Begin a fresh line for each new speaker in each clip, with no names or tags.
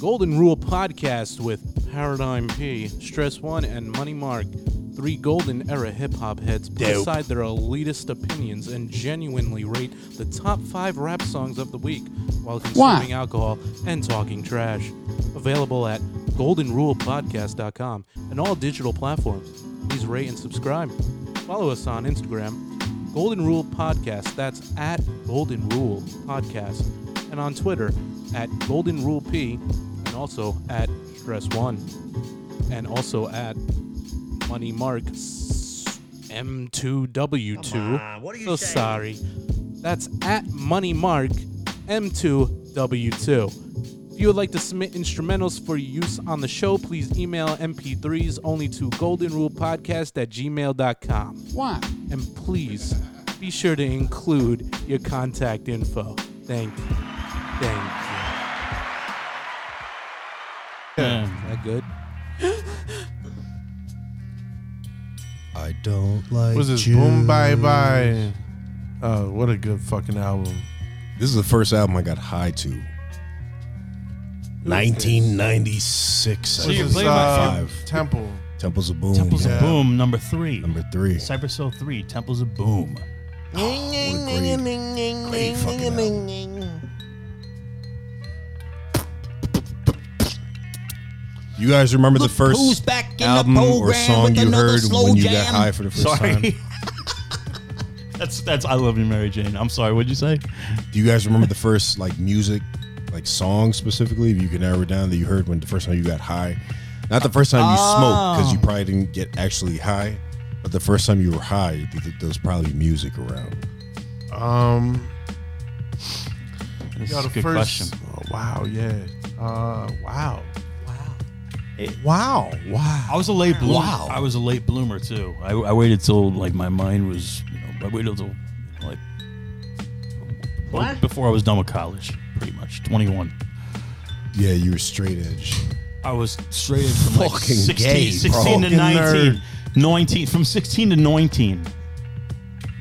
Golden Rule Podcast with Paradigm P, Stress One, and Money Mark. Three golden era hip hop heads put
Dope.
aside their elitist opinions and genuinely rate the top five rap songs of the week while consuming
Why?
alcohol and talking trash. Available at goldenrulepodcast.com and all digital platforms. Please rate and subscribe. Follow us on Instagram, Golden Rule Podcast. That's at Golden Rule Podcast. And on Twitter, at Golden Rule P, and also at Stress One, and also at Money Mark s- M2W2.
Come on, what are you
so
saying?
sorry. That's at Money Mark M2W2. If you would like to submit instrumentals for use on the show, please email MP3s only to goldenrulepodcast at gmail.com.
Why?
And please be sure to include your contact info. Thank you. Thank you. Is that good?
I don't like
Was this
you.
Boom Bye Bye? Oh, what a good fucking album.
This is the first album I got high to. 1996. I
This
you
believe.
is,
played my
uh,
five.
Temple.
Temples of Boom.
Temples
yeah.
of Boom, number three.
Number three.
Cypress Hill 3, Temples of Boom.
What a great, great fucking album. You guys remember the
who's
first
back in the
album or
program
song
with
you
another
heard
slow
when you got
jam?
high for the first time?
Sorry. that's, that's I Love You, Mary Jane. I'm sorry, what'd you say?
Do you guys remember the first like music, like song specifically? If you can narrow it down that you heard when the first time you got high, not the first time you
Ah.
smoked because you probably didn't get actually high, but the first time you were high, th- th- there was probably music around.
Um,
This
yo,
is
the
a good
first.
question.
Oh, wow, yeah. Uh, wow. Wow. wow.
I was a late bloomer.
Wow.
I was a late bloomer too. I, I waited till like my mind was, you know, I waited till like before I was done with college, pretty much. 21.
Yeah, you were straight edge.
I was straight in from like
Fucking
16,
gay,
16
bro.
to 19, 19 from 16 to 19.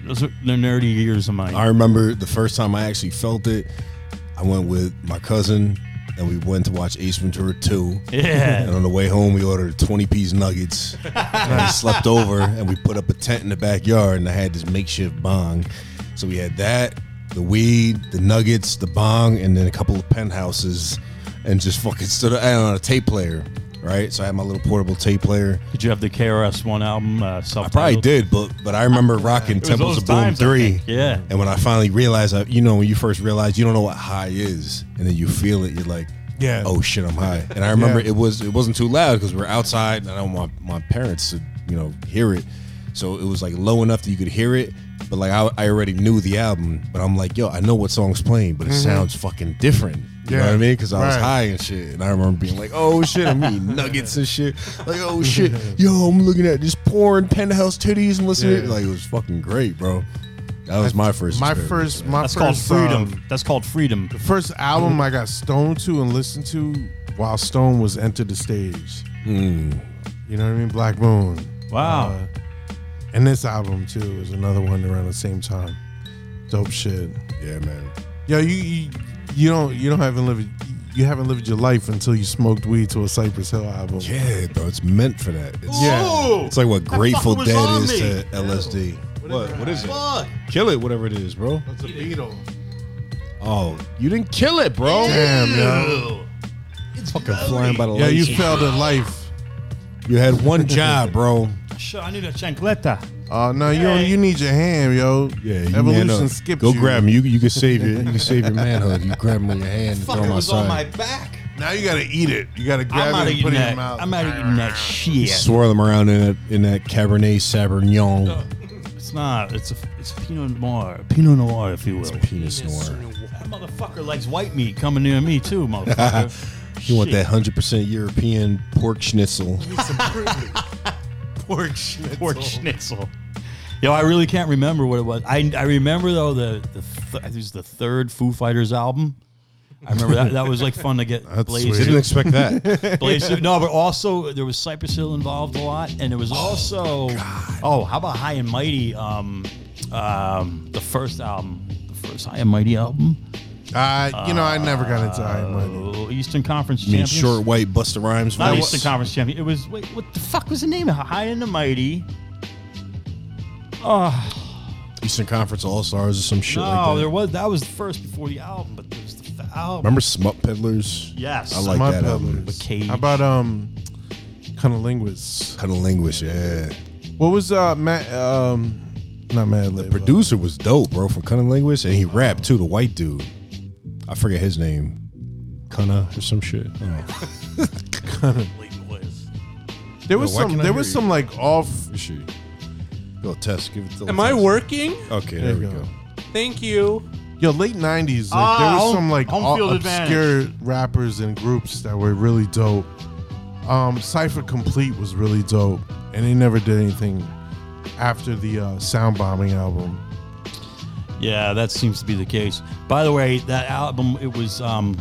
Those are the nerdy years of mine.
I remember the first time I actually felt it. I went with my cousin, and we went to watch Ace Ventura Two.
Yeah.
And on the way home, we ordered 20 piece nuggets. and I slept over and we put up a tent in the backyard and I had this makeshift bong. So we had that, the weed, the nuggets, the bong, and then a couple of penthouses and just fucking stood and on a tape player, right? So I had my little portable tape player.
Did you have the KRS One album? Uh,
I probably did, but but I remember rocking
was
Temples
those
of Boom
times, I
3.
think. Yeah.
And when I finally realized, I, you know, when you first realize you don't know what high is and then you feel it, you're like,
Yeah.
oh shit, I'm high. And I remember
Yeah.
it was it wasn't too loud because we were outside and I don't want my parents to you know hear it. So it was like low enough that you could hear it, but like I, I already knew the album. But I'm like, yo, I know what song's playing, but it sounds fucking different. You know
Mm-hmm. Yeah.
what I mean? Because I was
Right.
high and shit, and I remember being like, "Oh shit, I'm eating nuggets and shit." Like, "Oh shit, yo, I'm looking at this porn penthouse titties and listening."
Yeah.
Like, it was fucking great, bro. That was my first.
My
experience.
first, my
That's called
first
freedom.
um,
That's called freedom.
first album I got stoned to and listened to while Stone was Enter the Stage.
Hmm.
You know what I mean? Black Moon.
Wow.
Uh, and this album too is another one around the same time. Dope shit.
Yeah, man.
Yo, you you, you don't you don't haven't lived you haven't lived your life until you smoked weed to a Cypress Hill album.
Yeah, bro, it's meant for that. It's,
Yeah.
It's like what Grateful
fucker was
Dead
on
is
me.
to LSD. What? What is it? Kill it, whatever it is, bro.
It's a Beatle.
Oh, you didn't kill it, bro.
Damn, yo.
It's fucking flying by the
Yeah,
light.
you
You,
failed at life.
had one job, bro.
Sure, I need a chancleta.
Uh, no, you don't,
Hey.
you need your ham, yo.
Yeah, you
evolution
man up.
skipped
Go
you.
grab him. You you can save your you can save your manhood. You grab him with your hand. and throw him outside.
back.
Now you gotta eat it. You gotta grab
I'm
it
out of
and put it
eating
in your
that.
mouth.
I'm out of eating that shit.
Swirl him around in that in that Cabernet Sauvignon.
It's not. It's a. It's Pinot Noir. Pinot Noir, if you will.
Penis noir.
That motherfucker likes white meat coming near me too, motherfucker.
You want that
Shit.
hundred percent European pork schnitzel?
pork schnitzel. Pork schnitzel. Yo, I really can't remember what it was. I, I remember though the the th- I think it was the third Foo Fighters album. I remember that that was like fun to get blazed.
Didn't expect that.
Blaze- no, but also there was Cypress Hill involved a lot, and there was also oh, how about High and Mighty? Um, um, the first album, the first High and Mighty album.
I, you know, I never got into Iron Mighty.
Oh, Eastern Conference
You mean
champions.
short white Buster Rhymes?
Not
voice?
Eastern Conference champion. It was wait, what the fuck was the name? High and the Mighty.
Eastern Conference All Stars or some shit
No,
like that.
oh, there was that was the first before the album, but there was the, the album.
Remember Smut Peddlers?
Yes,
I like
My
that album.
Peddlers.
The Cage.
How about um, Cunnilingus?
Kind of linguish, yeah.
What was uh Matt? Um, not Matt. Oh. The
Producer was dope, bro, from Cunning Linguist, and he rapped too. The white dude, I forget his name, Cunna or some shit. I don't know.
There was
Yo, why
some.
can't I
There
hear
was
you?
some like off.
Where's she? Yo, Tess, give it. To
Am I
Tess.
working?
Okay, there,
you
we go.
go.
Thank you.
Yo, late nineties. Like,
Ah,
there was
home-
some like
home
o-
field
obscure
advantage.
rappers and groups that were really dope. Um, Cipher Complete was really dope, and they never did anything after the uh, Sound Bombing album.
Yeah, that seems to be the case. By the way, that album it was um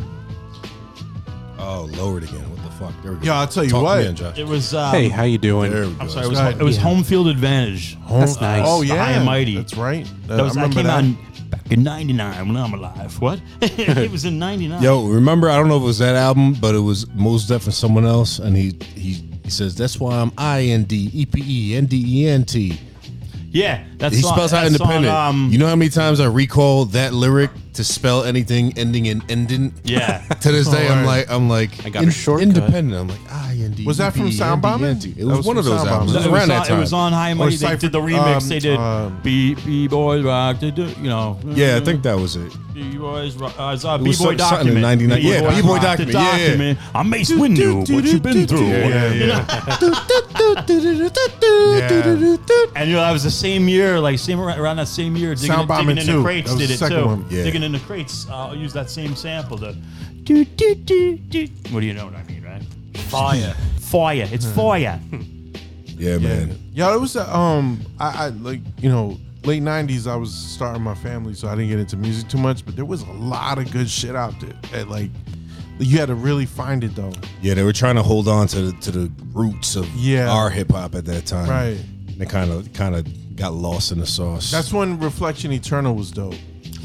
Oh, lower it again. What the fuck? There we go.
Yo, I'll tell you
Talk
what.
me in, Josh.
it was um,
hey, how you doing?
There we go.
I'm sorry, it was,
Right.
it was home field advantage. Uh,
That's nice.
Oh
The
yeah,
High and Mighty.
That's right. Uh,
That was
I
that
remember
came
that.
out in, back in '99 when I'm alive. What? it was in '99.
Yo, remember? I don't know if it was that album, but it was Mos Def and someone else, and he he, he says that's why I'm I N D E P E N D E N T.
Yeah, that's
He spells out independent.
um,
you know how many times I recall that lyric to spell anything ending in ending?
yeah,
To this day, I'm like, I'm like,
I got a shortcut.
Independent. I'm like, I N D. E
Was that from Sound Bombing?
It
That
was,
was
one
from
of those
Sound
albums.
Bombing.
It was
it
around
was,
that
on,
time.
it was on High and
Or
Mighty. They
Cypher-
did the remix.
um,
they did
um,
B B boys rock. They did you know?
Yeah, I think that was it.
B boys rock. Uh, it's, uh,
was
B-boy
some- something in
document.
99 yeah,
B-boy
B-boy
Rock the
document, yeah, yeah.
document. I'm Mace Windu. What you been through?
Yeah, yeah.
And you know, that was the same year, like same ar- around that same year, digging,
Sound
digging
Bombing
in
too.
the crates
That was
did
the
it
second
too.
one.
Yeah.
Digging in the crates, uh, I'll use that same sample. The do do do do. What do you know what I mean, right? Fire, fire, it's fire.
Yeah, man.
Yeah, it was that. Um, I, I like you know late '90s. I was starting my family, so I didn't get into music too much. But there was a lot of good shit out there. That, like, you had to really find it though.
Yeah, they were trying to hold on to the, to the roots of
Yeah.
our hip hop at that time.
Right.
And They kind of kind of got lost in the sauce.
That's when Reflection Eternal was dope.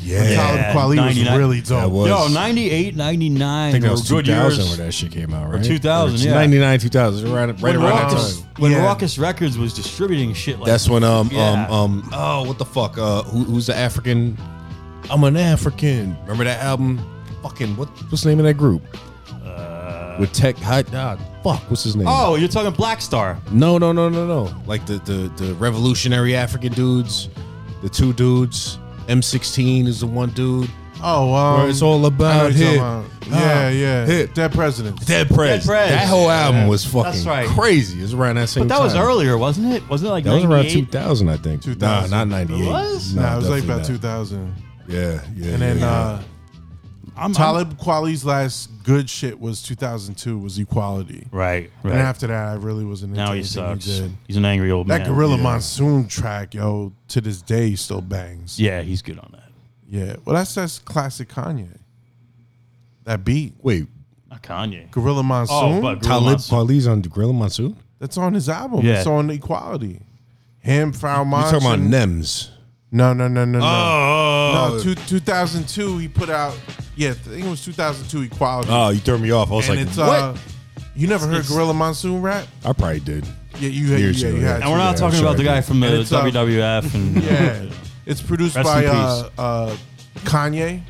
yeah.
Talib
Yeah,
Kweli was
99.
really dope.
That was-
Yo, 98, 99
I think that
were
was
good
2000
years.
where that shit came out, right?
2000, yeah.
99, 2000, right, right
when
around that
Raucous,
time.
when
Yeah.
Raucous Records was distributing shit like
That's when um
Yeah.
um um oh what the fuck uh who, who's the African? I'm an African. Remember that album? Fucking what? What's the name of that group? Uh, With Tech Hot Dog. Fuck, what's his name?
Oh, you're talking Black Star.
no no no no no! Like the the the revolutionary African dudes, the two dudes. M16 is the one dude.
Oh, um,
Where it's all
I know
about
what you're
hip.
talking about. Yeah,
Ah,
yeah.
Hip.
Dead President.
Dead Prez.
Dead Prez.
That whole album
Yeah.
was fucking
That's right.
crazy. It was around that same
But that
time.
was earlier, wasn't it? Wasn't it like
That was around
98?
2000, I think.
2000.
Nah, not 98.
It was?
Nah, it was like
definitely
about
not.
2000.
Yeah, yeah.
And then
yeah, yeah.
uh,
I'm- I'm-
Talib Kweli's last good shit was 2002. Was Equality.
Right, right.
And after that, I really wasn't. Into
now he
anything
sucks.
did.
He's an angry old
That
Oh, man.
Gorilla Monsoon track, yo, to this day still bangs.
Yeah, he's good on that.
Yeah. Well, that's that's classic Kanye. That beat,
wait,
Not Kanye.
Gorilla Monsoon.
Oh, but Gorilla
Talib
Monsoon.
Kweli's on Gorilla Monsoon?
that's on his album.
Yeah.
It's on Equality. Him, Foul
You're
Monsoon.
talking about Nems.
No, no, no, no, no.
Oh,
no, two, 2002, he put out. Yeah, I think it was 2002 Equality.
oh, you threw me off. I was
and
like,
it's
what?
uh, you never heard
it's-
Gorilla Monsoon rap?
I probably did.
Yeah, you had.
Years
Yeah,
ago,
you
yeah.
had.
And we're
to.
not
Yeah,
talking
sure I
about the
did.
guy from
And
the
it's, uh,
WWF. And
Yeah, it's produced
Rest
by
in
uh, uh, Kanye,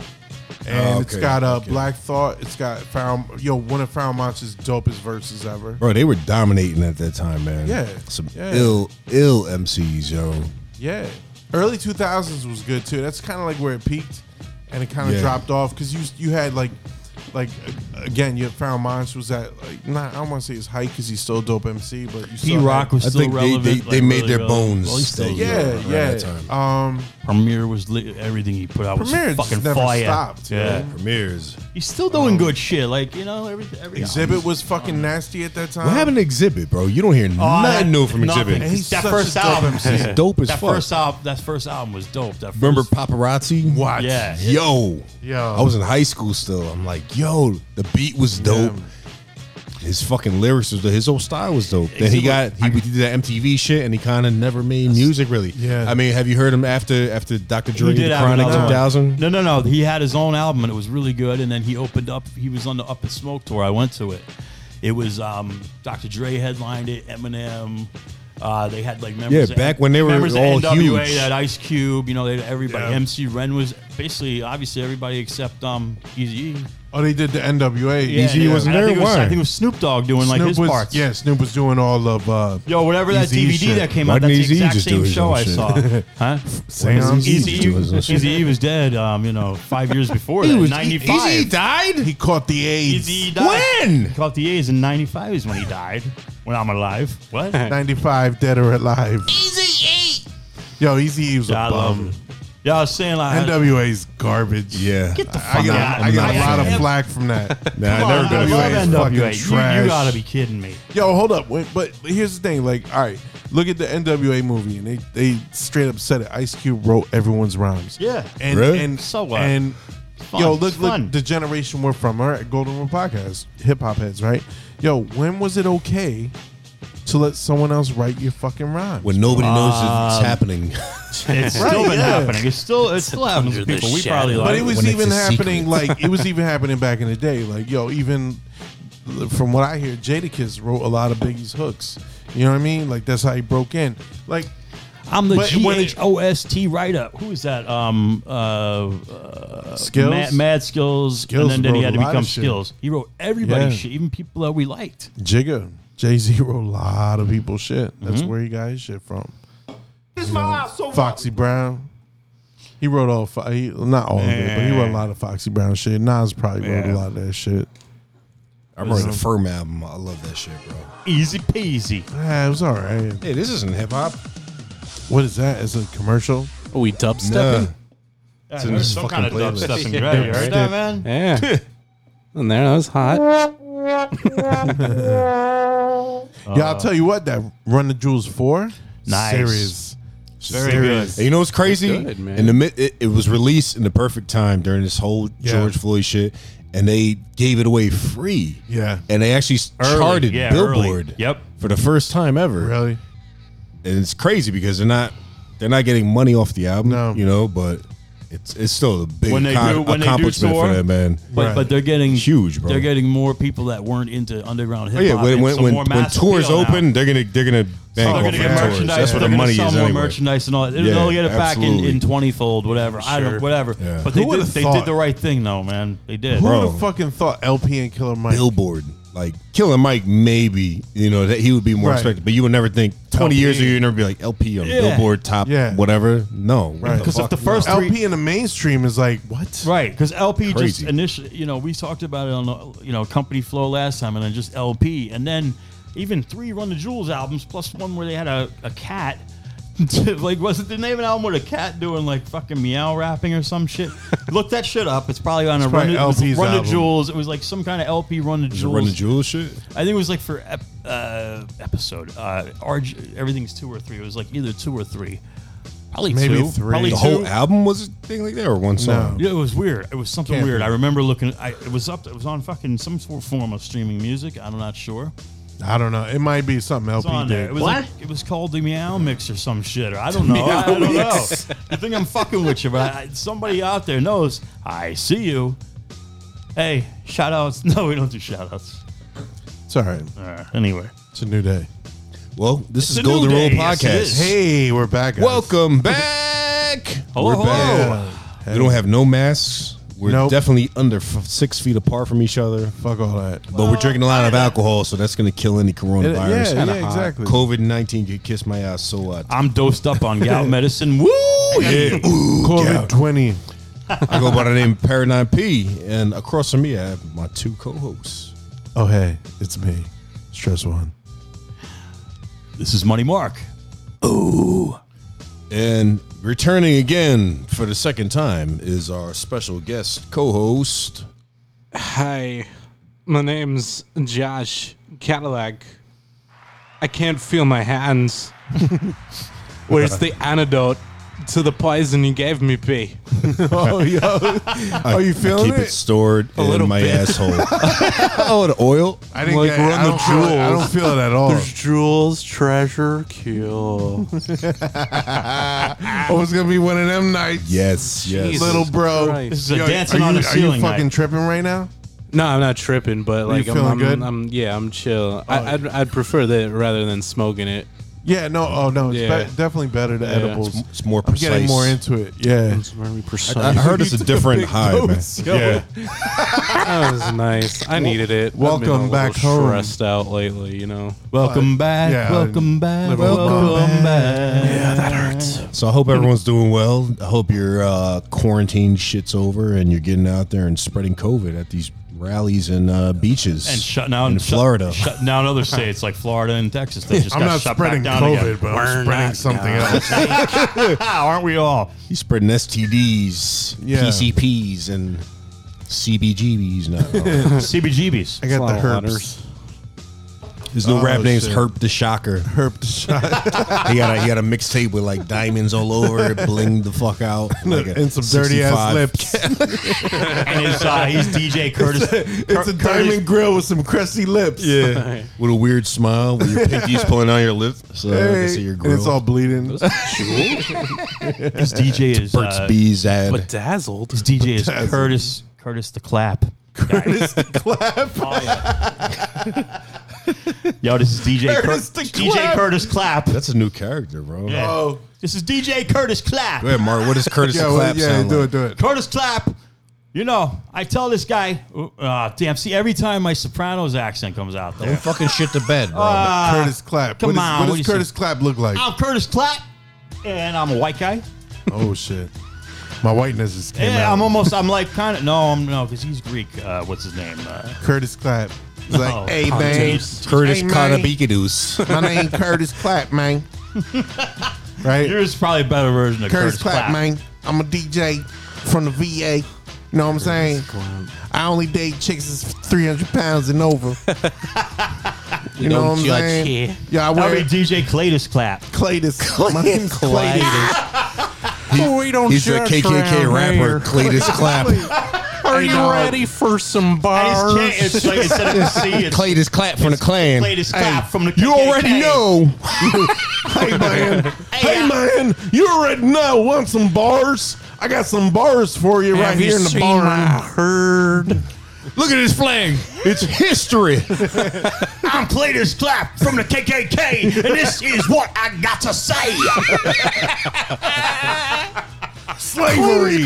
and
Oh,
it's
okay,
got uh,
okay.
Black Thought. It's got Found. Yo, one of Found Monster's dopest verses ever.
Bro, they were dominating at that time, man.
Yeah,
Some
yeah.
ill, ill MCs, yo.
Yeah, early two thousands was good too. That's kind of like where it peaked, and it kind of
Yeah.
dropped off because you you had like. Like a- again, your Found Monster was at like not. I don't want to say his height because he's still a dope MC, but you
P
still
Rock
had-
was
I
still
think they-
relevant.
they-
like,
they made
really
their
relevant.
bones
Well, he's still
stay.
relevant.
yeah,
around that time.
yeah. Um,
Premier was lit. Everything he put out was
Premier just
fucking
never
fire.
stopped,
Yeah.
man.
Premieres.
He's still
Um,
doing good shit. Like, you know, every, every
Exhibit was fucking nasty at that time. Oh,
What happened to Exhibit, bro? You don't hear
that-
nothing new from
nothing.
Exhibit.
He's
that
such
first
a dope
album.
MC.
He's
dope as
that
fuck.
first album. That first album was dope. That first,
Remember Paparazzi?
Watch.
Yeah.
Yo.
Yo.
I was in high school still. I'm like, yo, the beat was dope. his fucking lyrics was his whole style was dope. Then he got he, did that MTV shit and he kind of never made music really.
Yeah.
I mean, have you heard him after after Dr. Dre,
did
the
have
Chronic
another one.
2000?
No, no, no. He had his own album and it was really good. And then he opened up. He was on the Up and Smoke tour. I went to it. It was um, Dr. Dre headlined it. Eminem. Uh, they had like members.
Yeah, back when they were
members of
all
NWA,
huge.
that Ice Cube. You know, they had everybody.
Yeah.
MC Ren was basically obviously everybody except um Eazy.
Oh, they did the NWA.
Yeah,
Eazy
yeah.
wasn't
And
there?
I think it was-
Why?
I think it was Snoop Dogg doing like his
was,
parts.
Yeah, Snoop was doing all of. Uh,
Yo, whatever that
Eazy
DVD
shit.
that came
Why
out, that's the
didn't Eazy
exact
just do
same
his
show
own
I
shit?
saw. huh?
Sounds easy to do his own
Eazy,
shit.
Eazy was dead, um, you know, five years before that,
He was-
95.
Easy died?
he caught the AIDS.
Easy died.
When?
He caught the A's in 95 is when he died. When I'm alive. What? yeah,
95 dead or alive. Easy E. Yo, Easy E was
I
a
love
bum.
it. Yeah, I was saying like,
NWA's garbage.
Yeah. Get the
I got,
out.
I got
I'm
a
not
lot of
saying.
flack from that.
Nah,
I,
I
come on,
never
I
NWA is
got away.
love NWA.
fucking
You, you
trash.
gotta be kidding me.
Yo, hold up. Wait, but here's the thing. Like, all right, look at the NWA movie, and they, they straight up said it. Ice Cube wrote everyone's rhymes.
Yeah.
and
Really?
and
So what?
And
fun.
yo, look
It's fun.
look the generation we're from. All right, Golden Rule Podcast, hip hop heads, right? Yo, when was it okay to let someone else write your fucking rhymes?
When nobody knows
Um,
it's happening.
It's still been
yeah.
happening. It's still it still happens to
under the
people. We
shadow.
probably like
but it was
when it's
even
a
happening like it was even happening back in the day like yo even from what i hear jadakiss wrote a lot of biggie's hooks you know what i mean like that's how he broke in like
I'm the
But when it-
G-H-O-S-T writer. Who is that? Um, uh, uh,
Skills?
Mad, Mad Skills.
Skills
and then, then he
wrote
had
a
to
lot
become
of shit.
Skills. He wrote everybody's
Yeah.
shit, even people that we liked.
jigga jay-z wrote a lot of people's shit that's where he got his shit from You know, foxy brown he wrote all fi- he, not all of it but he wrote a lot of foxy brown shit nas probably wrote
Yeah.
a lot of that shit
I remember the Firm album. I love that shit, bro.
Easy peasy.
ah, it was all right
Hey, this isn't hip hop.
what is that is it a commercial
Are we dubstepping?
It's in this fucking playlist.
You heard that, man?
Yeah. and there, that was hot.
yeah i'll tell you what that run the jewels 4
Nice.
serious
Very
serious.
And you know what's crazy?
good, man.
In the mid, it, it was released in the perfect time during this whole
Yeah.
George Floyd shit, and they gave it away free.
Yeah.
and they actually s-
Early,
charted
yeah,
Billboard.
early. Yep.
for the first time ever.
Really?
And it's crazy because they're not they're not getting money off the album.
No.
you know, but it's it's still a big
When they
con-
do- when they do
accomplishment
tour,
for that man.
But,
Right.
but they're getting
Huge, bro.
They're getting more people that weren't into underground hip
Oh
hop.
yeah, when
and
when,
some
when,
more
when
mass
tours
appeal now.
open, they're gonna they're gonna bang
they're
off
gonna
on
get
tours.
merchandise.
That's
they're
where the
gonna
money is
sell more
anyway.
merchandise and all. that.
Yeah,
they'll get it back in,
absolutely.
in twenty fold, whatever. I don't, whatever.
Yeah.
But they
Who
did,
would've
they
thought?
did the right thing, though, man. They did.
Who
Bro.
would have fucking thought LP and Killer Mike?
Billboard. Like Killing Mike, maybe you know that he would be more
Right.
respected, but you would never think twenty
LP.
years ago you'd never be like LP on
Yeah.
Billboard top
Yeah.
whatever. No,
Right.
What the
'Cause
if
fuck?
the first
No.
three-
LP in the mainstream is like what?
Right, because LP just
Crazy.
initially, you know, we talked about it on the, you know company flow last time, and then just LP, and then even three Run the Jewels albums plus one where they had a, a cat. like, was it the name of an album with a cat doing like fucking meow rapping or some shit? Look that shit up. It's probably on a
probably
Run, to- it was
LP's
Run to
album.
Jewels. It was like some kind of LP Run to
Is it Run the
Jewels.
Jewel shit.
I think it was like for ep- uh, episode. Uh, RG, everything's two or three. It was like either two or three. Probably
Maybe
two.
three.
Probably
The
two.
whole album was a thing like that, or one song.
Yeah, it was weird. It was something
Can't
weird.
be.
I remember looking. I, it was up. It was on fucking some sort of form of streaming music. I'm not sure.
I don't know. It might be something
It's
LP
on
did.
there. It was
What?
like, it was called the Meow Mix or some shit. Or I don't know. I, I don't know. You think I'm fucking with you, but I, somebody out there knows. I see you. Hey, shout outs. No, we don't do shout outs.
It's all right.
Uh, anyway.
It's a new day.
Well, this
a
is
new
Golden Rule
day. Yes, it
Podcast.
is.
Hey, we're back. guys.
Welcome back.
Hello,
We're back.
hello.
We don't have no masks. We're
Nope.
definitely under f- six feet apart from each other,
Fuck all that.
but we're drinking a lot of alcohol, so that's going to kill any
It-
coronavirus.
yeah, yeah, exactly.
COVID nineteen could kiss my ass. So what?
I'm dosed up on gout medicine. Woo!
Yeah. Ooh,
COVID
God.
twenty.
I go by the name Paradigm P, and across from me, I have my two co-hosts.
Oh hey, it's me, Stress One.
This is Money Mark.
And returning again for the second time is our special guest co-host.
Hi, my name's Josh Cadillac. I can't feel my hands. Where's the antidote to the poison you gave me, P.
oh, yo. Are you
I
feeling
keep it,
it?
stored
little
in my
bit.
asshole. oh, the oil.
I didn't
Like,
get,
we're
I
on the
don't feel it. I
jewels.
don't feel it at all.
Jules Treasure Kill.
Oh, it's gonna be one of them nights.
Yes, yes.
Jesus
little bro.
Christ.
This is a
Yo,
dancing
are
on
you,
the
are you
ceiling.
fucking
night.
tripping right now?
No, I'm not tripping, but like
you
I'm,
feeling
I'm,
good?
I'm- yeah, I'm chill. I, I'd, I'd prefer that rather than smoking it.
Yeah. No. Oh no. It's
Yeah.
be- definitely better to edibles.
It's, it's more
I'm
precise.
getting more into it. Yeah.
It's very
I
precise.
heard it's a different high, man.
Yeah.
that was nice. I needed it. I've been
welcome
a little
back home.
Stressed out lately, you know.
Welcome back.
Yeah,
welcome back.
little
Welcome back. Yeah, that
hurts.
So I hope everyone's doing well. I hope your uh, quarantine shit's over and you're getting out there and spreading COVID at these rallies and uh, beaches
And shut down
in
shut-
Florida.
Shut down other states like Florida and Texas. They just
I'm
got
not
shut
spreading
back down
COVID,
again.
but
We're
I'm spreading
not
something
now.
else.
How aren't we all?
He's spreading STDs,
Yeah.
PCPs, and CBGBs now.
CBGBs.
I
It's
got the
a lot of
herps.
His new
Oh,
rap name's
shit.
Herp the Shocker.
Herp the shot
He got a, he got a mixtape with like diamonds all over it, bling the fuck out, like a
and some dirty ass
65
lips.
and his, uh, he's DJ Curtis.
It's a diamond grill with some crusty lips.
Yeah, with a weird smile, with your pinkies pulling out your lips, so I
Hey,
can see your
and
grill.
it's all bleeding.
His DJ is
Burt's
uh,
Bees ad.
Bedazzled.
his DJ is Curtis. Curtis the Clap. Curtis the Clap. oh, yeah. Yo, this is DJ
Curtis the
Curtis. DJ
Clap.
Curtis Clap.
That's a new character, bro.
Yeah.
Oh.
This is DJ Curtis Clap.
Go ahead, Mark. What does Curtis
Yeah,
the
well,
Clap
yeah,
sound
do
like?
it, do it.
Curtis Clap. You know, I tell this guy, uh, damn, see, every time my Sopranos accent comes out, though,
Fucking shit to bed, bro.
Ah, Curtis Clap.
come
what is-
on, what
What
do you
does Curtis
say? Ah.
Clap look like?
I'm Curtis Clap, and I'm a white guy.
Oh shit, my whiteness is came
Yeah,
out.
I'm almost, I'm like, kind of, no, I'm no, because he's Greek. Uh, what's his name? Uh,
Curtis Clap. He's
Oh,
like, hey man,
Pontus.
Curtis
Hey, man.
Conabikadus.
my name Curtis Clap, man. right,
yours is probably a better version of
Curtis,
Curtis,
Clap, man. I'm a DJ from the VA. You know what I'm saying? I only date chicks that's 300 pounds and over. you know what I'm saying? Yeah, I
I
wear
mean, DJ Claytus Clap.
Cletus. My name's Cletus.
Oh,
we don't
He's a KKK rapper, Cletus Clap.
Are you ready for some bars?
And it's, K- it's like instead of a C, it's
Cletus Clap from the clan.
Claytus Clap from the
You already
KKK.
know.
Hey man, hey man, you already know. Want some bars? I got some bars for you right
Have you
here in the
seen
barn.
my herd?
Look at this flag. It's history.
I'm Claytus Clap from the KKK, and this is what I got to say.
Slavery.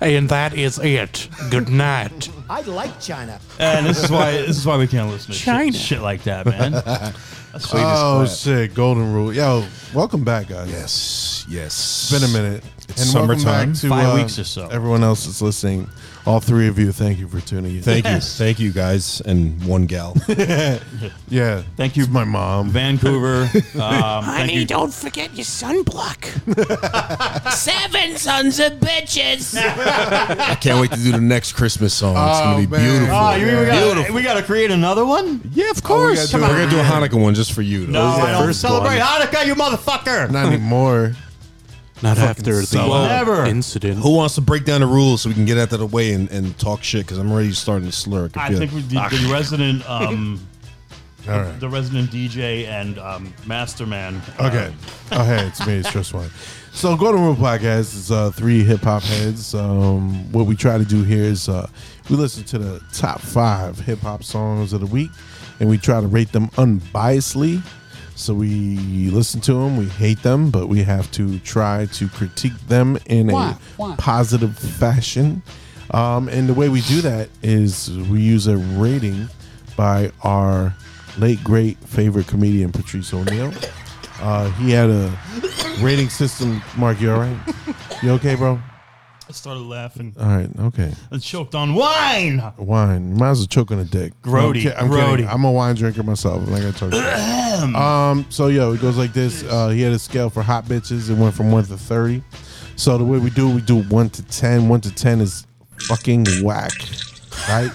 And that is it. Good night.
Um,
I like China.
And this is why this is why we can't listen to
China.
shit, shit like that, man.
Oh shit, golden rule. Yo, welcome back, guys.
Yes, yes.
It's been a minute.
It's summertime.
Five weeks or so.
uh, Everyone else that's listening, all three of you, thank you for tuning in.
Thank
Yes.
you. Thank you, guys, and one gal.
yeah.
Thank you,
It's my mom.
Vancouver. Um, thank
Honey,
you.
don't forget your sunblock. Seven sons of bitches.
I can't wait to do the next Christmas song. it's
Oh,
going to be
man.
beautiful.
Oh,
Oh, you mean we, gotta, we gotta create another one?
yeah, of
course.
We're
Come
going to do a Hanukkah one just for you. though.
No, I don't
first
celebrate Hanukkah, you motherfucker.
Not anymore.
Not after the
sellout.
Never.
incident.
Who wants to break down the rules so we can get out of the way and, and talk shit? Because I'm already starting to slur. I can
I
feel
think
it.
we the,
Ah.
the resident, um,
All right.
the resident DJ and um, uh, masterman.
Okay. Oh, hey, it's me. It's just one. So, Golden Rule Podcast is uh, three hip hop heads. Um, what we try to do here is uh, we listen to the top five hip hop songs of the week, and we try to rate them unbiasedly. So we listen to them, we hate them, but we have to try to critique them in
Why?
a
Why?
positive fashion. Um, and the way we do that is we use a rating by our late great favorite comedian Patrice O'Neill. Uh, he had a rating system. Mark, you all right? You okay, bro?
I started laughing.
All right, okay.
I choked on wine.
Wine. You might as well choke on a dick.
Grody,
I'm, ki- I'm
grody.
kidding. I'm a wine drinker myself. Like I told you. um. So yo, it goes like this. Uh, he had a scale for hot bitches. It went from one to thirty. So the way we do, it, we do one to ten. One to ten is fucking whack, right?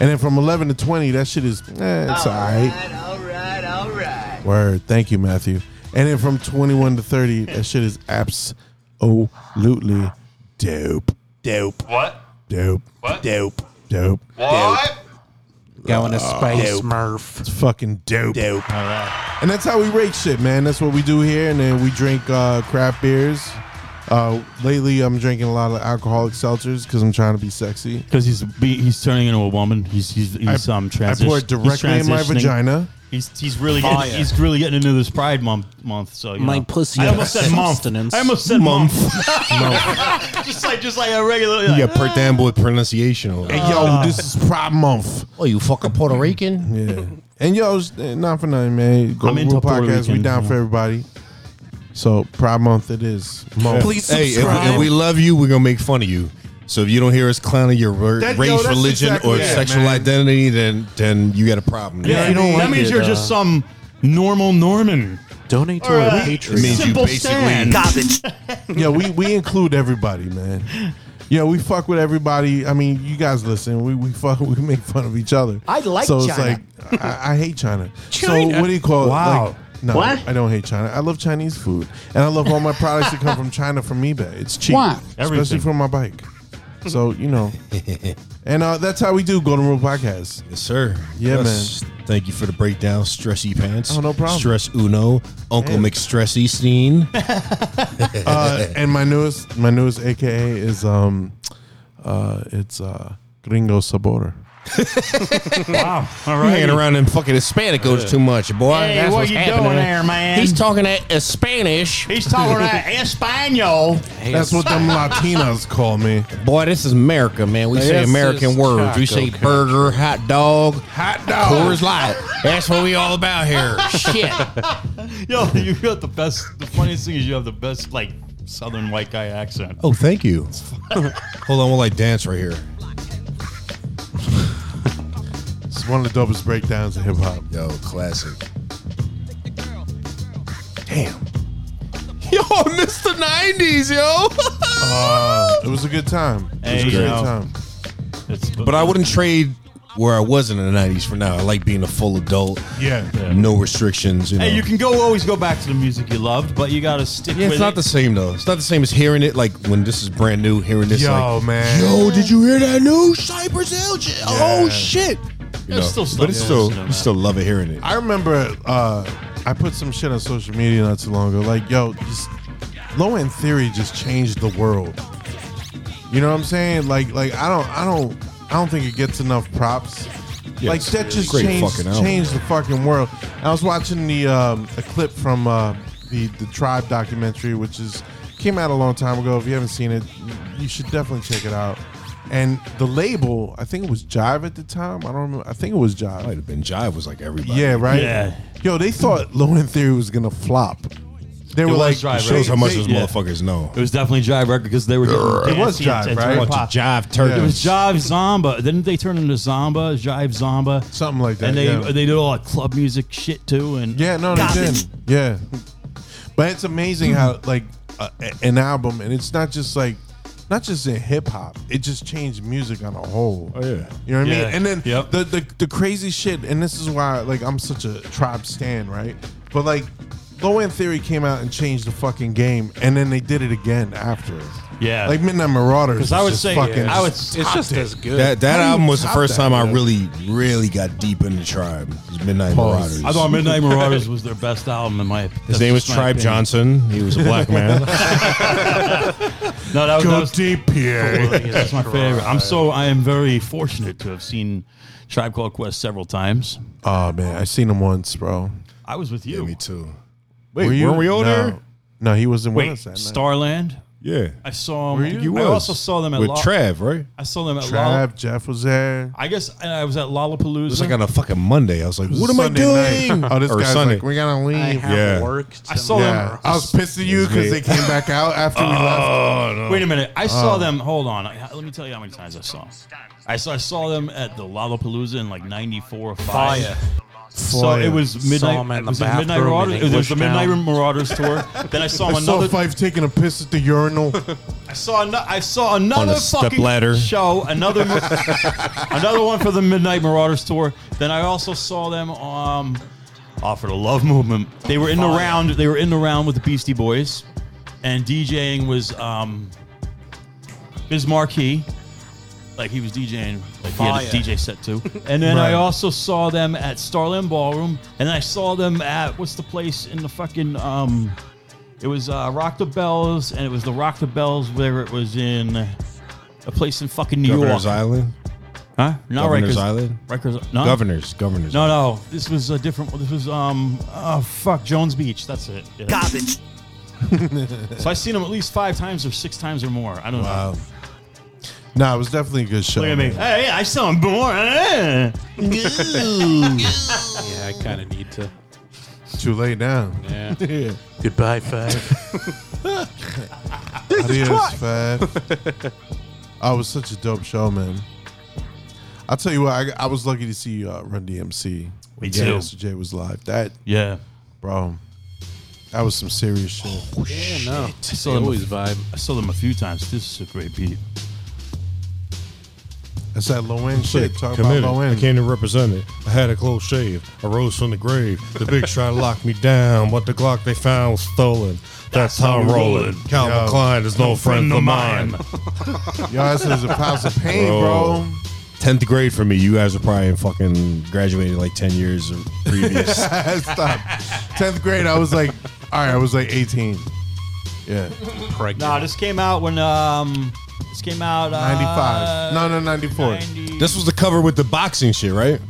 And then from eleven to twenty, that shit is eh, it's all right.
All right, all right.
Word. Thank you, Matthew. And then from 21 to 30, that shit is absolutely dope. Dope.
What?
Dope.
What?
Dope. Dope.
What?
Going to space,
Uh, It's
Murph.
fucking dope.
Dope.
And that's how we rate shit, man. That's what we do here. And then we drink uh, craft beers. Uh, lately, I'm drinking a lot of alcoholic selters because I'm trying to be sexy.
Because he's be, he's turning into a woman. He's he's, he's um
I
transition.
pour it directly
he's
in my
transitioning.
vagina.
He's he's really getting, he's really getting into this Pride month month. So you
My
know.
pussy
I
has
almost said month.
substance.
I almost said month. just like just like a regular. Like,
You got Perth Amboy pronunciation. over there.
Hey, yo, this is Pride Month.
Oh, you fucking Puerto Rican?
Yeah. And yo, it's eh, not for nothing, man. Go
I'm
i
into Puerto
podcast. we
Rican,
down
yeah.
for everybody. So Pride Month it is. Month.
Please
Hey, if,
subscribe.
if we love you, we're gonna make fun of you. So if you don't hear us clowning your r-
That- yo,
race,
that's
religion,
exactly
or
it,
sexual
man.
identity, then then you got a problem.
yeah,
you don't
that
like
means
it,
you're
uh,
just some normal Norman.
Donate to
All
our
right.
It
Patreon.
means you
Simple
basically
stand.
yeah, we, we include everybody, man. Yeah, we fuck with everybody. I mean, you guys listen. We we fuck. We make fun of each other.
I like
so it's
China.
like I, I hate China.
China.
So what do you call it?
Wow.
Like, no,
What?
I don't hate China. I love Chinese food, and I love all my products that come from China from eBay. It's cheap,
Why?
Everything.
especially for my bike. So you know, and uh, that's how we do Golden Rule Podcast.
Yes, sir.
Yeah,
man. Thank you for the breakdown, Stressy Pants.
Oh, no problem.
Stress Uno, Uncle
Yeah.
McStressy Steen.
Uh, and my newest, my newest AKA is um, uh, it's uh, Gringo Sabor.
Wow. All
You
right.
hanging around them fucking Hispanicos too much, boy.
Hey,
That's
what
what's
you
happening.
doing there, man?
He's talking that uh, Spanish.
He's talking about Espanol.
That's what them Latinos call me.
Boy, this is America, man. We say
This
American
is
words. We say
taco
burger, hot dog, hot dog, Coors Light. That's what we all about here.
Shit.
Yo, you got the best. The funniest thing is you have the best like Southern white guy accent.
Oh, thank you. Hold on, we'll like dance right here.
It's one of the dopest breakdowns in hip hop.
Yo, classic.
yo, I missed the 90s, yo.
Uh, It was a good time.
Hey,
it was a
you
good
know.
time.
It's,
But I wouldn't trade where I was in the '90s for now. I like being a full adult,
Yeah.
no restrictions. You know.
Hey, you can go always go back to the music you loved, but you gotta stick
yeah,
with
it's not
it.
the same though. It's not the same as hearing it like when this is brand new. Hearing this,
Yo,
like,
man.
yo, did you hear that new Cypress Hill? shit? Oh
Yeah.
shit! You know,
still stuff
but it's
to
still,
listen to,
you still love it hearing it.
I remember uh, I put some shit on social media not too long ago. Like, yo, just low end theory just changed the world. You know what I'm saying? Like, like I don't, I don't, I don't think it gets enough props. like
it's
that
a
just
great
changed,
fucking album.
changed the fucking world. I was watching the um, a clip from uh, the the Tribe documentary, which is came out a long time ago. If you haven't seen it, you should definitely check it out. And the label, I think it was Jive at the time. I don't remember. I think it was Jive.
Might have been Jive was like everybody.
Yeah, right.
Yeah.
Yo, they thought Low End Theory was gonna flop. They were
was
like,
Drive,
It shows
right?
how much
they-
those
Yeah.
motherfuckers know.
It was definitely Jive record because they were. Getting
It was
dancey and-
Jive,
and
right?
throwing
Bunch
pop.
Jive turkeys.
Yeah.
It was Jive Zomba. Didn't they turn into Zomba? Jive Zomba.
Something like that,
And they
yeah.
they did all that club music shit too. And
yeah, no, they didn't. Yeah, but it's amazing how like a, a- an album, and it's not just like, not just in hip hop. It just changed music on a whole. Oh
yeah.
you know what I
Yeah.
mean. And then
Yep.
the, the the crazy shit, and this is why like I'm such a Tribe stan, right? But like. Low End Theory came out and changed the fucking game, and then they did it again after.
Yeah.
like Midnight Marauders.
because I
was
would
just
say
fucking
I would.
It's just as good.
That that
How do you
album was the
top
first
that,
time I
man?
really, really got deep in the tribe. It was Midnight
Pause.
Marauders.
I thought Midnight Marauders was their best album in my.
His name was Tribe Johnson. He was a black man.
No, that was, that was
deep here.
That's my favorite. I'm so I am very fortunate to have seen Tribe Called Quest several times.
Oh man, I seen him once, bro.
I was with
yeah,
you.
me too. Wait,
Were you?
weren't we all
no.
there?
No, he wasn't
Wait,
with us that night.
Starland.
Yeah.
I saw him.
you?
You was.
I also saw them at
with
Lo-
Trav, right?
I saw them at Lollapalooza.
Trav, Jeff was there.
I guess and I was at
It
Lollapalooza.
was like on a fucking Monday. I was like,
It was
"What
a
am I
Sunday
doing?"
night. Oh, this
or
guy's
Sunday.
like, we're gonna
I
leave.
have
Yeah.
work
I saw
Yeah,
them.
I was pissed at you because
Excuse me. Oh,
they came back out after we left. Oh.
Wait a minute. I saw them. Hold on. I, let me tell you how many times I saw. 'em. I saw. I saw them at the Lollapalooza in like '94 or five. So
Fire.
it was
Saw
midnight.
'em in
It
the
was it midnight
bathroom
Marauders.
in
It was, the Midnight
Englishtown.
Marauders tour. then I saw
I
him another.
saw Fife taking a piss at the urinal.
I saw. An, I saw another
On a step
fucking
ladder.
show. Another. another one for the Midnight Marauders tour. Then I also saw them. Um, Oh, for the love movement. They were in the round. They were in the round with the Beastie Boys, and DJing was um, Biz Markie. Like he was DJing, like he had
Fire.
a DJ set too. And then I
Right.
also saw them at Starland Ballroom, and I saw them at what's the place in the fucking um, it was uh, Rock the Bells, and it was the Rock the Bells where it was in a place in fucking New
Governor's
York,
Island.
huh? Not
Governor's
Rikers
Island?
Rikers, no?
Governors. Governors.
No, no. This was a different. This was um. Oh fuck, Jones Beach. That's it. Yeah.
Garbage.
So I've seen him at least five times or six times or more. I don't know.
Nah, it was definitely a good show.
Look at me.
man.
Hey, I saw him more. Eh. Oh,
Yeah, I kind of need to.
Too late now.
Yeah.
Yeah.
Goodbye, five.
Adios, Fab. I was such a dope show, man. I'll tell you what, I, I was lucky to see uh, Run DMC.
Me
Yeah,
too.
Mr. J was live. That,
Yeah.
bro, that was some serious Oh, shit.
yeah, no.
I saw
They
them.
always
A,
vibe.
I saw them a few times. This is a great beat.
That's that low end shit. Talk about
Committed.
low
I
end.
came to represent it. I had a close shave. I rose from the grave. The big tried to lock me down, but the Glock they found was stolen. That's, how I'm rolling. Calvin
Yo.
Klein is no, friend, of mine.
Your ass is a pounds of pain, bro.
Bro.
Tenth grade for me. You guys are probably fucking graduated like ten years or previous.
Stop. 10th grade, I was like, all right, I was like 18. Yeah.
Nah, this came out when um. This came out uh,
95. no, no, 94.
90
this was the cover with the boxing shit, right?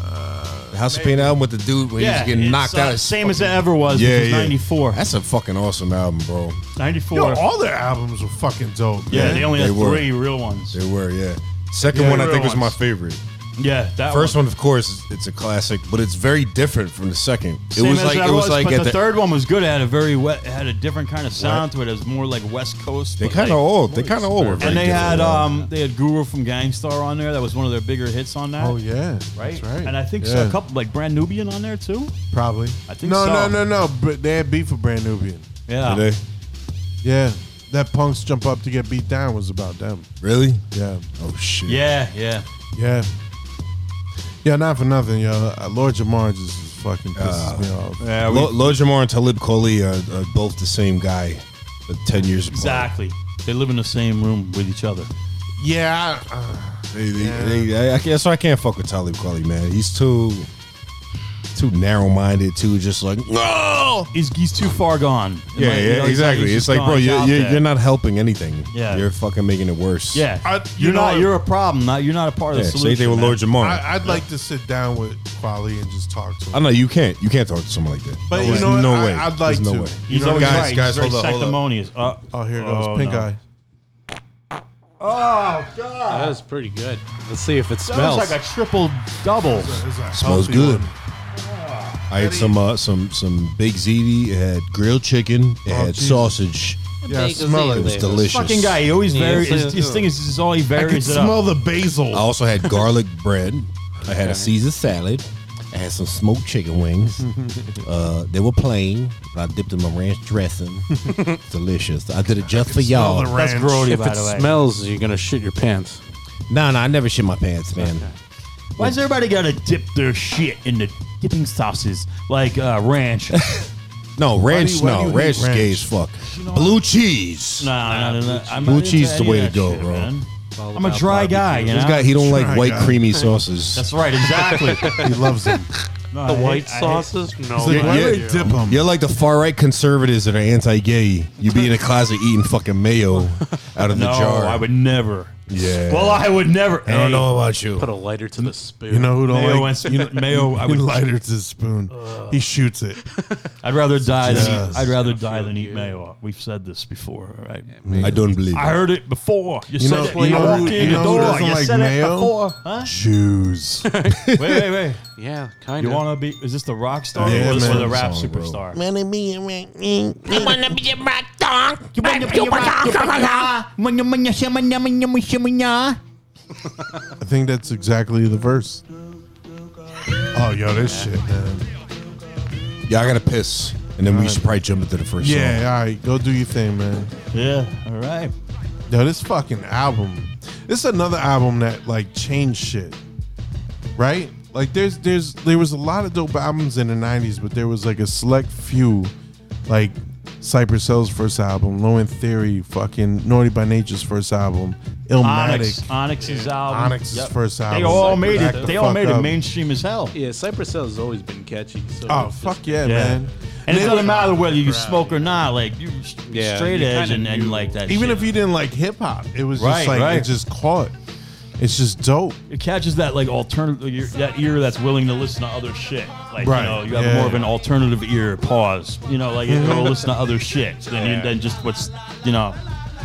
The House of Pain album with the dude when he
yeah,
was getting
it's,
knocked
uh,
out. It's
Same as it
fucking-
ever was.
Yeah,
Yeah,
yeah.
Ninety four.
That's a fucking awesome album, bro.
Ninety four.
Yo, all their albums were fucking dope.
Yeah,
man.
they only
They
had
were.
three real ones.
They were, yeah. Second
Yeah,
one I
real
think was my
ones.
favorite.
Yeah, that
First one, of course, is- it's a classic, but it's very different from the second.
Same
it was
as
like
that
it was like
but
at
the,
the,
third one was good. It had a very wet, it had a different kind of sound to it. It was more like West Coast.
They
but
kind of
like-
old. They kind of old. were very
And they
different,
had
though.
um they had Guru from Gangstar on there. That was one of their bigger hits on that.
Oh, yeah.
right.
That's right.
And I think
Yeah.
so, a couple like Brand Nubian on there too.
Probably.
I think
no,
so.
No, no, no, But They had beef with Brand Nubian.
Yeah.
Did they?
Yeah. That punks jump up to get beat down was about them.
Really?
Yeah.
Oh shit.
Yeah, yeah.
Yeah. Yeah, not for nothing, yo. Uh, Lord Jamar just fucking pisses
Uh,
me off.
Yeah, we-
Lo- Lord Jamar and Talib Kweli are, are both the same guy, but ten years apart.
Exactly. They live in the same room with each other.
Yeah. I- uh,
They, they, they- I, I, can't- so I can't fuck with Talib Kweli, man. He's too too narrow minded. Too just like mm, no.
He's he's too far gone.
Yeah,
Like, you know,
yeah,
he's
exactly.
he's
It's
just
like,
gone,
bro,
he's
you're,
out
you're,
there.
you're not helping anything.
Yeah.
you're fucking making it worse.
Yeah,
I- you
you are not.
know-
You're a problem. Not you're not a part
yeah
of the
same
solution.
thing with
man.
Lord Jamar. I,
I, I'd like to sit down with Quali and just talk to him.
know you can't. You can't talk to someone like that.
But
No
you
way.
know what?
no
I-
way.
I'd like
There's no
to.
Way.
You
He's
know,
always
guys,
right.
guys,
he's very
hold up, hold up.
sanctimonious. Uh,
oh, here it goes.
Oh,
Pink
no.
eye.
That was pretty good. Let's see if it
Oh, That
smells.
was like a triple double.
It's a
Smells
healthy
good.
one.
I had some uh, some some big ziti. It had grilled chicken. It had
Oh, Jesus.
sausage.
Yeah,
Take a
smell
seat
it.
It was
This
delicious.
Fucking guy, he always
Yeah,
varies.
so-
His, his thing is, is all he
I can
varies it
smell
up.
the
I
basil.
also had garlic bread. I had a Caesar salad. I had some smoked chicken wings. uh, they were plain, but I dipped them in ranch dressing. Delicious. I did it just for y'all.
the
That's
ranch.
Grody,
if
by
it
the way.
smells, you're gonna shit your pants.
No, no, I never shit my pants, man.
Why does everybody gotta dip their shit in the dipping sauces like uh, ranch? nah,
No, ranch,
why do
no.
you
Ranch
hate
is gay
ranch?
as fuck. Blue cheese.
nah, nah, nah, I'm
Blue
not into
cheese is the
any
way to
of that
go,
shit,
bro.
man.
All
I'm a
about
dry
barbecue.
guy, you
This
know.
guy, he don't like
Try,
white
guy.
creamy sauces.
That's right, exactly.
He loves them.
No,
The
I hate-
white
I hate-
sauces? No.
Like, why
yeah.
would they dip them?
You're like the far right conservatives that are anti-gay. You be in a closet eating fucking mayo out of the
No,
jar.
I would never.
Yeah.
Well, I would never.
I don't know about you.
Put a lighter to the spoon.
You know who don't
Mayo
like
and- mayo, I
I
would-
would
Uh.
lighter to the spoon. he shoots it.
I'd rather die than
Jesus.
eat, I'd rather die than eat mayo. We've said this before, all right?
I don't believe.
I
it.
heard it before. You, said
know-
it when
you
you,
know who-
walked
you
in the
know who
door.
doesn't
You
like
said
mayo?
it before, huh?
Jews.
wait, wait, wait.
Yeah, kind
You
of.
want to be? Is this the rock star
Yeah,
or, this
man.
the rap
Song, bro.
superstar?
You wanna be a rock dog? You wanna be a rock dog?
That's
I think that's exactly the verse. Oh, yo, this shit, man.
Yeah, I gotta piss, and then we should probably jump into the first
Yeah,
song.
all right, go do your thing, man.
Yeah. All right.
Yo, this fucking album. This is another album that like changed shit, right? Like there's there's there was a lot of dope albums in the '90s, but there was like a select few, like Cypress Hill's first album, Low End Theory, fucking Naughty by Nature's first album, Illmatic,
Onyx, Onyx's album.
Onyx's first album.
They all
Like,
made
back the
it. They all
fuck
made it
up.
mainstream as hell.
Yeah, Cypress Hill has always been catchy. So
Oh
it's just-
fuck yeah,
Yeah.
man!
And it
They-
doesn't matter whether you smoke or not. Like you yeah,
Yeah,
straight
you
edge
kinda
and, and
knew.
like that.
Even
shit.
if you didn't like hip hop, it was
Right,
just like
right.
it just caught. It's just dope.
it catches that like alternative ear, that ear that's willing to listen to other shit. Like
Right,
you know, you have
yeah.
more of an alternative ear. Pause. You know, like you go listen to other shit than you, than just what's you know.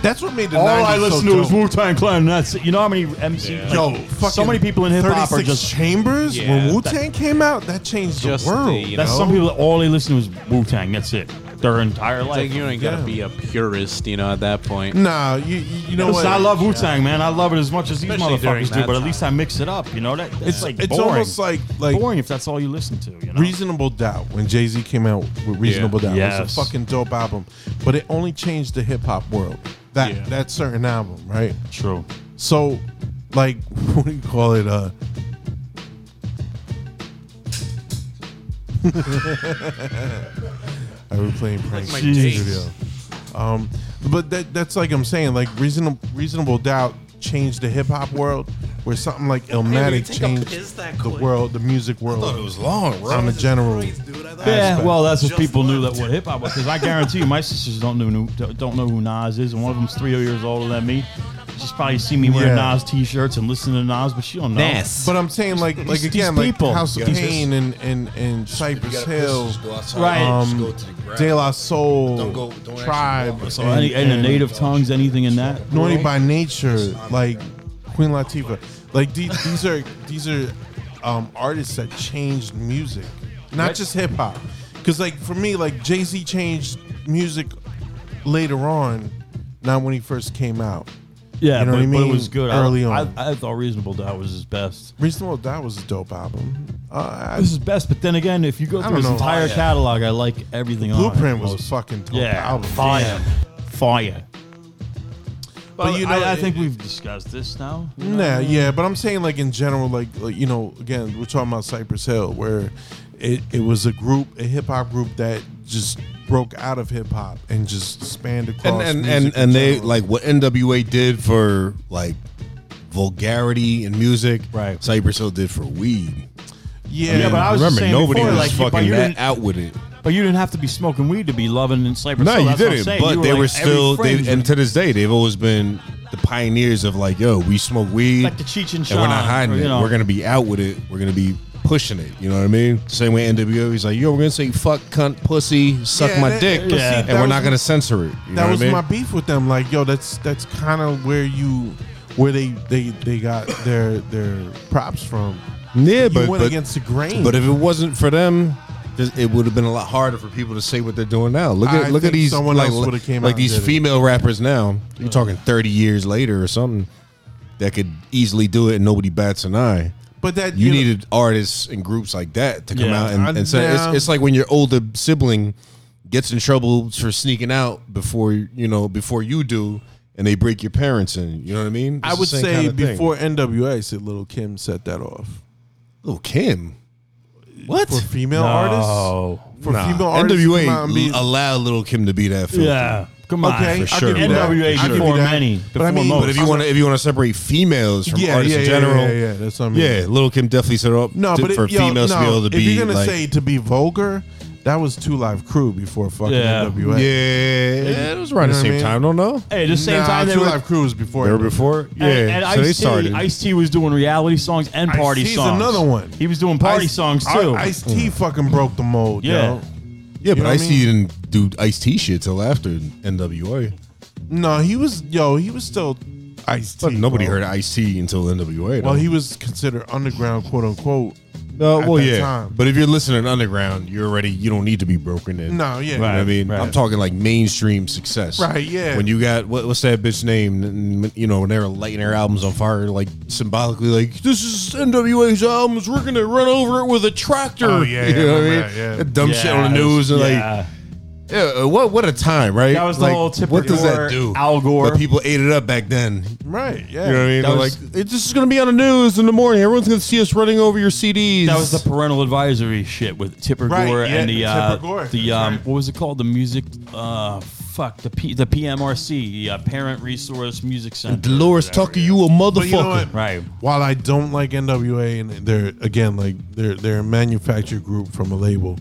That's what made the
All
90s
I listen
so
to
dope.
is Wu Tang Clan. And that's it. you know how many MC. like,
Yo,
so
fucking
many people in hip hop are
36
just.
chambers.
Yeah,
when
that-
Wu Tang came out, that changed
Just
the world.
the, you
That's
know?
some people. All they listen to is Wu Tang. That's it. Their entire
It's
life.
like you ain't gotta
Yeah.
be a purist, you know, at that point.
Nah, you you you know what?
Listen, I love Wu Tang, man. I love it as much as these
Especially during
motherfuckers do.
that
But at
time.
least I mix it up. You know that it's like
it's
boring.
almost like like
boring if that's all you listen to. You know.
Reasonable Doubt when Jay Z came out with Reasonable Doubt. It
Yes.
was a fucking dope album, but it only changed the hip hop world. That
Yeah.
that certain album, right?
True.
So, like, what do you call it? Uh, I was playing pranks
my
in the
dates.
studio. Um, but that, that's like I'm saying, like reasonable reasonable doubt changed the hip hop world, where something like Illmatic changed the world, the music world.
thought it was long, bro.
on a general.
Yeah,
aspect.
well, that's what people knew that what hip hop was. Because I guarantee you, my sisters don't know don't know who Nas is, and one of them's three years older than me. She's probably seen me wearing
Yeah.
Nas t-shirts and listening to Nas, but she don't know.
Nas.
But I'm saying like like
these
again like
people.
House of
Yeah.
Pain and and and Cypress Hill,
Right.
um, De La Soul,
Don't go- don't actually
Tribe,
go.
So any, and the native tongues, anything in that.
Naughty by Nature, like Queen Latifah, like these these are these are um, artists that changed music, not just hip hop. Because like for me, like Jay Z changed music later on, not when he first came out.
Yeah,
You know what
but,
I
but it
mean?
was good.
Early
I,
on.
I, I thought Reasonable Doubt was his best.
Reasonable Doubt was a dope album. Uh, I-
This is best, but then again, if you go
I
through his
don't know.
Oh,
entire catalog, I like everything. on it
Blueprint was a
most.
fucking dope
yeah,
album.
fire, fire. But
you
you
know,
know, I, I
it-
think we've discussed this now.
Nah, yeah, but I'm saying like in general, like, like you know, again, we're talking about Cypress Hill, where it, it was a group, a hip hop group that just broke out of hip hop and just spanned
and
across.
and
music
and,
in
and they
general.
like what NWA did for like vulgarity in music.
Right.
Cypress Hill did for weed.
yeah,
Yeah, but I was just
Remember,
saying
nobody
before,
was
like, but
fucking
you
that
didn't-
out with it.
But you didn't have to be smoking weed to be loving and slavery.
No, you didn't. But they were still. They, and to this day, they've always been the pioneers of like, yo, we smoke weed,
Like the Cheech and
we're not
Chong,
hiding
or, you
it.
know.
We're gonna be out with it. We're gonna be pushing it. You know what I mean? Same way NWO, he's like, yo, we're gonna say fuck, cunt, pussy, suck
Yeah,
my
that-
dick,
but
see, Yeah.
and
that
we're
was-
not gonna censor it. You know
that
what
was
I mean?
my beef with them. Like, yo, that's that's kind of where you, where they they they got their their props from.
yeah,
You
but
went
but,
against the grain.
but if it wasn't for them. th- It would have been a lot harder for people to say what they're doing now. Look at
I
look at
think
these
someone
like,
else would've came out
like
and
these
did it. Uh-huh.
female rappers now. You're talking 30 years later or something that could easily do it and nobody bats an eye.
but that
you
know-
needed artists and groups like that to come
Yeah.
out and,
Uh,
and say
yeah.
it's, it's like when your older sibling gets in trouble for sneaking out before you know before you do and they break your parents in you know what i mean
I
It's the
would
same
say
kinda thing.
before NWA, said Little Kim set that off
little kim what
for female artists. For
Nah,
female artists, to come out and be-
nwa allowed little kim to be that filthy.
Yeah. Come on.
Okay,
for
I'll
sure.
give you that.
NWA
I'll give you
before
that.
many,
But I
before
mean,
most.
but if you want to if you want to separate females from artists in general
Yeah, yeah, that's what I mean.
yeah, Little Kim definitely set up
No,
to-
but it-
for
yo,
females
no,
to be able to
if
be
you're gonna
like,
say to be vulgar, that was Two Live Crew before fucking
Yeah.
NWA.
yeah, yeah, it was around
You know what
the
I
same
mean?
time. Don't know.
Hey, the same
nah,
time they
Two
were.
Live Crew was before.
They were
NWA.
before, yeah.
And, and
so they
Ice-T,
started.
Ice-T was doing reality songs and party
Ice-T's
songs.
another one.
He was doing party songs too.
Ice T fucking broke the mold.
Yeah.
Yo.
Yeah,
You
but
know what
Ice
I
T didn't do Ice T shit till after NWA.
No, he was yo. He was still Ice T.
But nobody heard Ice T until NWA.
Well,
though.
he was considered underground, quote unquote.
no,
at
well,
that
yeah.
time.
But if you're listening underground, you're already you don't need to be broken in.
No, yeah.
You know what I mean,
right.
I'm talking like mainstream success.
Right, yeah.
When you got what, what's that bitch name? N- You know, when they were lighting their albums on fire, like symbolically, like this is NWA's albums. We're gonna run over it with a tractor.
Oh, yeah,
you
yeah, I
know what I mean?
remember that, yeah.
That Dumb shit on the
Yeah,
news and like.
yeah.
Yeah, uh, what what a time, right?
That was the whole Tipper
What does
Gore,
that do?
Al Gore.
But people ate it up back then.
Right. Yeah.
You know what I mean?
That
They're
was-
like,
It's just gonna be on the news in the morning. Everyone's gonna see us running over your CDs.
That was the parental advisory shit with Tipper
Right,
Gore
yeah,
and the uh,
Tipper Gore,
the
that's
um,
right.
what was it called? The music, uh, fuck the P, the PMRC, the uh, Parent Resource Music Center.
Dolores Tucker. You a motherfucker.
But you know what?
Right.
While I don't like NWA and they're again like they're they're a manufactured group from a label.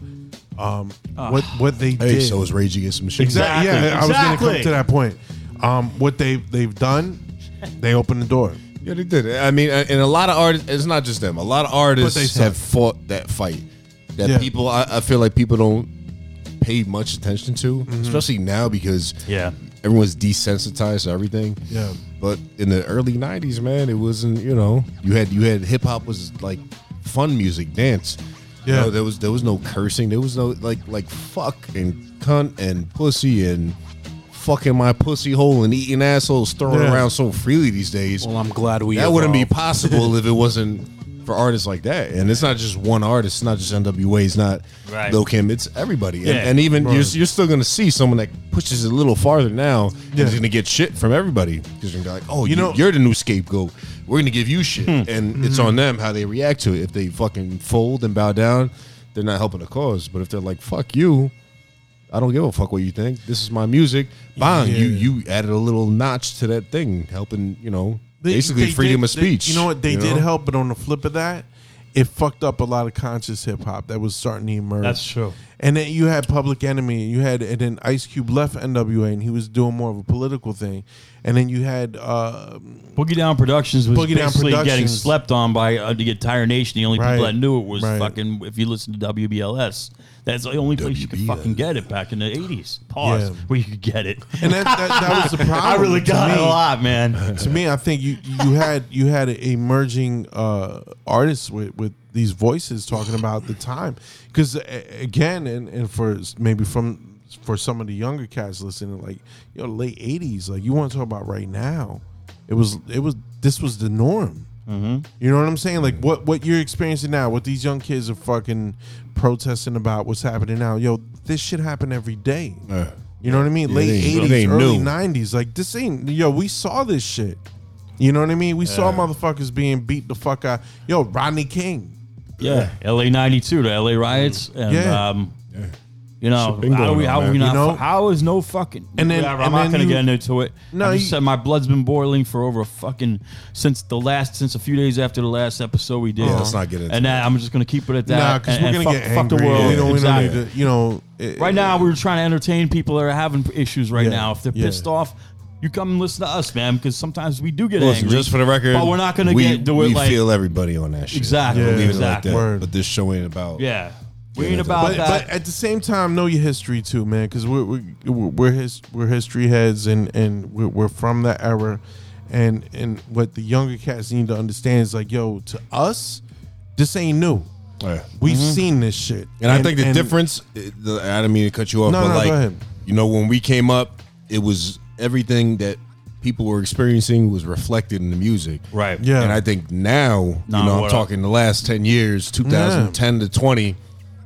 Um,
Ah.
what what they
hey,
did
so is Rage Against the Machine.
exactly. Yeah, I was going to
Exactly.
come to that point. Um, what they they've done, they opened the door.
Yeah, they did. I mean, uh, and a lot of artists. It's not just them. A lot of artists
suck.
have fought that fight that
Yeah.
people. I, I feel like people don't pay much attention to,
Mm-hmm.
especially now because
Yeah.
everyone's desensitized to everything.
Yeah.
But in the early '90s, man, it wasn't. You know, you had you had hip hop was like fun music, dance. You
Yeah.
know, there was there was no cursing. There was no like like fuck and cunt and pussy and fucking my pussy hole and eating assholes thrown
Yeah.
around so freely these days
Well, I'm glad we.
that wouldn't be
evolved.
possible if it wasn't for artists like that. And it's not just one artist. It's not just NWA. It's not
Right.
Lil Kim. It's everybody. And-
Yeah.
And, even you're, you're still going to see someone that pushes it a little farther now.
Yeah.
He's going to get shit from everybody. Because you're going to be like, oh, you,
know-
know, you're the new scapegoat. We're going to give you shit. And it's on them how they react to it. If they fucking fold and bow down, they're not helping the cause. But if they're like, fuck you. I don't give a fuck what you think. This is my music. Bang, you you added a little notch to that thing, helping you know
They-
basically
they
freedom
did-
of speech.
They, you know what? They did
know?
help, but on the flip of that, it fucked up a lot of conscious hip hop that was starting to emerge.
That's true.
And then you had Public Enemy, and you had, and then Ice Cube left NWA, and he was doing more of a political thing. And then you had, uh,
Boogie Down Productions was
Boogie Down
basically getting
Productions.
slept on by uh, the entire nation. The only
Right.
people that knew it was
Right.
fucking. If you listen to WBLS, that's the only place you could fucking get it back in the eighties. Pause.
Yeah.
Where you could get it.
and that, that, that was the problem.
I really
to
got it
me.
a lot, man.
to me, I think you you had you had emerging uh, artists with, with these voices talking about the time, because again, and, and for s- maybe from for some of the younger cats listening, like you know, late '80s, like you want to talk about right now, it was it was this was the norm.
Mm-hmm.
You know what I'm saying? Like what what you're experiencing now, what these young kids are fucking protesting about, what's happening now? Yo, this shit happened every day. You know what I mean? Late
ain't- it
eighties,
ain't
early
new.
nineties. Like this ain't yo, we saw this shit. You know what I mean? We saw motherfuckers being beat the fuck out. Yo, Rodney King.
Yeah. LA ninety two to LA riots and
Yeah.
um. You know,
been
how,
going
we,
on,
how
man.
we not,
You know?
how is no fucking
And then- and
whatever, I'm
then
not gonna
you-
get into it.
No,
No, I just
you-
said my blood's been boiling for over a fucking since the last since a few days after the last episode we did.
Oh,
Yeah, let's not get into
And that, I'm just gonna keep it at that.
nah, because
and-
we're
and
gonna
fuck,
get
fuck
angry.
the world.
We don't,
exactly.
we don't need to, you know. It,
Right now, we were trying to entertain people that are having issues right
Yeah,
now. If they're
yeah.
pissed off, you come and listen to us, man, because sometimes we do get
Listen,
angry.
just for the record,
but we're not gonna
we-
get do it
we
like
feel everybody on that shit.
Exactly,
Leave it like
exactly.
that.
Word.
But this show ain't about.
yeah. We
Yeah,
ain't
that's-
about
but,
that.
but at the same time, know your history too, man, because we're we're we're, his, we're history heads and and we're, we're from that era, and and what the younger cats need to understand is like, yo, to us, this ain't new.
Yeah. Mm-hmm.
We've seen this shit,
And, I think the
and-
difference. uh, The, I didn't mean to cut you off,
No,
but
no, go
like,
ahead.
you know, when we came up, it was everything that people were experiencing was reflected in the music.
right.
Yeah.
And I think now,
Nah,
you know, I'm
what
talking the last 10 years,
Mm-hmm.
2010 to 20,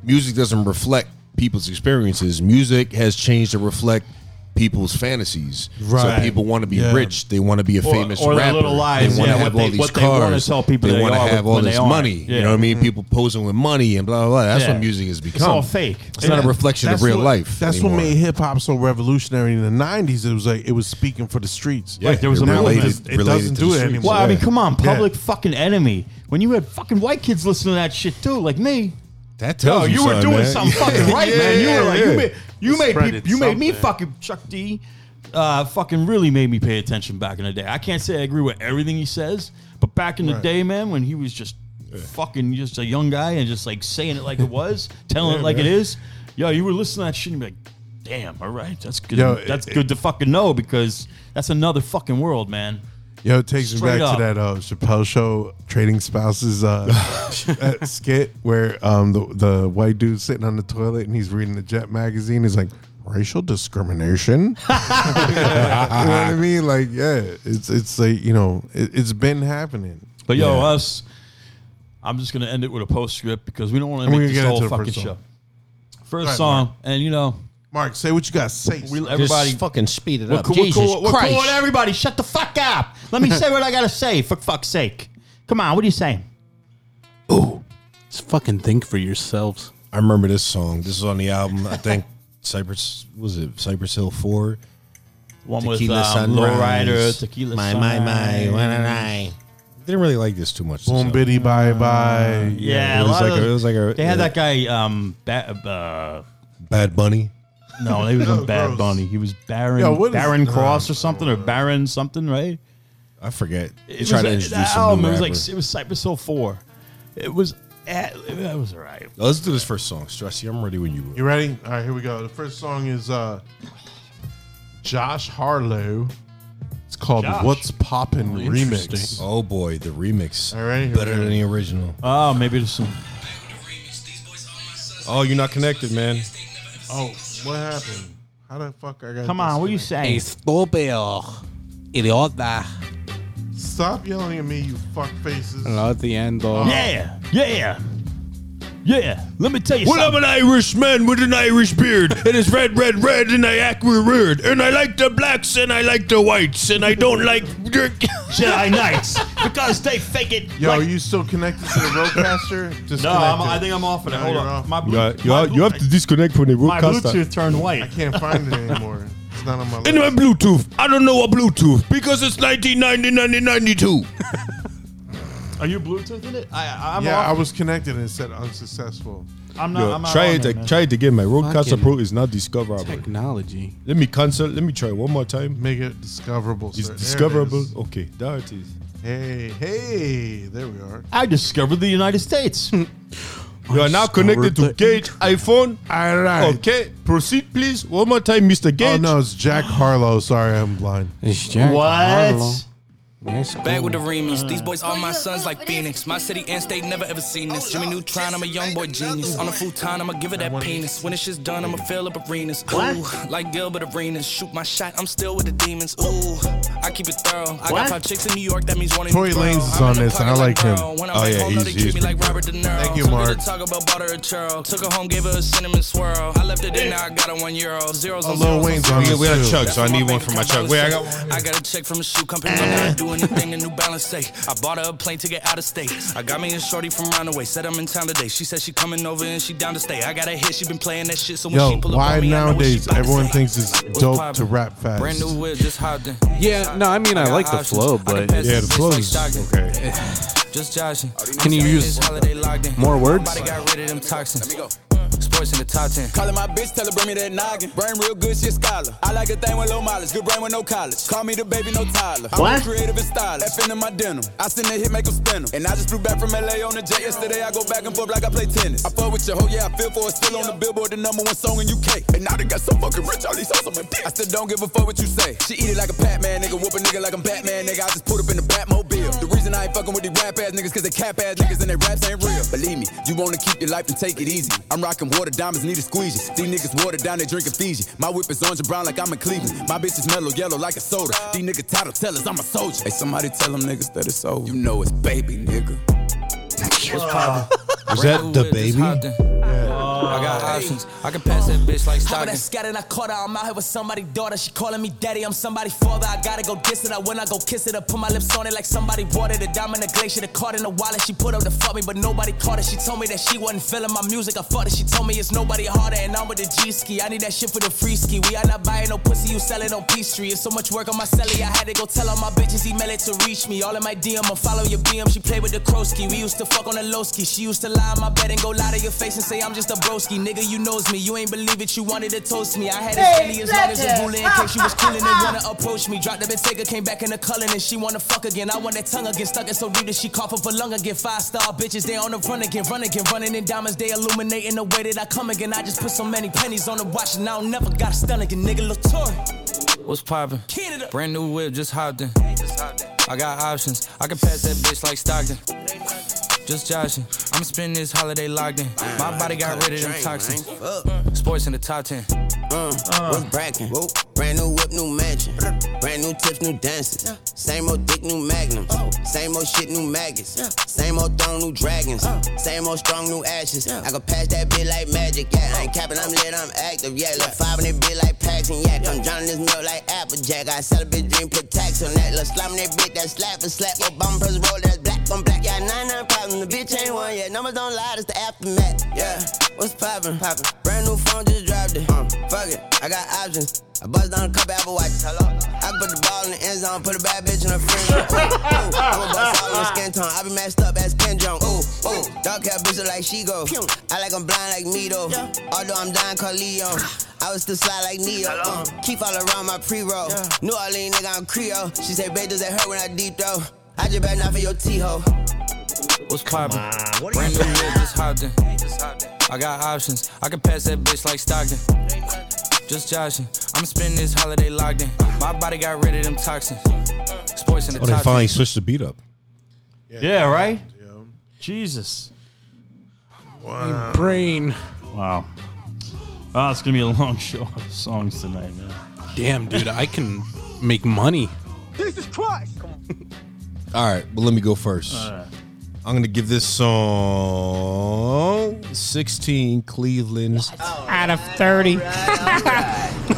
music doesn't reflect people's experiences. Music has changed to reflect people's fantasies.
Right.
So people want to be
Yeah.
rich. They want to be a famous
or their
rapper.
little lives,
They want
yeah,
to have
what they-
all these
what they wanna
cars.
tell people they
want to
are
have
when
all
they
this
aren't.
money.
Yeah.
You know what I mean? People posing with money and blah, blah, blah. That's
Yeah.
what music has
It's
become.
all fake.
It's not a reflection
That's
of real
what-
life.
That's
anymore.
what made hip hop so revolutionary in the '90s. It was like it was speaking for the streets.
Yeah,
Right, there was
you're
a movement.
related-
It
related
doesn't
to the
do it
streets.
anymore.
Well, I mean, come on,
Yeah.
public fucking enemy. When you had fucking white kids listening to that shit too, like me.
That tells
Oh,
you
you were
something,
doing
man.
something fucking right,
Yeah,
man. You were like,
yeah.
you made, you made,
Spreaded
peop- you made me
something.
fucking Chuck D. Uh, fucking really made me pay attention back in the day. I can't say I agree with everything he says, but back in the day, man, when he was just fucking just a young guy and just like saying it like it was, telling it like it is, yo, you were listening to that shit and be like, damn, all right, that's good.
Yo,
that's
it-
good to fucking know because that's another fucking world, man.
Yo, it takes me
Straight
back
up.
to that uh, Chappelle show trading spouses uh, uh, skit where um, the the white dude's sitting on the toilet and he's reading the Jet magazine. He's like, racial discrimination. you know what I mean? Like, yeah, it's it's like you know, it, it's been happening.
But yo, us, I'm just gonna end it with a postscript because we don't want to
And we
make
can
this
get
whole
into the
fucking
first song.
show. First song, and you know,
Mark, say what you got to say.
We,
Everybody
everybody,
fucking speed it
we're,
up.
cool- we're,
Jesus
cool- we're
Christ.
calling everybody. Shut the fuck up. Let me say what I gotta say. For fuck's sake. Come on. What are you saying?
Just fucking think for yourselves.
I remember this song. This is on the album. I think Cypress was it Cypress Hill Four.
One
Tequila
um, Lowrider,
Sunrise.
Tequila
My my my.
Sunrise.
why not I? Didn't really like this too much.
Boom,
So-
biddy, bye, bye.
Uh, Yeah,
it
a
was
lot
like
of
a- it was like a-
They had
yeah.
that guy. Um, ba- uh,
Bad Bunny.
no, he was on Bad
gross.
Bunny. He was Baron
Yo, what is-
Baron Cross or something or Baron something, right?
I forget. Try
It was,
to
uh,
introduce
that
some
album,
new
It was
rapper.
like it was Cypress Hill Four. It was at, that was alright.
Now, Let's do this first song, Stressy. I'm ready when you are.
You ready? All right, here we go. The first song is uh, Josh Harlow. It's called
Josh.
What's Poppin' Remix.
interesting.
Oh boy, the remix.
All right, here
better
we go.
than the original.
Uh,
Oh, maybe there's some.
Oh, you're not connected, man.
Oh, what happened? How the fuck I got
Come on, what are you saying?
Estúpido. Idiota.
Stop yelling at me, you fuck faces.
At the end, though.
Yeah, yeah, yeah. Let me tell you
Well, I'm
something.
an Irish man with an Irish beard, and it's red, red, red, and I act weird, and I like the blacks, and I like the whites, and I don't like drink.
Jedi Knights because they fake it.
Yo,
like,
are you still connected to the roadcaster? Just
no, I'm, I think I'm off it.
No,
Hold
you're
on,
off.
my
You,
Bluetooth- my
you have to disconnect from the
my
broadcaster.
Bluetooth turned
I
white.
can't find it anymore. It's not on my
In my
list.
Bluetooth, I don't know what Bluetooth because it's 1990, 1992.
Are you Bluetoothing it? I, I'm
Yeah, I
off.
was connected and it said unsuccessful.
I'm not.
Yo,
I'm not
try
on
it,
there,
ag-
man.
try it again. My broadcaster
Fucking
pro is not discoverable.
Technology.
Let me cancel. Let me try one more time.
Make it discoverable.
It's
sir. There it
discoverable.
is.
Okay, there it is.
Hey, hey, there we are.
I discovered the United States.
You are now connected to Gage
Oh,
iPhone.
All right.
Okay, proceed, please. One more time, Mr.
Oh
Gage.
no, it's Jack Harlow. Sorry, I'm blind.
It's Jack Harlow.
what?
Yes,
Back
cool.
with the remix. These boys are my sons like Phoenix. My city and state never ever seen this. Jimmy Neutron, I'm a young boy genius. On a futon, I'ma give it that penis. When it's just done, I'ma fill up arenas. Ooh, like Gilbert Arenas. Shoot my shot, I'm still with the demons. Ooh, I keep it thorough. I got five chicks in New York, that means one in New
Tory Lanez
Bro.
is
I'm
on
in the
this, and I
pocket
like him.
Burl. When I'm
Oh,
back home,
yeah,
though,
he's-
they treat
he's
me like
pretty
Robert De Niro.
Thank you,
Some
Mark.
bitch Talk about butter and churl. Took her home, gave her a cinnamon swirl. I left it in, now I got a one euro. Zeros
Oh,
on
Lil
zeros.
Wayne's
zeros.
on this
We got a
too.
chug, so I need one for my chug. Wait, I got one.
I got a check from a shoe company. I don't do anything to New Balance say. I bought her a plane to get out of state. I got me a shorty from Runaway. Said I'm in town today. She said she coming over and she down to stay. I got a hit. She been playing that shit. So when
Yo,
she pull up
why
on me, I know what she
nowadays
bout to
everyone
say.
thinks it's
What's
dope to
poppin'?
rap fast?
Brand new whip, just hopped in.
Yeah, no, I mean, I like the flow, but-
yeah, the flow
is okay.
Just joshing.
Can you use more words?
Body got rid of them toxins. Sports in the top ten.
Calling my bitch, tell her bring me that noggin. Brain real good, she a scholar. I like a thing with low mileage, good brain with no college. Call me the baby, no Tyler. I'm
What?
creative and stylish. F in my denim. I send that hit, make 'em spin 'em. And I just flew back from LA on the jet yesterday. I go back and forth like I play tennis. I fuck with your hoe, yeah, I feel for it. Still on the billboard, the number one song in UK. And now they got so fucking rich, all these hoes on my dick. I still don't give a fuck what you say. She eat it like a Pac-Man, nigga. Whoop a nigga like I'm Batman, nigga. I just put up in the Batmobile. The reason I ain't fucking with these rap ass niggas, cause they cap ass niggas and they raps ain't real. Believe me, you wanna keep your life and take it easy. I'm rocking water diamonds, need a squeegee. These niggas watered down, they drinking Fiji. My whip is orange and brown like I'm in Cleveland. My bitch is mellow yellow like a soda. These niggas title tellers, I'm a soldier. Hey, somebody tell them niggas that it's over. You know it's baby, nigga.
Was that the baby?
I got options. I can pass that bitch like
How
Stockton.
that scattered, I caught her. I'm out here with somebody's daughter. She calling me daddy. I'm somebody's father. I gotta go diss it. I when I go kiss it. I put my lips on it like somebody bought it. A diamond, a glacier, the card in the wallet. She put up to fuck me, but nobody caught it. She told me that she wasn't feeling my music. I fought it. She told me it's nobody harder, and I'm with the G ski. I need that shit for the free ski. We are not buying no pussy. You sell it on Peachtree. It's so much work on my celly. I had to go tell all my bitches email it to reach me. All in my DM, I'm follow your BM. She played with the Krosky. We used to fuck on the low ski. She used to lie in my bed and go lie to your face and say I'm just a broski. Nigga, you knows me. You ain't believe it. You wanted to toast me. I had it steady as long as was ruling in case you was coolin' and wanna approach me. Dropped the Bentayga, came back in the color and she wanna fuck again. I want that tongue again. Stuck it so deep that she cough up a lung again. Five star bitches, they on the run again, run again, running in diamonds. They illuminating the way that I come again. I just put so many pennies on the watch and I don't never got a stun again. Nigga, Latour,
What's poppin'?
Canada.
Brand new whip, just hopped in. I got options. I can pass that bitch like Stockton.
just joshing. I'm spending this holiday locked in. My body got rid of them toxins. Sports in the top 10.
Uh, what's brackin'? Brand new whip, new mansion. Brand new tips, new dances. Same old dick, new magnums. Same old shit, new maggots. Same old throne, new dragons. Same old strong, new ashes. I could pass that bit like magic. Yeah, I ain't capping, I'm lit, I'm active. Oh. Yeah, look, five in that bit like Paxton. Yeah, I'm drowning this milk like Applejack. I sell a bitch dream, put tax on that. Look, slamming that bit, that slap and slap. Obama press roll, that's black on black. Yeah, nine nine problems. The bitch ain't one yet. Numbers don't lie, it's the aftermath. Yeah, what's poppin'? Poppin'. Brand new phone, just dropped it. Uh, fuck it, I got options. I bust down a couple Apple Watches. Hello, I put the ball in the end zone, put a bad bitch in her friend. Ooh, ooh, I'ma bust all on
Ah.
skin tone. I be messed up as Ken Jong. Ooh, ooh, dark hair bitch look like she go. I like 'em blind like me though. Although I'm dying called Leon.
Ah.
I was still slide like Neo. Uh, keep all around my pre-roll. New Orleans nigga, I'm Creole. She say, babe, does it hurt when I deep throw? I just better not for your T-ho.
What's poppin'? Brand new whip, just hopped in. I got options. I can pass that bitch like Stockton. Just joshing. I'm spending this holiday locked in. My body got rid of them toxins. Sports in the
Oh, they
top
finally switched the beat up.
Yeah, right? Jesus.
Brain.
Wow. Oh, it's going to be a long show of songs tonight, man.
Damn, dude, I can make money.
All right, but let me go first. I'm gonna give this song 16 Cleveland's.
Out of 30.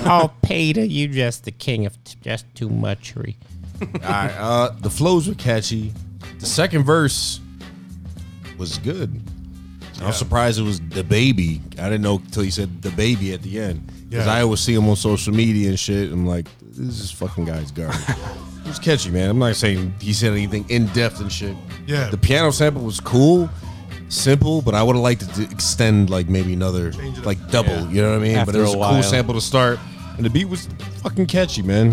Oh, Peter, you just the king of t- just too muchery.
All right, uh, the flows were catchy. The second verse was good. I'm surprised it was the baby. I didn't know till he said the baby at the end because
Yeah.
I always see him on social media and shit. I'm like, this is fucking guy's garbage. it was catchy, man. I'm not saying he said anything in depth and shit.
Yeah.
the piano sample was cool, simple, but I would have liked it to extend like maybe another
up.
like double. You know what I mean? but
After
it was
a
a,
while.
cool sample to start, and the beat was fucking catchy, man.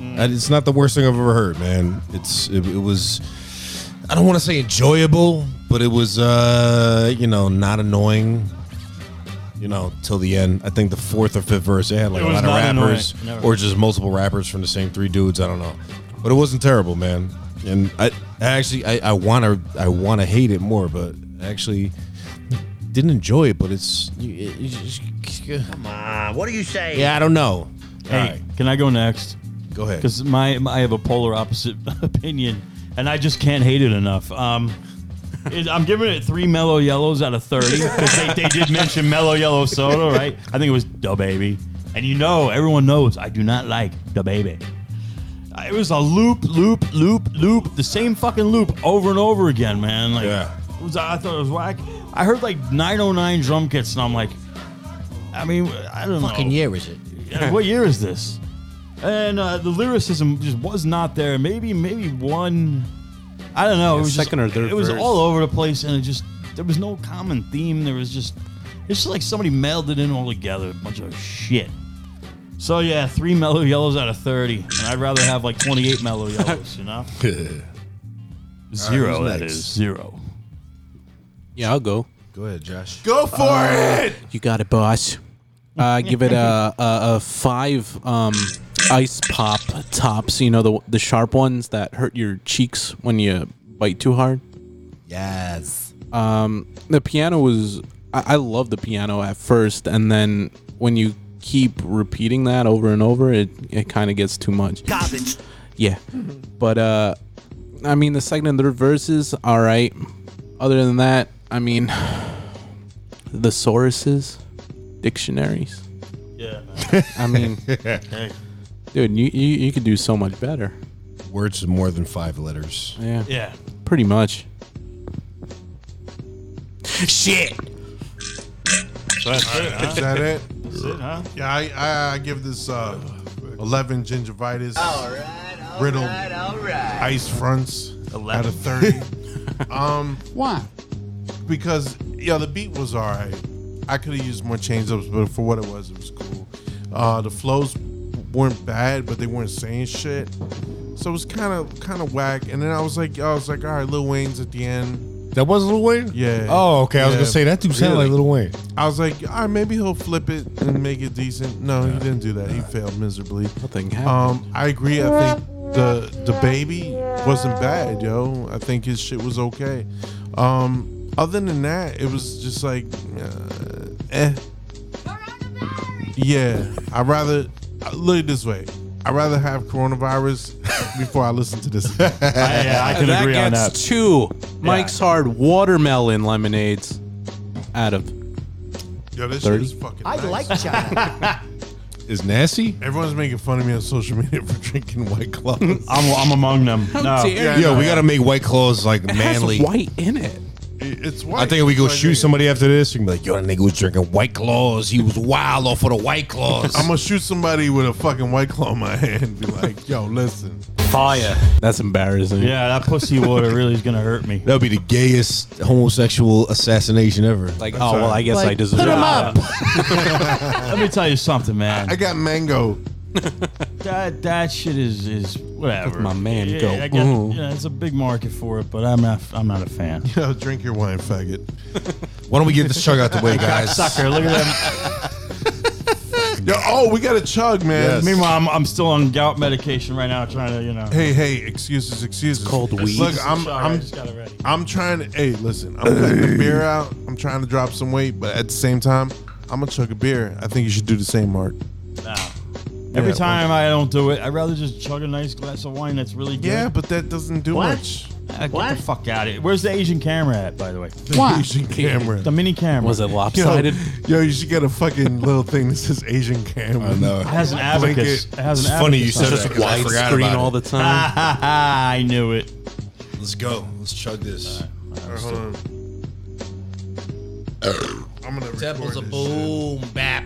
Mm.
And It's not the worst thing I've ever heard, man. It's it, it was. I don't want to say enjoyable, but it was uh, you know not annoying. You know, till the end. I think the fourth or fifth verse, they had like
It
a
was
lot of
not annoying.
rappers,
Never.
or just multiple rappers from the same three dudes. I don't know, but it wasn't terrible, man. And I, I actually, I want to, I want to hate it more, but I actually didn't enjoy it. But it's, it, it's just,
what do you say?
yeah, I don't know.
Hey,
All right,
can I go next?
go ahead.
Because my, my- I have a polar opposite opinion, and I just can't hate it enough. Um, it- I'm giving it three mellow yellows out of thirty because they, they did mention mellow yellow soda, right? I think it was Da Baby, and you know everyone knows I do not like Da Baby. It was a loop, loop, loop, loop, the same fucking loop over and over again, man. Like,
Yeah.
it was, I thought it was whack. I heard like 909 drum kits, and I'm like, I mean, I don't know.
Fucking year is it?
Yeah, what year is this? And uh, the lyricism just was not there. Maybe maybe one. I don't know. it was just-
second or third
It was
verse.
all over the place, and it just there was no common theme. There was just it's just like somebody melded it in all together, a bunch of shit. So yeah, three mellow yellows out of thirty, and I'd rather have like twenty-eight mellow yellows. You know, zero.
who's
that
next?
is zero.
Yeah, I'll go.
go ahead, Josh.
Go for it.
You got it, boss. Uh, give it a, a, a five um, ice pop tops. You know the the sharp ones that hurt your cheeks when you bite too hard. Um,
Yes.
the piano was I, I love the piano at first and then when you keep repeating that over and over it it kind of gets too much garbage yeah but uh i mean the second and third verses all right other than that i mean the sources dictionaries
Yeah,
i mean dude you, you you could do so much better
Words of more than five letters.
yeah
yeah.
pretty much
Shit.
So that's it, huh?
Is that it?
That's it, huh?
Yeah, I, I, I give this uh, 11 gingivitis. All right, riddled ice fronts out
11.
of 30. um,
Why?
because, yeah, the beat was all right. I could have used more change ups, but for what it was, it was cool. Uh, the flows weren't bad, but they weren't saying shit. So it was kind of kind of whack. And then I was like, I was like, all right, Lil Wayne's at the end.
That was Lil Wayne.
Yeah.
Oh, okay. I was
Yeah.
gonna say that dude sounded
Really?
like Lil Wayne.
I was like, all right, maybe he'll flip it and make it decent. No, he didn't do that. He failed miserably.
nothing happened
Um, I agree. I think the the baby wasn't bad, yo. I think his shit was okay. Um, other than that, it was just like, uh, eh. Yeah, I'd rather uh, look at it this way. I'd rather have coronavirus before I listen to this.
that gets two Mike's Hard watermelon lemonades out of
Yo, this shit
30?
is fucking.
I
nice.
like China.
Is nasty?
Everyone's making fun of me on social media for drinking White Claws. I'm,
I'm among them.
How No. dare
Yo,
you.
we got to make White Claws like manly.
in it.
It's white.
I think if we go shoot somebody after this, you can be like, yo, that nigga was drinking White Claws. He was wild off of the White Claws.
I'm gonna shoot somebody with a fucking white claw in my hand and be like, "Yo, listen,
fire." That's embarrassing.
Yeah, that pussy water really is gonna hurt me.
That would be the gayest homosexual assassination ever. Like,
oh, well, I guess I Like, deserve
put 'em
that.
Let me tell you something, man.
I got mango.
that that shit is is whatever.
My man
yeah,
go,
I guess-
"Ooh."
yeah, it's a big market for it, but I'm not I'm not a fan.
Yo, drink your wine, faggot."
Why don't we get this chug out the way, guys?
Sucker, look at that.
Yo, oh, we got a chug, man.
Meanwhile, I'm, I'm still on gout medication right now, trying to you know.
Hey, hey, excuses, excuses. Cold
weed.
Look, I'm,
Sorry, I
I'm,
just got it ready.
I'm trying to. Hey, listen, I'm cutting the beer out. I'm trying to drop some weight, but at the same time, I'm gonna chug a beer. I think you should do the same, Mark.
Nah. Every
Yeah,
time I don't do it, I'd rather just chug a nice glass of wine that's really good.
Yeah, but that doesn't do
What?
much.
Ah, get
What?
the fuck out of it. Where's the Asian camera at, by the way?
The
Why?
Asian camera.
The mini camera.
Was it
Yo,
lopsided?
yo, you should get a fucking little thing that says Asian camera.
I know.
It has an abacus.
Blink
It has an
It's funny you
abacus
said
on it.
that.
Just
because I
wide
forgot
screen
about
all
it.
the time.
I knew it.
Let's go. Let's chug this.
Alright, hold on. I'm gonna record
Temple's a
this
boom bap.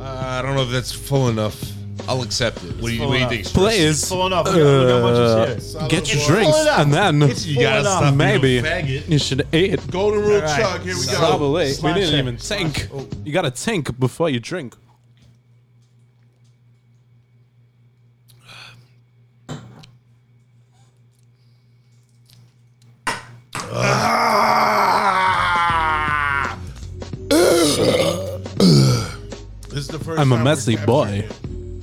Uh, I don't know if that's full enough. I'll accept it. What do you, what do you
enough.
think? Str-
Players,
Pulling up. Look how- look how much is here.
shit.
Uh, get your
Solid
drinks
full
and then
You gotta
Full
stop.
maybe
being a faggot.
you should eat.
Golden rule
Alright.
chug. Here we go.
Probably. We
Slide
didn't
check.
even think.
Oh.
You gotta think before you drink.
This is the first.
I'm a
time we're
messy
capturing
boy.
it.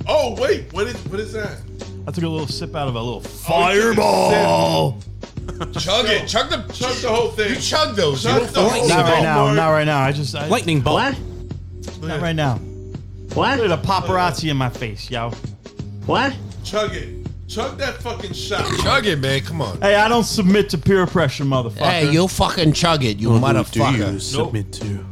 Oh wait, what is what is that?
I took a little sip out of a little fuck.
Fireball.
Chug it. Chug the.
Chug the whole thing.
You chug those.
Chug
you don't
the
fucking-
whole
Not right
thing,
now.
Mark.
Not right now. I just I,
Lightning bolt.
what?
Not right now. Look
What?
at the paparazzi in my face, yo.
What?
Chug it. Chug that fucking shot.
Chug it, man. Come on.
Hey, I don't submit to peer pressure, motherfucker.
Hey, you fucking chug it, you motherfucker.
submit to?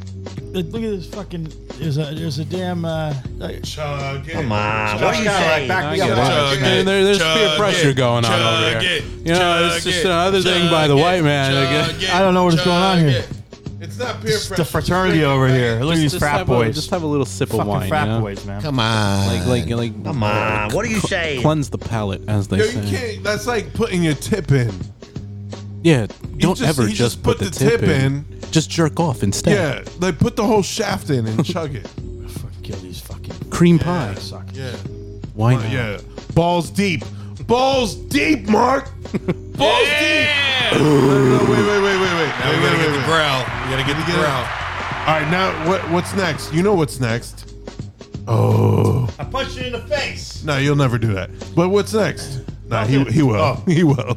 Look at this fucking. There's a there's a damn. Uh, like-
Chug it. Come on.
What you say?
back me up.
Chug
Man,
it,
there- there's
chug
peer pressure
it,
going on
chug
over here.
it,
You know, it's
chug
just
it,
another thing by the
chug
white
it,
man, I
chug
guess.
it,
I don't know what is going on
chug
here.
it.
It's not peer
It's
pressure.
the fraternity over here. Look at these frat
have a-
boys.
just have a little sip of
fucking
wine.
frat
you know?
boys, man.
Come on.
Like, like, like. Come
on, what are you saying?
Cleanse the palate, as they
Yo, you
say.
can't. That's like putting your tip in.
Yeah, don't
just-
ever
he
just,
just
put, the tip, in. Just jerk off instead.
Yeah, like put the whole shaft in and chug it.
Fuck, kill these fucking.
Cream
I
pie.
suck.
Yeah.
Why
Uh,
not?
yeah. Balls deep. Balls deep, Mark. Balls deep. no, no, wait, wait, wait, wait, wait.
Now we
wait,
gotta
wait,
get the
wait.
growl. We gotta get the
get it.
growl.
All right, now what, what's next? You know what's next.
I punched you in the face.
No, you'll never do that. But what's next? Nah, he, he will. He will.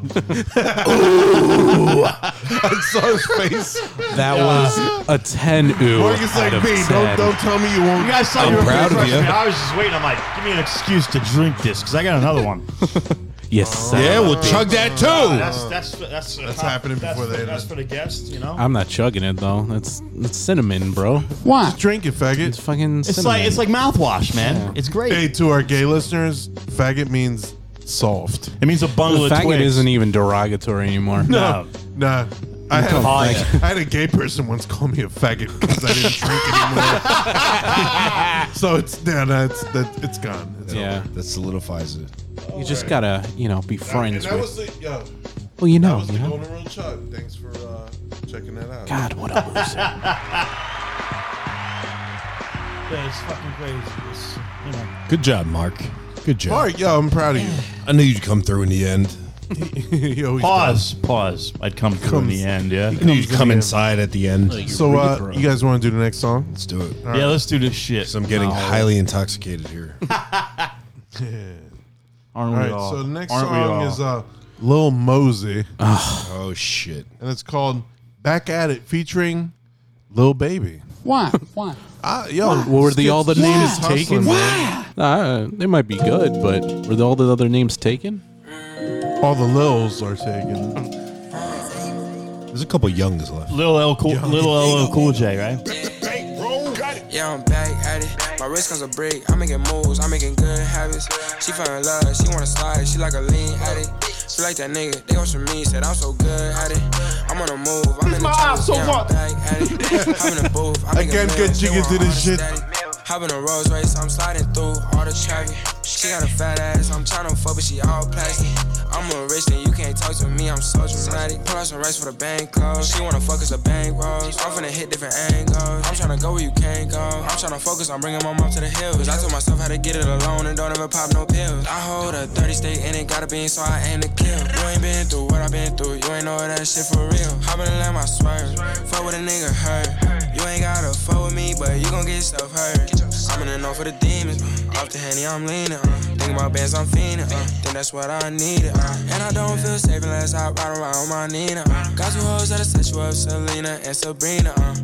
I saw his face.
That was a 10 ooh.
Mark is like
out of
me.
10.
Don't, don't tell me you won't.
You guys saw
I'm
you were
proud of
peer pressuring
you.
me. I was just waiting. I'm like, give me an excuse to drink this because I got another one. Oh,
Yes, sir.
Yeah, we'll chug that too.
that's that's that's that's
happening before they-
That's for the guests, you know.
I'm not chugging it though. That's, that's cinnamon, bro.
Just drink it,
It's
faggot.
fucking
It's
cinnamon.
like it's like mouthwash, man. It's great.
Hey, to our gay listeners, faggot means soft.
It means a bundle
the
of
fact it
twigs.
isn't even derogatory anymore.
No.
Nah. I had,
Come on.
I had a gay person once call me a faggot because I didn't drink anymore. so it's nah, nah, it's that, it's gone. It's
Yeah,
That solidifies it.
you just gotta, you know, be
over. And
friends
that
with.
was the yo.
well, you
That
know,
was the
you know.
golden rule chug. Thanks for uh, checking that out.
God, what a loser.
Yeah, it's fucking crazy. It's, you know.
Good job, Mark. Good job.
All right, yo, I'm proud of
I knew you'd come through in the end.
you. He always
Pause. Pause. I'd come through in the end. Yeah.
I knew you'd come inside at the end.
does. So uh, you guys want to do the next song?
Let's do it.
Yeah. Let's do this shit.
So I'm getting highly intoxicated here.
Aren't
All
we
right,
all?
so the next
Aren't we
song
all?
is uh, Lil Mosey.
Oh shit!
And it's called Back at It featuring Lil Baby.
Why? Why?
Ah,
Uh, yo,
Well, were they all the
Skip's
names
hustling,
taken?
man.
Uh, they might be good, but were all the other names taken?
All the Lils are taken.
There's a couple youngs left.
Lil L cool, Lil LL Cool J, right?
Yeah, I'm back at it. My wrist comes a break. I'm making moves. I'm making good habits. She fell in love. She wanna slide. She like a lean addict. She like that nigga. They want some me. Said I'm so good at it. I'm on a move. I'm in the
my
jungle.
ass, so
yeah,
what?
I'm back at it. I'm in the booth. I'm
I
making
can't get
moves. They
chicken
want
to this
honest
shit.
daddy. Hopping a Rolls Royce, I'm sliding through all the traffic. She got a fat ass, I'm tryna fuck, but she all plastic. I'm a rich and you can't talk to me, I'm so dramatic. Pull out some rice for the bank clothes. She wanna fuck us a bank rolls. I'm finna hit different angles. I'm tryna go where you can't go. I'm tryna focus, I'm bringing my mom to the hills. I told myself how to get it alone and don't ever pop no pills. I hold a 30 state and it gotta be inside, I aim to kill. You ain't been through what I've been through, you ain't know that shit for real. Hopping in lamb, I swerve. Fuck with a nigga hurt. You ain't gotta fuck with me, but you gon' get stuff hurt. I'm in the north for the demons. uh, Off the henny, I'm leaning. Uh. Think about bands, I'm feeling. Uh. Think that's what I needed. Uh. And I don't feel safe unless I ride around with my Nina. Uh. Got two hoes that'll set you up, Selena and Sabrina. Uh.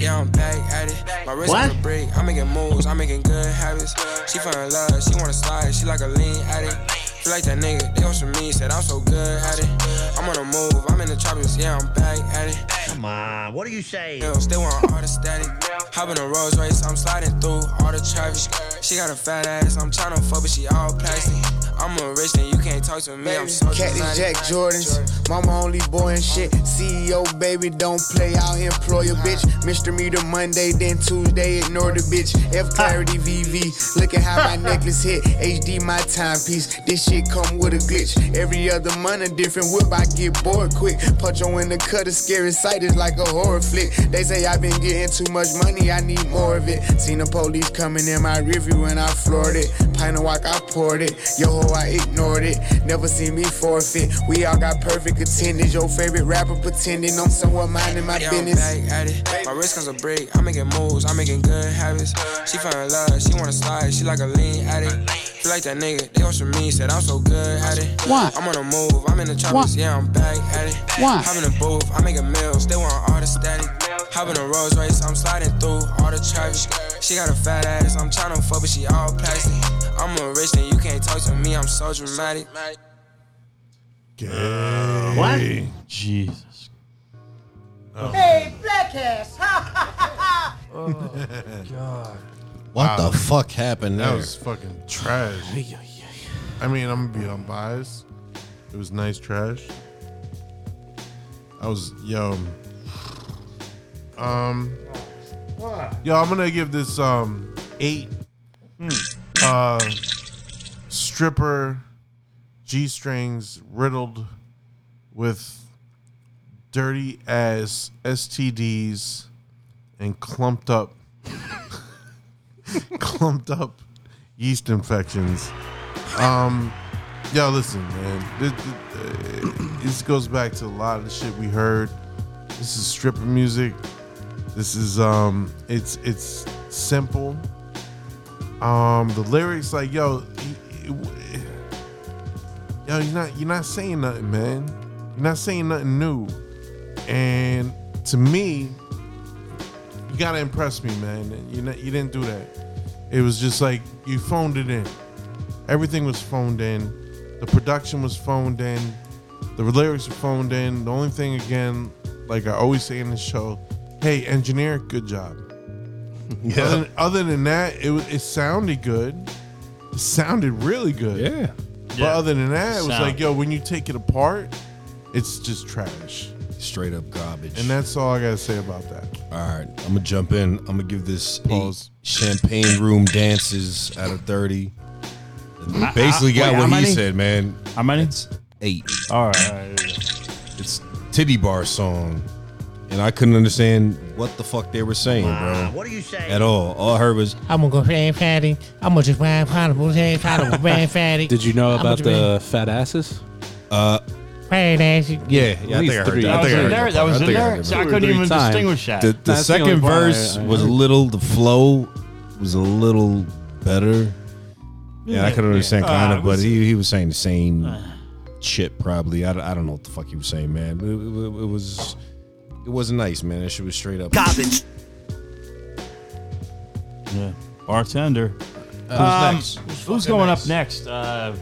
Yeah, I'm back at it. My wrist
What?
on the break. I'm making moves, I'm making good habits. She fell in love, she wanna slide, she like a lean addict. She like that nigga, they want some me, said I'm so good at it. I'm on the move, I'm in the tropics, yeah, I'm back at it. Come on, what are you saying? Still on all the static. Hopping a Rolls Royce, I'm sliding through all the traffic. She got a fat ass, I'm tryna fuck, but she all plastic. I'm a rich and you can't talk to me, I'm so
Cat these
dramatic.
Jack Jordans, mama only boy and shit. CEO baby, don't play out employer bitch. Misdemeanor Monday, then Tuesday, ignore the bitch. F clarity VV, look at how my necklace hit. HD my timepiece, this shit come with a glitch. Every other month a different whip, I get bored quick. Puncho in the cutter, scary sight is like a horror flick. They say I've been getting too much money, I need more of it. Seen the police coming in my rearview and I floored it. Pint of walk, I poured it. Yo ho, I ignored it. Never seen me forfeit. We all got perfect attendance. Your favorite rapper pretending I'm somewhere minding my
Yeah, I'm
business.
back at it. My wrist comes a break. I'm making moves. I'm making good habits. She fell in love. She wanna slide. She like a lean addict. She like that nigga. They want some me. Said I'm so good at it.
Why?
I'm on the move. I'm in the tropics. Yeah, I'm back at it.
Why?
I'm in the booth. I'm making meals. They want all the static. Hopping a Rolls Royce. I'm sliding through all the traffic. She got a fat ass. I'm tryna fuck, but she all plastic. I'm a rich and you can't talk to me. I'm so dramatic.
What?
Jesus.
Hey, black ass! Ha ha ha
Oh,
God.
What the fuck happened
That
there?
was fucking trash. I mean, I'm gonna be unbiased. It was nice trash. I was yo. Um, yo, I'm gonna give this um eight uh stripper g strings riddled with dirty ass STDs and clumped up clumped up yeast infections. Um, yo, listen, man, this, this, uh, this goes back to a lot of the shit we heard. This is stripper music. This is um, it's it's simple. Um, the lyrics, like yo, he- he- yo, you're not you're not saying nothing, man. You're not saying nothing new. And to me, you gotta impress me, man. You not, you didn't do that. It was just like you phoned it in. Everything was phoned in. The production was phoned in. The lyrics were phoned in. The only thing, again, like I always say in the show, hey, engineer, good job.
Yeah.
Other, other than that, it was, it sounded good. It sounded really good. Yeah. But
Yeah.
other than that, it was
Sound.
like, yo, when you take it apart, it's just trash.
Straight up garbage.
And that's all I gotta say about that.
All right, I'm gonna jump in. I'm gonna give this eight champagne room dances out of thirty.
I-
Basically,
I-
got
wait,
what
how
he
many?
said, man.
How many?
It's eight.
All right,
It's titty bar song, and I couldn't understand what the fuck they were saying, bro.
What are you saying?
At all. All I heard was
I'm gonna go fan fatty. I'm gonna just ride potable, say potable, fan fatty.
Did you know
I'm
about
gonna
the fat asses?
Uh,
Fan ass.
Yeah, yeah, I think I heard that. I think I heard that. I think I heard that. The, the second verse was a little. The flow was a little better. Yeah, I could understand
Yeah.
kind
Uh,
Uh.
of, but he, he was saying the same chip probably. I, I don't know what the fuck he was saying, man. But it, it- it was it wasn't nice, man. That shit was straight up
garbage.
Yeah. Bartender. Who's
Um, Who's
Who's
fucking
going
next?
up next? Uh,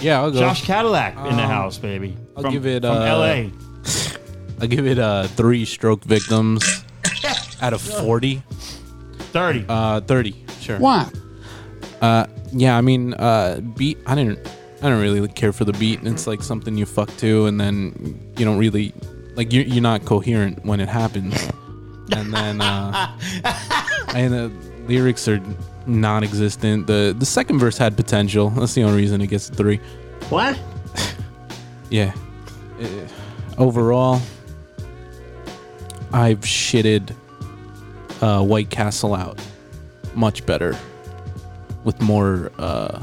Yeah, I'll go.
Josh Cadillac in the
Um,
house, baby.
I'll
From-
give it
from
uh,
L.A.
I'll give it uh, three stroke victims out of forty.
Thirty.
Uh, thirty. Sure.
Why?
Uh, yeah. I mean, uh, beat. I didn't. I don't really care for the beat. It's like something you fuck to, and then you don't really like. You're, you're not coherent when it happens, and then uh, and the lyrics are non-existent. the The second verse had potential. That's the only reason it gets a three.
What?
Yeah. Uh, overall, I've shitted uh, White Castle out much better with more uh,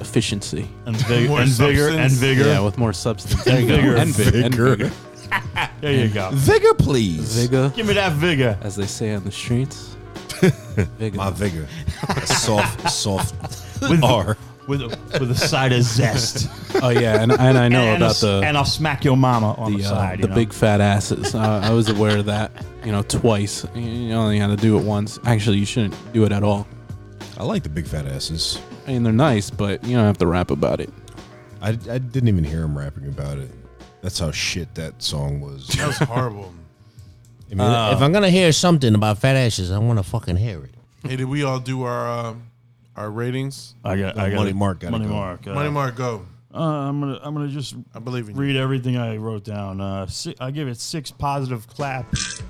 efficiency
And vig- More and vigor, substance? and vigor.
Yeah, with more substance.
And
There you go.
vigor.
And vi- and
Vigor.
vigor.
There you go.
Vigor, please. Vigor.
Give me that vigor.
As they say on the streets. vigor.
My vigor. soft, soft.
With
R.
With a, with a side of zest.
Oh yeah, and, and I know
And a
about
s-
the
and I'll smack your mama on the,
the, uh,
side.
the
you know?
big fat asses. I I was aware of that, you know, twice. You only had to do it once. Actually, you shouldn't do it at all.
I like the big fat asses.
I mean, they're nice, but you don't have to rap about it.
I, I didn't even hear him rapping about it. That's how shit that song was.
That was horrible.
I mean,
Uh.
if I'm gonna hear something about fat ashes, I want to fucking hear it.
Hey, did we all do our um, our ratings?
I got, I got it. Money Mark. uh,
Money Mark, go.
Uh, I'm gonna, I'm gonna just. I
believe in
Read everything I wrote down. Uh, si- I give it six positive claps.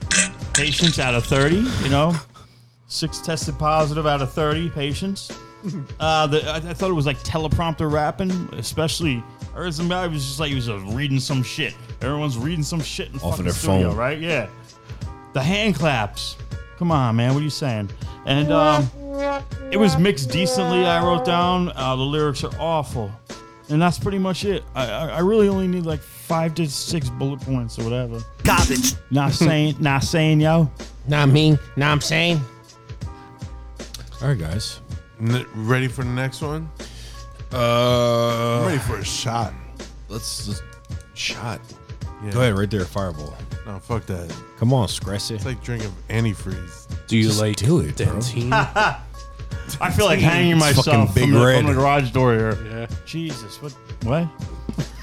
Patients out of thirty. You know, six tested positive out of thirty patients. Uh, the, I, I thought it was like teleprompter rapping, especially. I heard some guy was just like he was uh, reading some shit. Everyone's reading some shit in
Off of
fucking
their
studio,
phone.
right? Yeah. The hand claps. Come on, man. What are you saying? And um, it was mixed decently. I wrote down uh, the lyrics are awful, and that's pretty much it. I, I, I really only need like five to six bullet points or whatever.
Garbage.
Not saying, not saying, yo.
Not mean. Not I'm saying.
All right, guys.
N- ready for the next one?
Uh,
I'm ready for a shot.
Let's, shot.
Yeah.
Go ahead, right there, fireball.
No, fuck that.
Come on, scratch it.
It's like drinking antifreeze.
Do you like
do it, bro.
I feel like hanging
It's fucking
myself
Big
from, the,
Red.
from the garage door here. Jesus, what? What?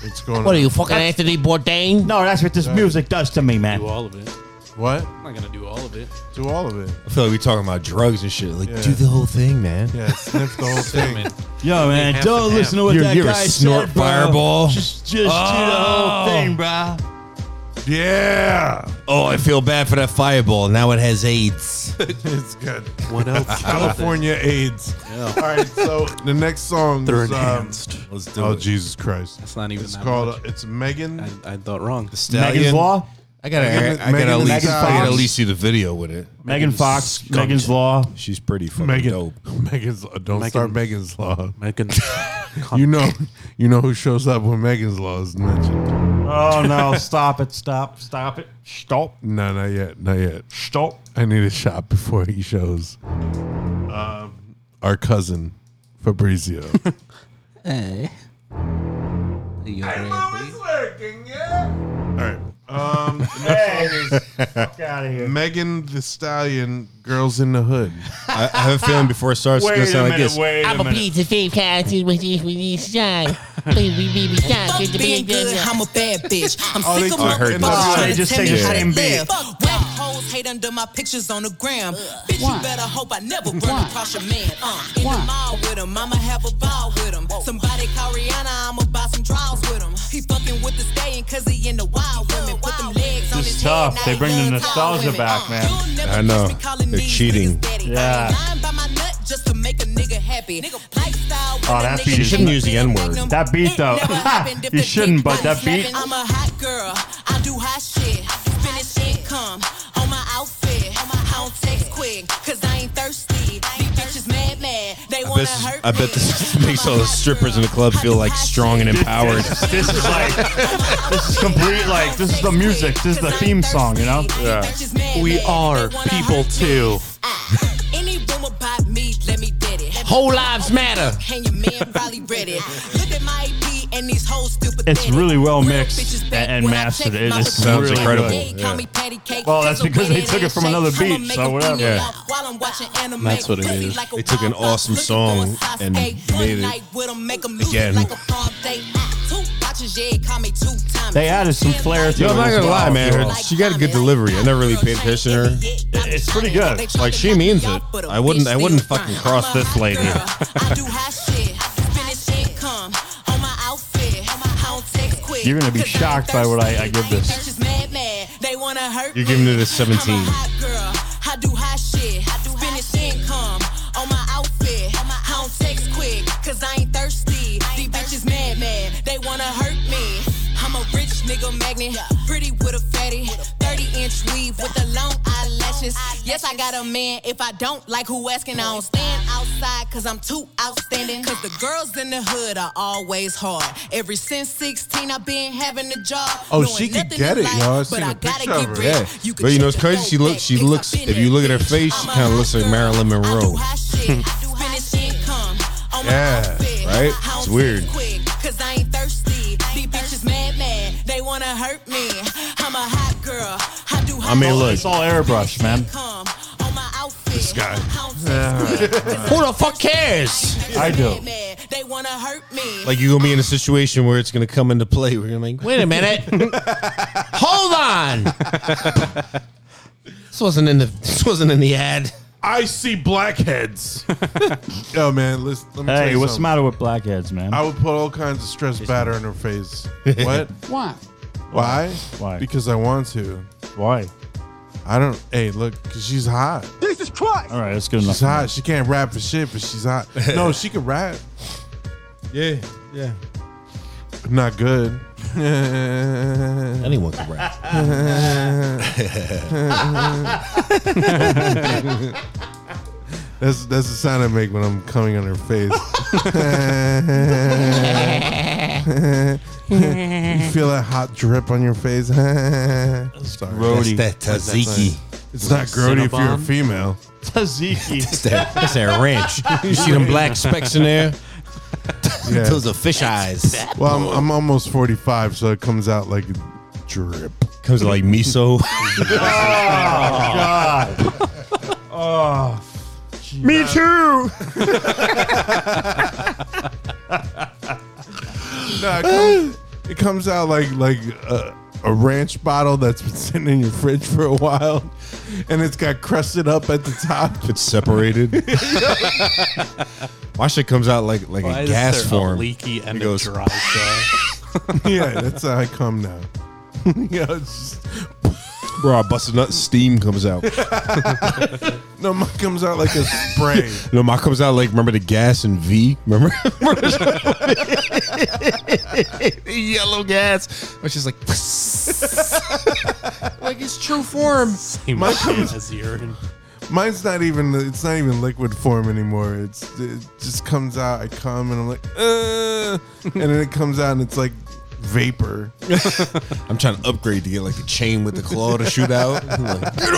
It's going.
What are you fucking Anthony Bourdain?
No, that's what this music does to me, man.
all of it.
What?
I'm not gonna do all of it.
Do all of it.
I feel like we talking about drugs and shit. Like,
Yeah.
do the whole thing, man.
Yeah, sniff the whole thing.
Yo, man,
half
don't
and
listen
half.
to what
You're-
that
you're a
guy
snort
said, bro.
fireball.
Just, just do the whole
Oh.
thing, bro.
Yeah.
Oh, I feel bad for that fireball. Now it has
Oh,
AIDS.
it's good.
What else?
California AIDS. All right, so the next song
They're
is um,
enhanced.
Let's do
Oh
it.
Jesus Christ!
That's not even
It's
that
called.
much.
It's Megan.
I, I thought wrong.
The stallion.
Law?
I gotta,
Megan-
I, gotta
Megan
at
Thee
least, I
Stallion.
gotta at least see the video with it.
Megan
She's
Fox,
skunked.
Megan's Law.
She's pretty fucking
Megan.
dope.
Megan's. uh, Don't
Megan-
start Megan's Law.
Megan.
You know, you know who shows up when Megan's Law is mentioned.
Oh no! Stop it! Stop! Stop it! Stop!
No, not yet. Not yet.
Stop!
I need a shot before he shows. Um, our cousin, Fabrizio.
Hey. You ready?
All right. Um, the next song is
Fuck out of here!
Megan the Stallion, "Girls in the Hood."
I, I have a feeling before it starts, it's gonna sound like this.
Wait
I'm a piece of fake character with this with this shine. Please be be be shine.
Fuck
Good to be
being good,
good.
I'm a bad bitch. I'm
Oh,
sick of
they- I heard
motherfuckers
that.
trying
They
to
just
tell
take
me
the
how
same
to
beat.
live. Fuck rap hoes hate under my pictures on the gram. Bitch,
Why?
you better hope I never
Why?
run across your man. Uh, in
Why?
the mall with him, I'ma have a ball with him. Somebody call Rihanna, I'ma buy some draws with him. He fucking with the staying cause he in the wild women. Put them legs on
This
his
is tough.
head, now
They
he
bring the
love tall
nostalgia
women.
back,
Uh,
man.
you'll never
I know.
catch me calling
They're
these
cheating.
niggas daddy. I ain't
Yeah.
lying by my nut just to make a nigga happy. Nigga, lifestyle
Oh,
when a
that
nigga
beat
You
is-
shouldn't use the N word.
That beat though, you shouldn't. But that beat,
I'm a hot girl. I do hot shit. Spanish income on my outfit. I don't text quick, cause I ain't thirsty. These bitches mad, mad. They
I bet,
wanna
this,
hurt
I bet
me.
this makes all the strippers in the club feel like strong and empowered.
this is like, this is complete. Like this is the music. This is the theme song. You know.
Bitches mad,
We
mad.
are
They wanna
people
hurt
too.
me. Any rumor about me, let me get it.
Whole lives matter.
And your man probably read it. Look at my EP
And these hoes still
It's really well mixed a- and mastered. It is
Sounds
really
incredible.
good.
Yeah.
Well, that's because they took it from another beat, so whatever.
Yeah.
That's what it is. They took an awesome song and made it again.
They added some flair to
Yo,
it.
I'm not
as
gonna
well.
lie, man. Her- she got a good delivery. I never really paid attention to her.
It's pretty good.
Like she means it. I wouldn't. I wouldn't fucking cross this lady.
You're gonna be shocked by what I, I give this.
You're giving it a 17.
I do hot shit. I do finish income on my outfit. I don't text quick, cause I ain't thirsty. These bitches mad, mad. They wanna hurt me. I'm a rich nigga magnet, pretty with a fatty. 30 inch weave with the long eyelashes. Yes, I got a man. If I don't like who asking, I don't stand outside cause I'm too outstanding. Cause the girls in the hood are always hard. Ever since 16, I've been having a job.
Oh,
Knowing
she could
nothing
get
in
it,
life,
y'all. I
but
seen
I
a
gotta
picture of
get
her.
rich.
Yeah, but you know it's crazy. She looks. She looks. If you look at her face, she kind of looks like Marilyn Monroe. yeah, right. It's weird.
Cause I ain't thirsty. These bitches mad, mad. They wanna hurt me. I'm a hot girl. I do hot
I mean, look, it's all airbrush, man.
This guy.
Who the fuck cares?
I do.
They wanna hurt me.
Like you gonna be in a situation where it's gonna come into play. We're gonna like.
Wait a minute. Hold on.
This wasn't in the. This wasn't in the ad.
I see blackheads. Yo, man, listen. Let me tell
Hey,
you
what's the
something.
matter with blackheads, man?
I would put all kinds of stress batter in her face. What?
Why?
Why?
Why?
Because I want to.
Why?
I don't. Hey, look, 'cause she's hot.
Jesus Christ!
All right, that's good
She's
enough.
hot. She can't rap for shit, but she's hot. No, she can rap.
Yeah, yeah.
Not good. Anyone
can
rap. that's that's the sound I make when I'm coming on her face. you feel that hot drip on your face. Sorry.
grody. That's that What's that tzatziki. thing?
It's not grody if you're a
Cinnabon?
female.
Tzatziki.
That's that, that's that ranch. You see them black specks in there?
Yeah.
Those are fish eyes.
Well, I'm, I'm almost 45, so it comes out like drip.
Comes out like miso.
God.
Oh,
Me too. no, it, comes, it comes out like like a, a ranch bottle that's been sitting in your fridge for a while, and it's got crested up at the top.
It's separated. My shit comes out like like
Why
a
is
gas
there a
form.
leaky and
It
a
goes-
dry shaft?
yeah, that's how I come now. yeah, it's
Bro, I busted nut steam comes out.
just, no, mine comes out like a spray.
No, mine comes out like remember the gas and V? Remember? Yellow gas. Which is like
like it's true form. Same
Mine comes-
urine.
Mine's not even it's not even liquid form anymore. It's it just comes out. I come and I'm like, uh, and then it comes out and it's like vapor.
I'm trying to upgrade to get like a chain with the claw to shoot out. I'm like, get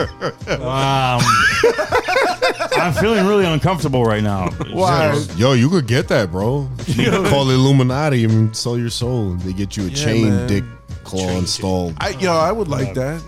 over here!
Wow.
Um,
I'm feeling really uncomfortable right now.
Why? Yo, you could get that, bro. You could call the Illuminati and sell your soul. They get you a
Yeah,
chain,
man.
dick, claw installed.
I yo, I would like that.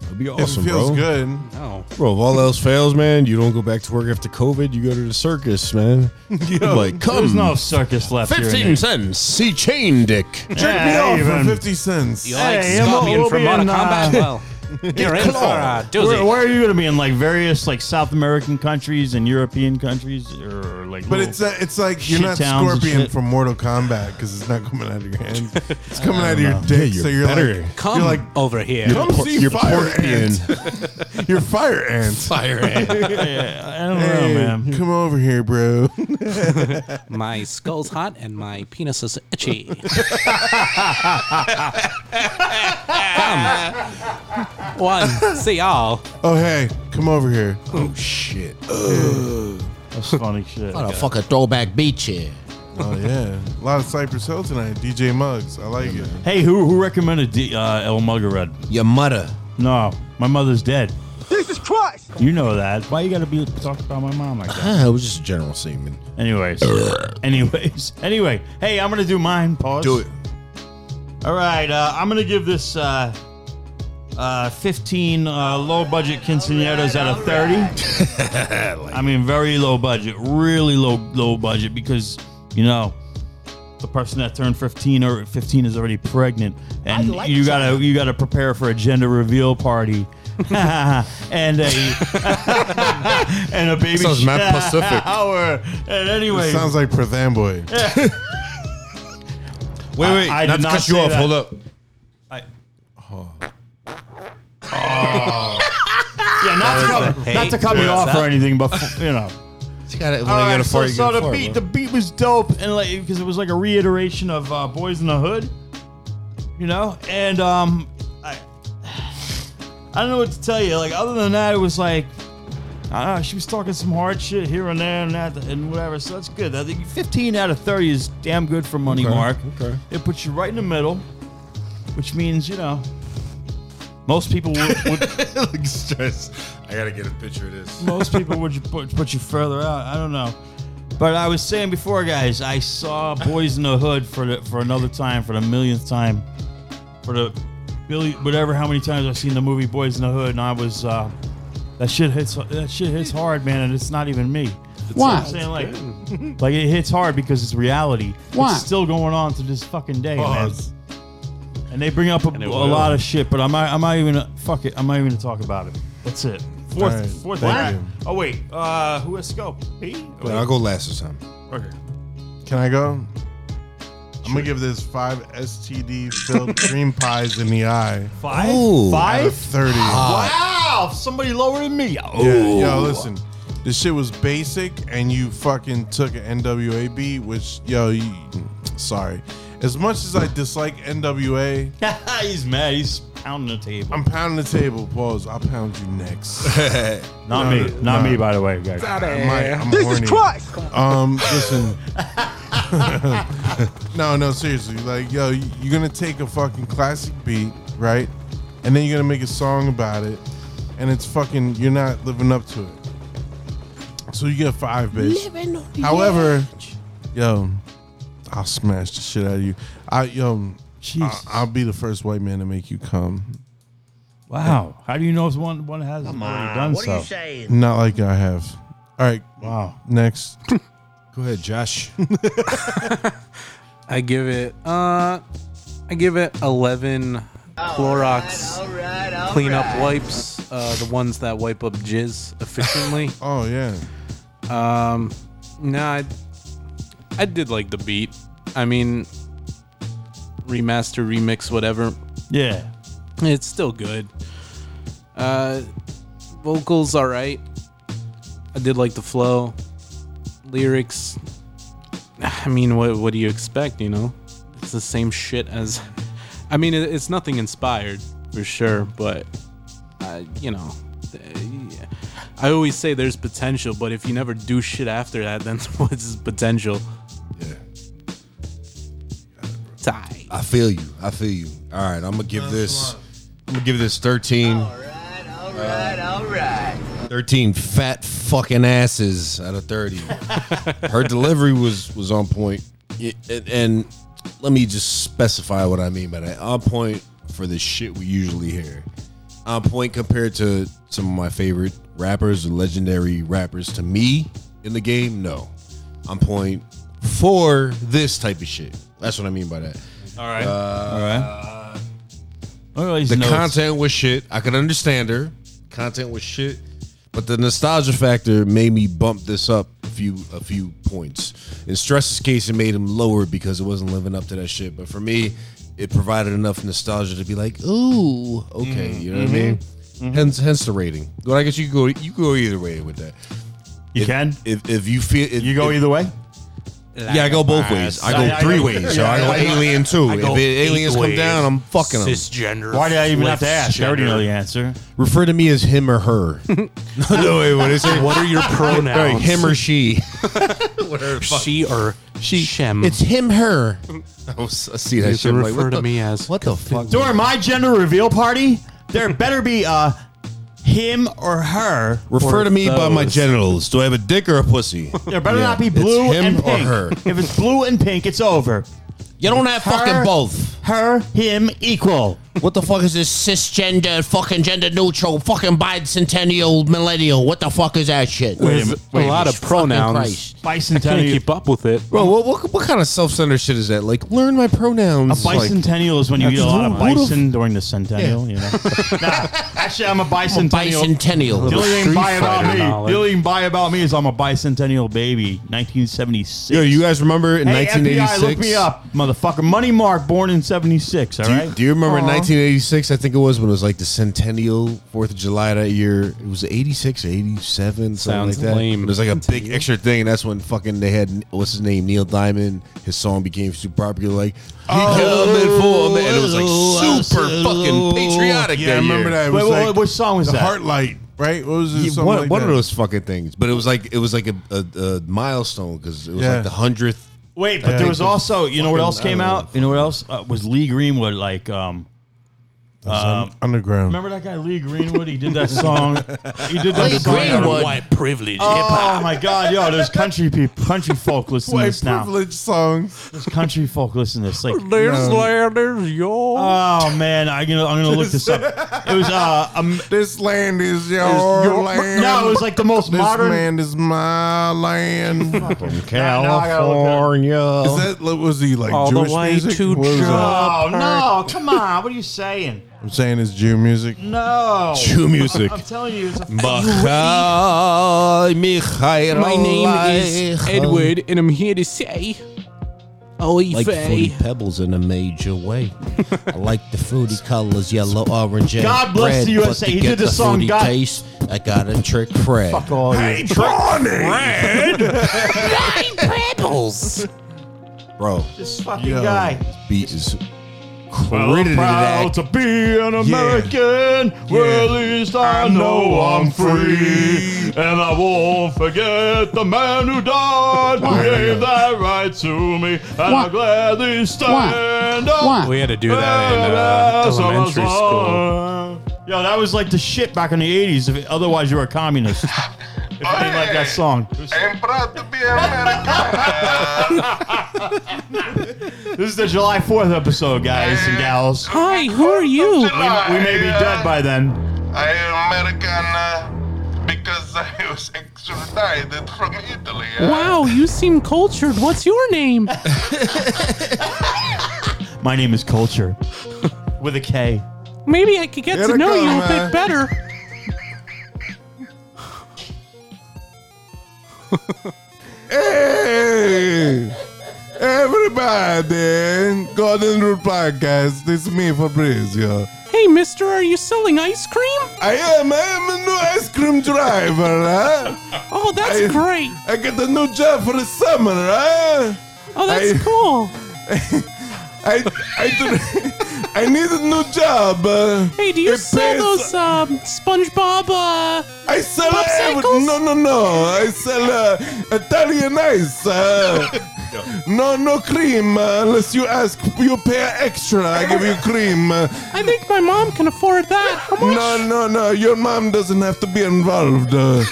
That'd be
If it
awesome,
feels
bro.
good.
No.
Bro, if all else fails, man, you don't go back to work after COVID. You go to the circus, man.
Yo,
like, come.
there's no circus left here
15
in there.
cents. See chain dick.
Jerk me off for fifty cents.
You like Hey, I'm a- Scorpion we'll from be Mortal in, uh, Kombat? Well,
you're in for a doozy.
Where, where are you going to be in like various like South American countries and European countries or like?
But
little
it's not, it's like
shit
you're not
towns and
Scorpion
shit?
from Mortal Kombat because it's not coming out of your hand. It's coming out
I
of
don't
your
know.
dick.
Yeah,
so
you're
you're
better.
like,
Come
you're like
over here.
Come
You're por-
see
you're
fire
Porpian.
ant. you're fire ant.
Fire ant.
Yeah, I don't know,
hey,
man.
Come over here, bro.
my skull's hot and my penis is itchy. Come. One, see all.
Oh hey, come over here.
Oh shit.
That's funny shit.
What a fucking throwback beach here.
Oh yeah, a lot of Cypress Hill tonight. DJ Muggs, I like it.
Hey, who who recommended D, uh, El Mugger Red?
Your mother.
No, my mother's dead.
Jesus
Christ!
You know that. Why you gotta be talking about my mom like that?
it was just a general statement.
Anyways, anyways, anyway. Hey, I'm gonna do mine. Pause. Do it. All right, uh, I'm gonna give this uh, uh, 15 uh, low budget quinceañeras out of 30. I mean, very low budget, really low low budget because you know the person that turned 15 or 15 is already pregnant, and
like
you gotta you gotta prepare for a gender reveal party. and a and a baby
Sounds mad Pacific.
shower. And anyway,
It sounds like Prathamboy.
wait,
wait, not to cut you off, hold up.
I, Oh. yeah, not to,
That was
cut,
a
not to
hate
cut me
words,
off
huh?
or anything, but you know.
gotta,
All right, so, so the beat, the beat was dope, and like because it was like a reiteration of uh, Boys in the Hood, you know. And um, I, I don't know what to tell you. Like other than that, it was like, I don't know. She was talking some hard shit here and there and that and whatever. So that's good. I think 15 out of 30 is damn good for money,
Okay,
Mark.
okay.
It puts you right in the middle, which means you know, most people would. would
I gotta get a picture of this.
most people would put, put you further out. I don't know. But I was saying before, guys, I saw Boys in the Hood for the, for another time, for the millionth time, for the Billy, whatever, how many times I've seen the movie Boys in the Hood, and I was uh, that shit hits that shit hits hard, man, and it's not even me.
Why?
That's what I'm saying, like, like it hits hard because it's reality.
Why?
It's still going on to this fucking day, man.
Pause.
And they bring up a, a
will.
lot of shit, but I'm not, I'm not even fuck it. I'm not even gonna talk about it. That's it. Fourth,
All right,
fourth
thank
track.
you.
Oh wait, uh, who has to go? Me?
But I'll go last this time.
Okay.
Can I go? I'm gonna give this five STD filled cream pies in the eye.
Five?
Ooh.
Out of
Five?
thirty.
Wow! Somebody lower than me.
Yeah, yo, listen. This shit was basic, and you fucking took an NWA which yo, you, sorry. As much as I dislike NWA,
he's mad. He's pounding the table.
I'm pounding the table. Pause. I'll pound you next.
Not me. Not me, by the way, guys. Outta
I might- I'm
here.
horny.
Jesus Christ!
Um, listen. no, no, seriously. Like, yo, you- you're gonna take a fucking classic beat, right? And then you're gonna make a song about it, and it's fucking. You're not living up to it. So you get five, bitch.
Living on the
However, yo, I'll smash the shit out of you. I yo, I,
Jesus.
I'll be the first white man to make you come.
Wow. How do you know if one one has
Come
already
on,
done
what
so?
are you Not like I have. All right.
Wow.
Next.
Go ahead, Josh.
I give it uh I give it 11 Clorox cleanup wipes, uh the ones that wipe up jizz efficiently.
oh yeah.
Um nah, I, I did like the beat. I mean remaster, remix, whatever.
Yeah.
It's still good. Uh vocals all right. I did like the flow. Lyrics I mean, what what do you expect? You know, it's the same shit as. I mean, it, it's nothing inspired for sure, but uh, you know, th- yeah. I always say there's potential, but if you never do shit after that, then what's potential?
Yeah.
Tie.
I feel you. I feel you. All right, I'm gonna give this. I'm gonna give this 13.
All right.
13 fat fucking asses out of 30. Her delivery was was on point. Yeah, And, and let me just specify what I mean by that. On point for the shit we usually hear. On point compared to some of my favorite rappers or legendary rappers to me in the game, no. On point for this type of shit. That's what I mean by that.
All right.
All
Uh,
right. Well, he's
Uh, The
notes.
content was shit. I could understand her. Content was shit, but the nostalgia factor made me bump this up a few a few points. In Stress's case, it made him lower because it wasn't living up to that shit. But for me, it provided enough nostalgia to be like, ooh, okay, you know what I mean. Hence, hence the rating. Well, I guess you could go you could go either way with that.
You can
if if you feel if,
you go
if-
either way.
Yeah, I go both ways. I go three ways. So I go alien too. If it- aliens come down, I'm fucking them.
Why do I even have to ask? I already know the answer.
Refer to me as him or her. no, wait, what is it?
What are your pronouns?
Right, him or she.
she or she shem.
It's him, her. I, was, I see that
You
shit.
can
I'm like,
refer
what
to
the-
me as
what the fuck?
During my gender reveal party, there better be uh, him or her.
Refer
or
to me by my
those.
genitals. Do I have a dick or a pussy?
There better
Yeah.
not be
It's
blue
him
and pink.
or her.
If it's blue and pink, it's over.
You don't have fucking both.
Her, him, equal.
What the fuck is this cisgender, fucking gender neutral, fucking bicentennial millennial? What the fuck is that shit?
There's a lot of
Jesus fucking
pronouns.
Christ.
I can't keep up with it.
Bro, what, what, what kind of self centered shit is that? Like, learn my
A
pronouns.
bicentennial is when you eat a lot of bison during the centennial. You know. Actually, I'm a bicentennial.
Oh,
bicentennial.
The only
Little
thing
Street
buy about
Fighter
me.
knowledge.
The only thing buy about me is I'm a bicentennial baby. 1976.
Yo, you guys remember in
hey, FBI,
1986?
look me up, motherfucker. Money Mark, born in 76. All
Do
right.
you, do you remember in
Aw.
1986? I think it was when it was like the centennial, 4th of July that year. It was 86, 87, something
Sounds
like that.
lame.
It was like a big extra thing, and that's when fucking they had, what's his name, Neil Diamond. His song became super popular. Like, he
Oh,
killed him in full, man. It was like super fucking patriotic
Yeah, I
that
remember
year.
that. It was like the Heartlight, right? What was it?
Yeah,
Something
one
like
one of
that.
those fucking things, but it was like it was like a, a, a milestone because it was
Yeah.
like the hundredth.
Wait, but there was also, you know what else came out? You know what else uh, was Lee Greenwood like? Um,
un-
um,
underground.
Remember that guy Lee Greenwood? He did that song. He did that
Lee
song.
Greenwood. White privilege
Oh
hip-hop.
my god, yo, there's country people, country folk listening to
White
this now.
privilege songs.
There's country folk listening to this. Like,
There's No.
land, there's yours.
Oh man, I, you know, I'm gonna look this up. It was uh, um,
this land is your,
Is your-
land.
No, it was like the most
this
modern-
This land is my land. Is that what was he like
All the
Jewish
way
music?
to
What was that?
Oh no, come on, what are you saying?
I'm saying it's Jew music.
No,
Jew music.
I'm telling you, it's a
My name is Edward, and I'm here to say, oh,
Like fruity pebbles in a major way. I like the fruity colors, yellow, orange, and
God bless
red,
the
but
USA.
to
He
get
did the song
fruity
God-
taste, I got a trick Fred.
Fuck all you.
pebbles.
Bro,
This fucking guy.
This beat is
Well, I'm
credited
proud
that.
to be an American. Well, at least I,
I
know,
know
I'm free. And I won't forget the man who died, who gave that right to me. And I'll gladly stand up.
We had to do that in uh,
Yes, I was
elementary school.
on. Yo, that was like the shit back in the 80s. If, otherwise, you were a communist. if you didn't like that song.
I'm proud to be
This is the July 4th episode, guys and gals.
Hi, who are you?
We, we may be dead by then.
I am American uh, because I was extradited from Italy. uh.
ah. Wow, you seem cultured. What's your name?
My name is Culture with a K.
Maybe I could get
Here
to
I
know
come,
you a
man.
bit better.
Hey, everybody, Golden Rule Podcast. This is me, Fabrizio.
Hey, mister, are you selling ice cream?
I am. I am a new ice cream driver, huh?
Oh, that's
I-
great.
I get a new job for the summer, huh?
Oh, that's
I-
cool.
I I, do- I need a new job. uh,
Hey, do you
it
sell
pays-
those um, SpongeBob? Uh,
I sell every-
popsicles?
no no no. I sell uh, Italian ice. Uh, no no cream uh, unless you ask. You pay extra. I give you cream. Uh,
I think my mom can afford that. How much?
no no no. Your mom doesn't have to be involved. Uh,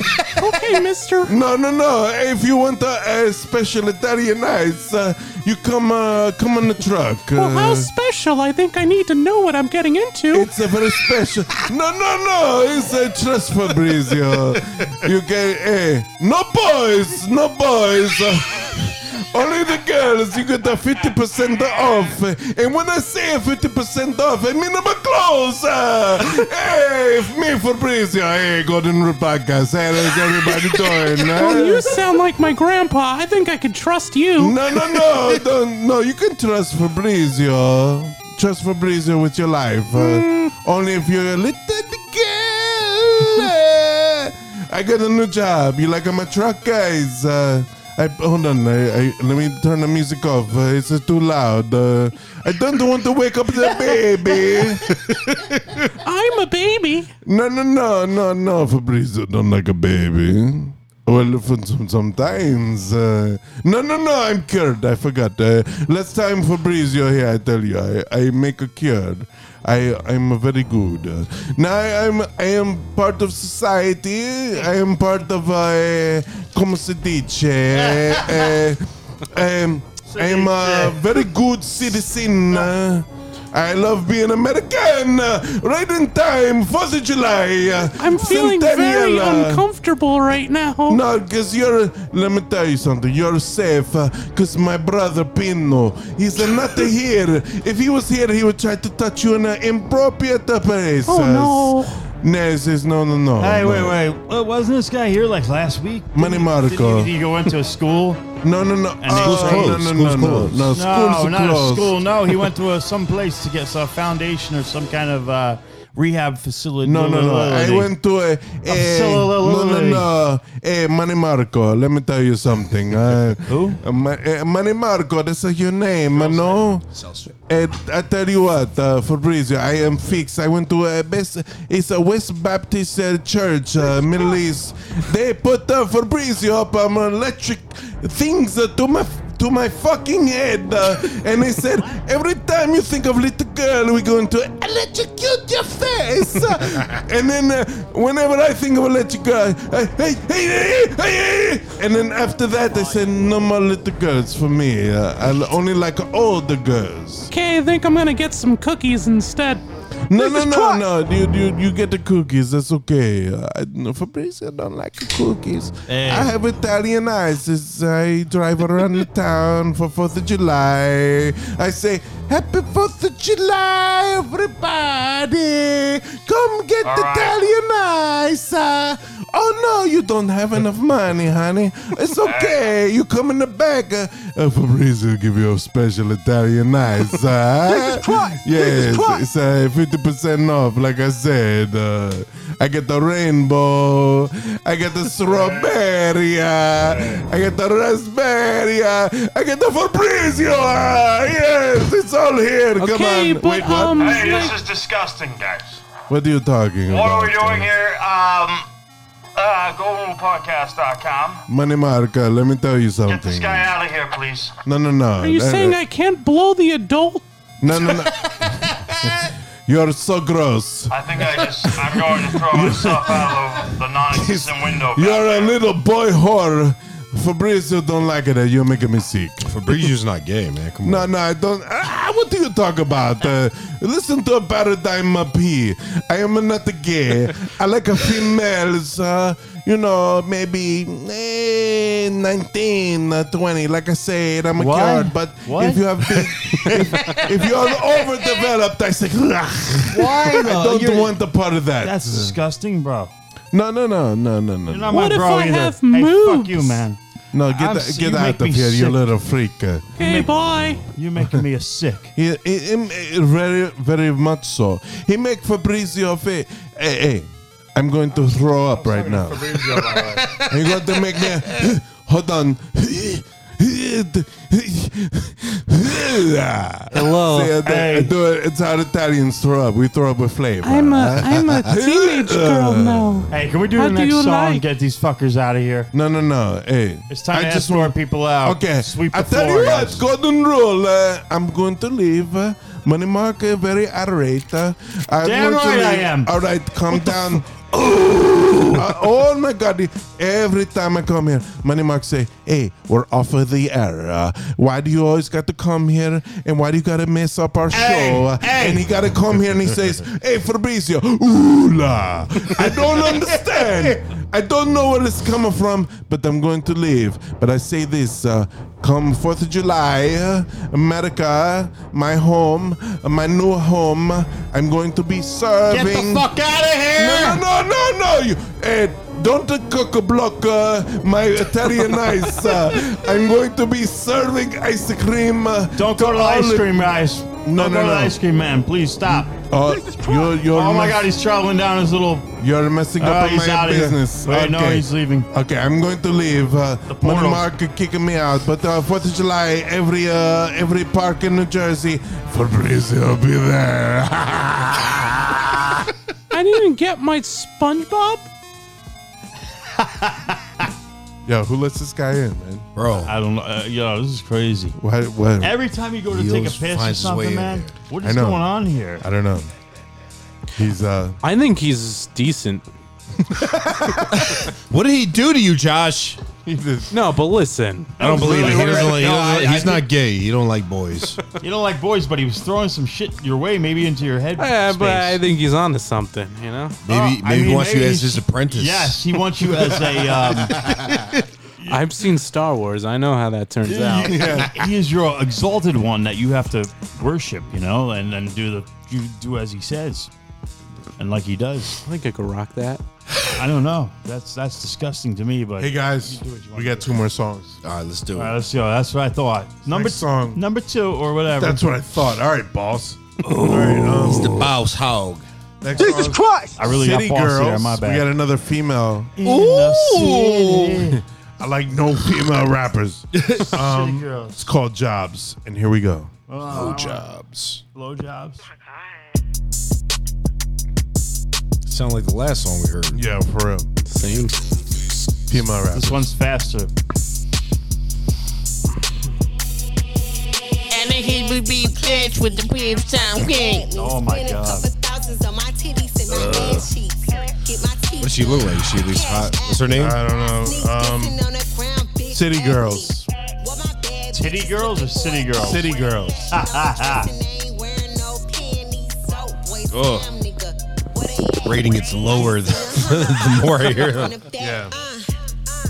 Okay, mister.
no no no. If you want a, a special Italian ice, uh, you come uh, come on the truck.
Well, how
uh,
special? I think I need to know what I'm getting into.
It's a very special. No, no, no. It's a trust Fabrizio. You get eh. No boys. No boys. Only the girls. You get the fifty percent off. And when I say fifty percent off, I mean my clothes. hey, me Fabrizio. Hey, Golden Rule Podcast. Hey, how's everybody doing?
Well, Oh, you sound like my grandpa. I think I could trust you.
No, no, no, don't, no. You can trust Fabrizio. Trust Fabrizio with your life. Uh, Only if you're a little girl. Uh, I got a new job. You like I'm a truck, guys. Uh, I, hold on. I, I, let me turn the music off. Uh, it's uh, too loud. Uh, I don't want to wake up the baby.
I'm a baby.
No, no, no, no, no, Fabrizio, don't like a baby. Well, for some- sometimes. Uh, no, no, no, I'm cured. I forgot. Uh, last time Fabrizio here, I tell you, I, I make a cure. I I'm very good. Uh, now I am I am part of society. I am part of uh, como se dice. uh, um, I am a very good citizen. uh, I love being American. uh, Right in time, Fourth of July. uh,
I'm feeling very
Centennial, uh,
uncomfortable right now.
no, because you're. Let me tell you something. You're safe. Because my brother Pino, he's uh, not here. If he was here, he would try to touch you in an inappropriate place.
Oh, no.
No, says no, no, no. Oh,
Hey,
no.
wait, wait. Well, wasn't this guy here like last week?
Money Marco.
Did he go into a school?
No, no, no.
And
Oh,
they
no, no, no, no, no. Schools are
not
closed.
a school. No, he went to a, some place to get some foundation or some kind of uh, rehab facility.
No, no, no. I went to a. Eh, no, no, no. Hey, Manny Marco, let me tell you something. Uh, Who? Uh, Ma- eh, Manny Marco, that's uh, your name, uh, no? Eh, I tell you what, uh, Fabrizio, I am fixed. I went to a best, it's a West Baptist uh, Church, uh, Middle East. They put uh, Fabrizio up um, electric things uh, to my to my fucking head, uh, and they said every time you think of little girl, we're going to electrocute your face. and then uh, whenever I think of electric girl, I, hey, hey, hey, hey, hey, hey. and then after that, they said no more little girls for me. Uh, I l- only like older girls.
Okay, I think I'm gonna get some cookies instead.
No, no, no, no. You, you, you get the cookies. That's okay. Uh, I, no, Fabrizio don't like the cookies. I have Italian eyes. As I drive around the town for 4th of July. I say, Happy 4th of July, everybody. Come get
All right.
Italian eyes. uh." Oh, no, you don't have enough money, honey. It's okay. you come in the back. Uh, uh, Fabrizio will give you a special Italian ice. Uh,
Jesus Christ!
Yes,
Jesus Christ!
it's uh, 50% off, like I said. Uh, I get the rainbow. I get the strawberry. uh, I get the raspberry. uh, I get the Fabrizio. uh, Yes, it's all here. Come on. Wait, what?
um,
um,
hey, this is disgusting, guys.
What are you talking
What are
about?
we doing here? Um, uh, GoldRulePodcast.com.
Money Marca, let me tell you
Get this
something.
guy out of here, please.
No, no, no.
Are you
No,
saying
no.
I can't blow the adult?
No, no, no. You're so gross.
I think I just, I'm going to throw myself out of the non-existent window.
You're a little boy whore. Fabrizio don't like it. You're making me sick.
Fabrizio's not gay, man. Come
No, no, I don't. Ah, what do you talk about? Uh, listen to a paradigm up here. I am not gay. I like a females, uh, you know, maybe eh, 19, uh, 20. Like I said, I'm a
What?
coward, but
What?
if you have big, if, if you're overdeveloped, I say, "Ugh."
Why
I
though?
don't
You're-
want a part of that.
That's disgusting, bro.
No, no, no, no, no, no.
You're not my bro either. hey, Fuck you, man.
No, get,
I'm
the-
s-
get
you
out
make
of
me
here, you
sick.
little freak. Uh,
Hey,
boy.
You're making me a sick.
He, he, him- eh, very, very much so. He make Fabrizio fa Hey, hey, I'm going to throw up right now.
Fabrizio, by the
You're going to make me. hold on. Hello.
Hey.
do it. It's how Italians throw up. We throw up with flavor. Uh,
I'm a- I'm a teenage girl now.
Hey, can we do
What
the
do
next
you
song?
like?
Get these fuckers out of here.
No, no, no. Hey,
it's time
I
to
just
escort
want-
people out.
Okay.
sweep the
I tell
floor.
you
guys.
what, golden rule. Uh, I'm going to leave. Uh, Money Mark uh, very irate. Uh, I'm
Damn
going to
right I
leave.
am.
All right, calm down. Ooh, uh, oh my God! Every time I come here, Money Mark say, "Hey, we're off of the air. Uh, why do you always got to come here? And why do you got to mess up our show? Uh, And he got to come here and he says, "Hey, Fabrizio, ooh la! I don't understand." I don't know where it's coming from, but I'm going to leave. But I say this uh, come 4th of July, uh, America, my home, uh, my new home, I'm going to be serving.
fuck outta here!
No, no, no, no, no! You, eh, don't uh, cook a block uh, my Italian ice. Uh, I'm going to be serving ice cream. Uh, don't
Go to the ice cream, guys.
No,
Go
no,
to the
no.
ice cream, man. Please stop.
Uh, you're, you're
oh my
mess-
God, he's traveling down his little.
You're messing up
Oh,
on
he's
my
out of here.
business.
Wait, no, he's
leaving. Okay, I'm going to leave. Uh, Money
portals.
Mark kicking me out. But uh, Fourth of July, every uh, every park in New Jersey, Fabrizio will be there.
I didn't even get my SpongeBob.
Yo, who lets this guy in, man?
Bro,
I don't know. Uh, yo, this is crazy.
What? what?
Every time you go to
He
take a
always
piss or
finds his way
something,
in
man,
there.
what
I
is
know.
going on here?
I don't know. He's uh
I think he's decent.
what did he do to you, Josh?
no, but listen.
I don't believe it. He doesn't like. he
No,
doesn't-
I- I
he's not
think-
gay. He don't like boys.
You don't like boys, but he was throwing some shit your way, maybe into your head.
Yeah,
space.
but I think he's onto something, you know?
Maybe- Oh, I maybe he mean, wants you maybe as he's- his apprentice.
Yes, he wants you as a. Um,
I've seen Star Wars. I know how that turns out.
he, he is your exalted one that you have to worship, you know, and then do the you do as he says, and like he does.
I think I could rock that.
I don't know. oh, That's that's disgusting to me, but
Hey guys, we got two more songs.
All right, let's do
All right, let's go. That's what I thought. Number
song.
number two, or whatever.
That's what I thought. All right, boss.
it's the boss hog.
Jesus Christ!
I really got
City
boss here,
girls.
my bad.
We got another female.
Ooh.
I like no female rappers. Um,
girls.
It's called Jobs, and here we go.
Oh,
jobs.
Low jobs.
Sound like the last song we heard.
Yeah, for real.
Same.
Female rappers.
This one's faster.
And then he would be bitch with the beam time gang.
Oh my god.
What does she look like? Is she at least hot? What's her name?
I don't know. Um, City Girls.
Titty girls or city girls?
City Girls.
Ha ha ha.
Ugh. Rating it's lower the, the more I hear them.
Yeah.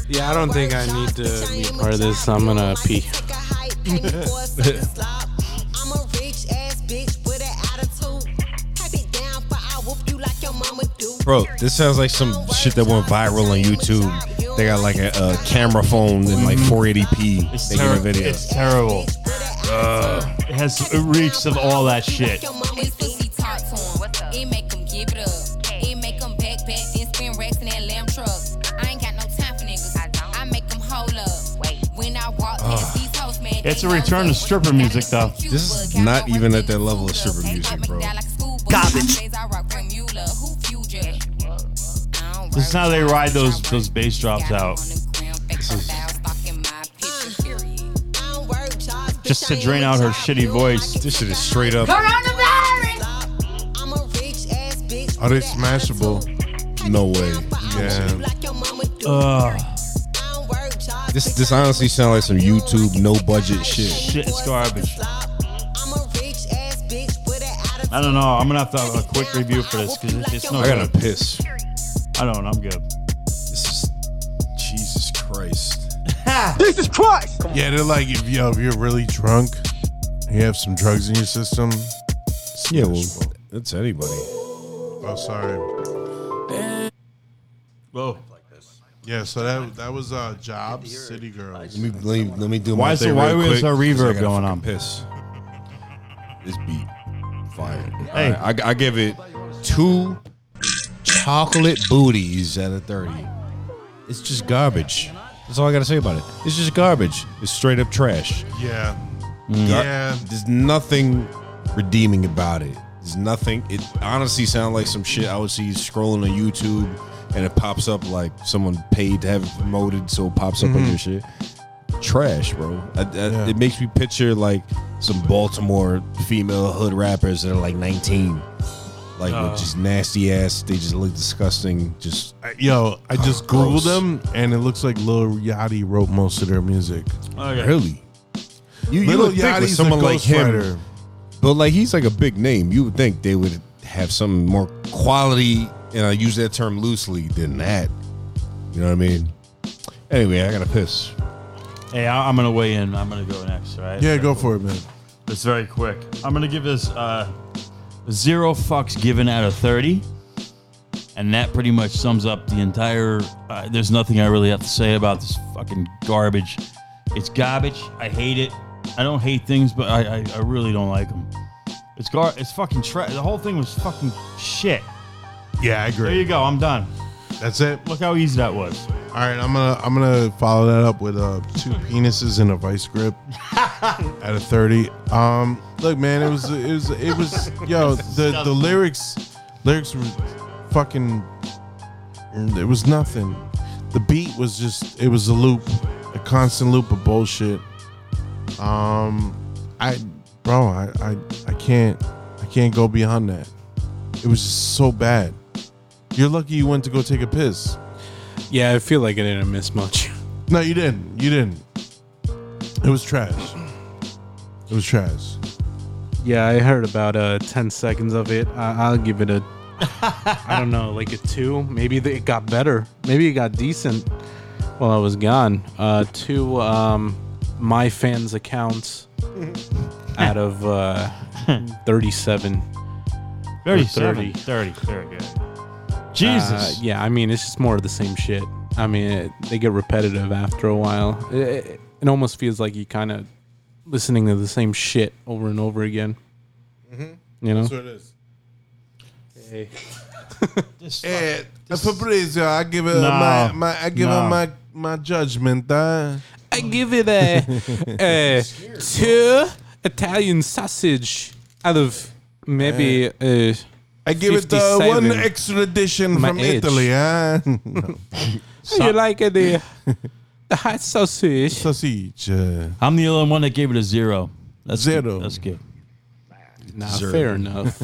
Yeah, I don't think I need to be part of this. I'm gonna pee.
I'm a rich ass bitch with an attitude. Type it down, but I whoop you like your mama do.
Bro, this sounds like some shit that went viral on YouTube. They got like a, a camera phone in like 480p
Mm-hmm. It's,
making a
ter-
video.
it's terrible. it has it reeks of all that shit.
Your mama's pussy talk to 'em. It make 'em give it up. It make 'em back back, then spin racks in that lamb truck. I ain't got no time for niggas. I, make 'em hold up. When I walk past these hoes, man,
It's a return to stripper music, though.
This is not even at that level of stripper music, bro.
Garbage. I rock from Mueller. Who few judge?
This is how they ride those those bass drops out. Just to drain out her shitty voice.
This shit is straight up.
Coronavirus!
Are they Oh, smashable?
No way.
Yeah.
This this honestly sounds like some YouTube no budget shit.
Shit, it's garbage. I don't know. I'm gonna have to have a quick review for this because it's, it's no
I gotta
good.
piss.
I don't. I'm good.
This is Jesus Christ.
Jesus Christ!
Yeah, they're like if yo, if you're really drunk, you have some drugs in your system.
Yeah, well, that's anybody.
Oh, sorry.
Whoa.
Yeah, so that that was uh Jobs, City Girls.
Let me let me, let me do
Why
my
is
thing.
it- why
real
is
quick,
there
'cause I
reverb
gotta
going on?
fucking Piss. This beat fire.
Hey.
Hey, I, I give it two chocolate booties out of thirty. It's just garbage. That's all I gotta say about it. It's just garbage. It's straight up trash.
Yeah.
Gar-
Yeah.
There's nothing redeeming about it. There's nothing. It honestly sounds like some shit I would see scrolling on YouTube and it pops up like someone paid to have it promoted, so it pops up on your shit. Trash, bro. I, I, It makes me picture like some Baltimore female hood rappers that are like 19. Like
Uh.
with just nasty ass. They just look disgusting. Just
I- Yo, I just
Gross.
googled them, and it looks like Lil Yachty wrote most of their music.
Okay.
really. You, you
Lil
would think with
Yachty's a
someone like him,
ghostwriter.
But like he's like a big name. You would think they would have some more quality, and I use that term loosely than that. You know what I mean? Anyway, I gotta piss.
Hey, I, I'm gonna weigh in. I'm gonna go next. All right.
Yeah, go for it, man.
It's very quick. I'm gonna give this uh, zero fucks given out of thirty, and that pretty much sums up the entire. Uh, there's nothing I really have to say about this fucking garbage. It's garbage. I hate it. I don't hate things, but I I, I really don't like them. It's gar. It's fucking trash. The whole thing was fucking shit.
Yeah, I
There
agree.
you go. I'm done.
That's it.
Look how easy that was.
All right, I'm gonna I'm gonna follow that up with uh two penises and a vice grip at a thirty. Um, look, man, it was it was it was yo the the lyrics lyrics were fucking. It was nothing. the beat was just it was a loop, a constant loop of bullshit. Um, I, bro, I, I, I can't, I can't go beyond that. It was just so bad. You're lucky you went to go take a piss.
Yeah, I feel like I didn't miss much.
No, you didn't. You didn't. It was trash. It was trash.
Yeah, I heard about uh, 10 seconds of it. I- I'll give it a, I don't know, like a two. Maybe th- it got better. Maybe it got decent while I was gone. Uh, two um, my fans accounts out of uh, 37. or
37, 30. Very good. Jesus.
Uh, yeah, I mean, it's just more of the same shit. I mean, it, they get repetitive after a while. It, it, it almost feels like you kind of listening to the same shit over and over again. You know?
That's what it is.
Hey.
Eh, Fabrizio, I give it
No.
my, my I give
No.
it my my judgment. Uh.
I give it a, a two Italian sausage out of maybe. Uh,
I give it uh, one
57.
extra edition
My
from
age.
Italy. uh. Huh? No.
How you like it? eh? The, the hot sausage.
Sausage.
uh,
I'm the only one that gave it a zero. That's
zero.
That's good.
Nah,
Zero.
fair enough.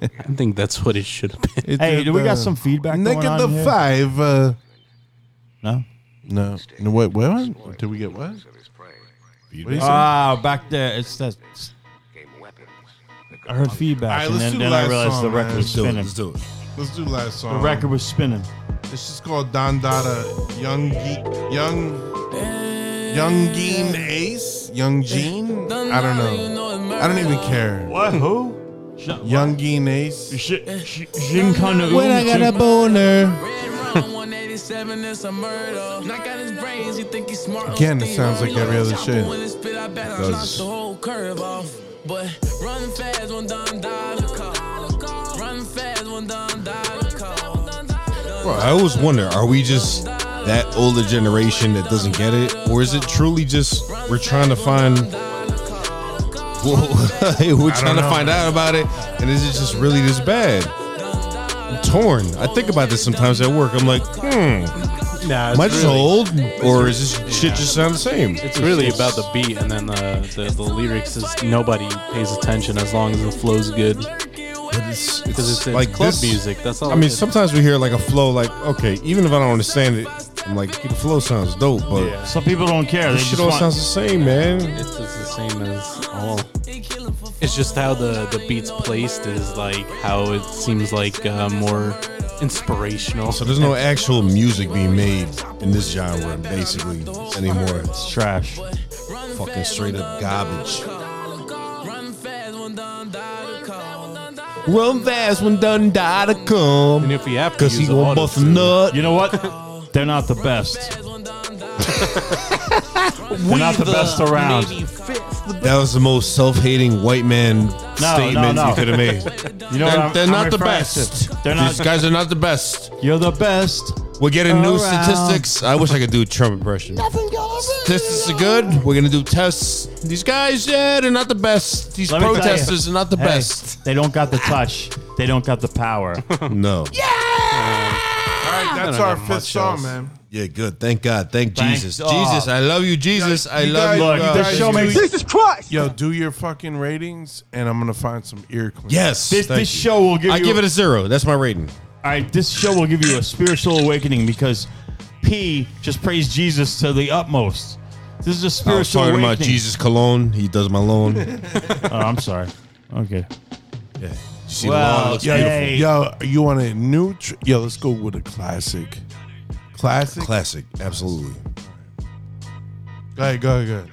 I think that's what it should have been.
Hey, do we got some feedback? going on
Negative
here?
five. Uh,
no.
No. No. Wait. What? what? Did we get what? What do you say?
Ah, back there. It's that. I heard
All
feedback,
right,
and
let's
then,
do
then I
last
realized
song,
the record
man.
was
Let's do it,
spinning.
let's do it. Let's do last
The
song.
record was spinning.
This is called Don Dada Young Geek Young Young Gene Ace Young Gene. I don't know. I don't even care.
What? Who?
Young Gene Ace.
Jim Conner.
When I got a boner. Again, it sounds like every other shit.
Does.
Bro, I always wonder, are we just that older generation that doesn't get it? Or is it truly just we're trying to find Whoa, we're trying to
know.
find out about it and is it just really this bad? I'm torn. I think about this sometimes at work. I'm like, hmm.
Nah,
Am I
it's
just
really-
old? Or is this shit just sound the same?
It's really about the beat, and then the, the, the lyrics is nobody pays attention as long as the flow's good.
Because
it's, like club music. That's all.
I
it
mean,
is.
sometimes we hear like a flow, like okay, even if I don't understand it, I'm like the flow sounds dope, but
Some people don't care. They
This
just
shit all
want-
sounds the same, man.
It's just the same as all. It's just how the, the beat's placed is like how it seems like uh, more inspirational.
So there's no actual music being made in this genre, basically anymore. It's
trash,
fucking straight up garbage. Run fast when done die to come.
And if we have to,
cause he gonna bust a nut.
You know what? They're not the best. They're not the best around.
That was the most self-hating white man
No,
statement
no, no.
you could have made.
You
they're,
know what I'm-
they're
I'm
not the
referring
best.
to- they're not-
These guys are not the best.
You're the best.
We're getting new
around.
statistics. I wish I could do a Trump impression. Statistics are good. We're gonna do tests. These guys, yeah, they're not the best. These
Let me tell you.
protesters are not the
Hey,
best.
They don't got the touch. They don't got the power.
no.
All right, that's our
I don't know
fifth
much
song,
else.
man.
Yeah, good. Thank God. Thank
Thanks.
Jesus.
Oh.
Jesus, I love you, Jesus. I
You
love
guys-
you.
you
God.
guys do-
Christ!
Yo, do your fucking ratings, and I'm gonna find some ear. Clean.
Yes.
This-
thank
this
you.
show will give
I
you-
give it a zero. That's my rating.
All right, this show will give you a spiritual awakening because P just praised Jesus to the utmost. This is
I
a
was
spiritual
talking
awakening.
about Jesus Cologne. He does my loan. oh,
I'm sorry. Okay.
Yeah. You see, the lawn
Well,
looks
yo,
beautiful.
yo, you want a new? Tr- yo, let's go with a classic. Classic.
Classic. Absolutely.
Go ahead. Go ahead. Go ahead.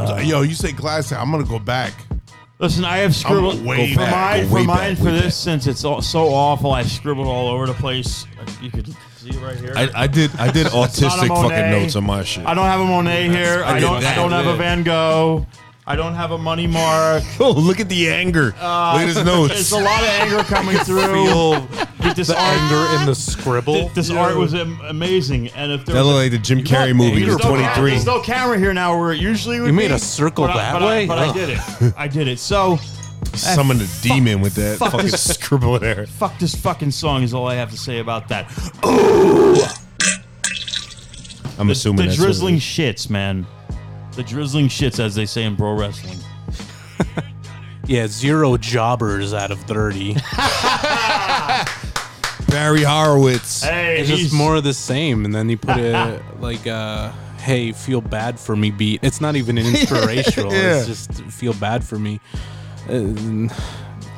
I'm sorry. yo, you say classic. I'm gonna go back.
Uh, Listen, I have scribbled
I'm way
for
back,
mine.
way
For mine
back,
for
way
this, since it's all, so awful, I scribbled all over the place. Like, You could see right here.
I, I did. I did
It's not a
autistic fucking
Monet.
notes on my shit.
I don't have a Monet here. I,
I did
don't. I
that.
don't have a Van Gogh. I don't have a Money Mark.
Oh, look at the anger.
Uh,
look at his notes.
There's a lot of anger coming through.
feel
With this
the
art,
anger in the scribble.
This art was am- amazing, and if there
That
was a-
looked like the Jim
There's
Carrey
no-
movie.
there's
You're
no ca-
23.
There's no camera here now where it usually would
You made
be,
a circle
but I-
that
but I-
way?
but I
Ugh.
did it. I did it. So
Summon the demon with that
fuck
fucking
this-
scribble there.
fuck this fucking song is all I have to say about that.
I'm
the,
assuming
the
that's what it
drizzling shits, man. The drizzling shits, as they say in pro wrestling.
yeah, zero jobbers out of thirty.
Barry Horowitz.
it's just more of the same, and then you put it like, uh, "Hey, feel bad for me." Beat. It's not even an inspirational.
Yeah.
It's just feel bad for me. Uh,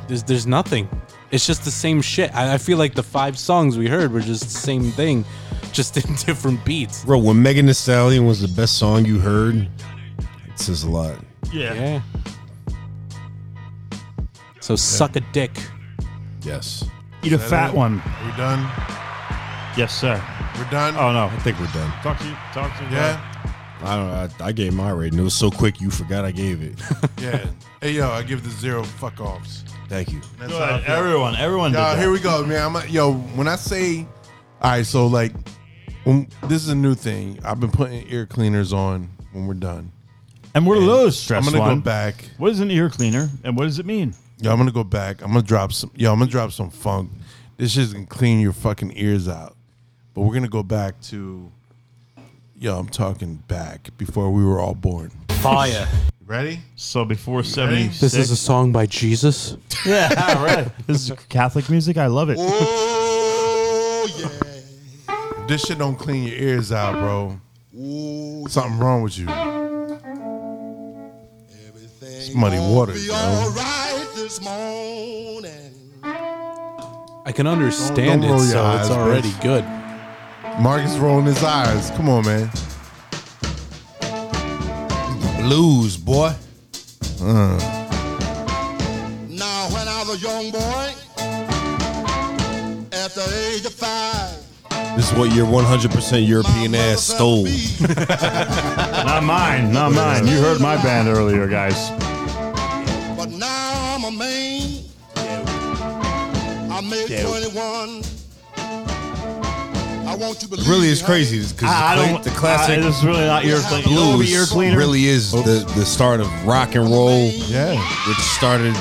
there's there's nothing. It's just the same shit. I, I feel like the five songs we heard were just the same thing, just in different beats.
Bro, when Megan Thee Stallion was the best song you heard, it says a lot.
Yeah.
So suck a dick.
Yes.
Eat a
Is that
fat
it?
one.
We done?
Yes, sir.
We're done.
Oh no.
I think we're done.
Talk to you. Talk to you.
Yeah.
I don't know. I, I gave my rating. It was so quick you forgot I gave it.
Yeah. Hey yo, I give the zero fuck offs.
Thank you.
That's
Good.
how I feel.
Everyone- everyone did
Y'all,
that.
here we go, man. I'm a, yo, when I say, all right, so like, when, this is a new thing. I've been putting ear cleaners on when we're done.
And what are those? Stress
I'm gonna
one?
go back.
What is an ear cleaner, and what does it mean?
Yo, I'm gonna go back. I'm gonna drop some. Yo, I'm gonna drop some funk. This shit's gonna clean your fucking ears out. But we're gonna go back to. Yo, I'm talking back before we were all born.
Fire.
Ready?
So before
ready?
seventy six.
This is a song by Jesus.
Yeah, all right. this is Catholic music. I love it.
This shit don't clean your ears out, bro. Something wrong with you. It's muddy water, bro.
I can understand
Don't roll
it,
your
so
eyes,
it's already
bitch.
good.
Marcus rolling his eyes. Come on, man.
Blues, boy.
Uh,
Now, when I was a young boy, at the age of five,
This is what your 100% European ass stole.
not mine. Not mine. You heard my band earlier, guys.
but now I'm a man. I made
Yeah.
21. I want you to believe
Really, it's
me,
crazy because
I- I
the, cla-
don't-
the classic.
I- this is really not ear clean-
Blues
it will be ear cleaner.
really is the, the start of rock and roll.
Yeah,
which started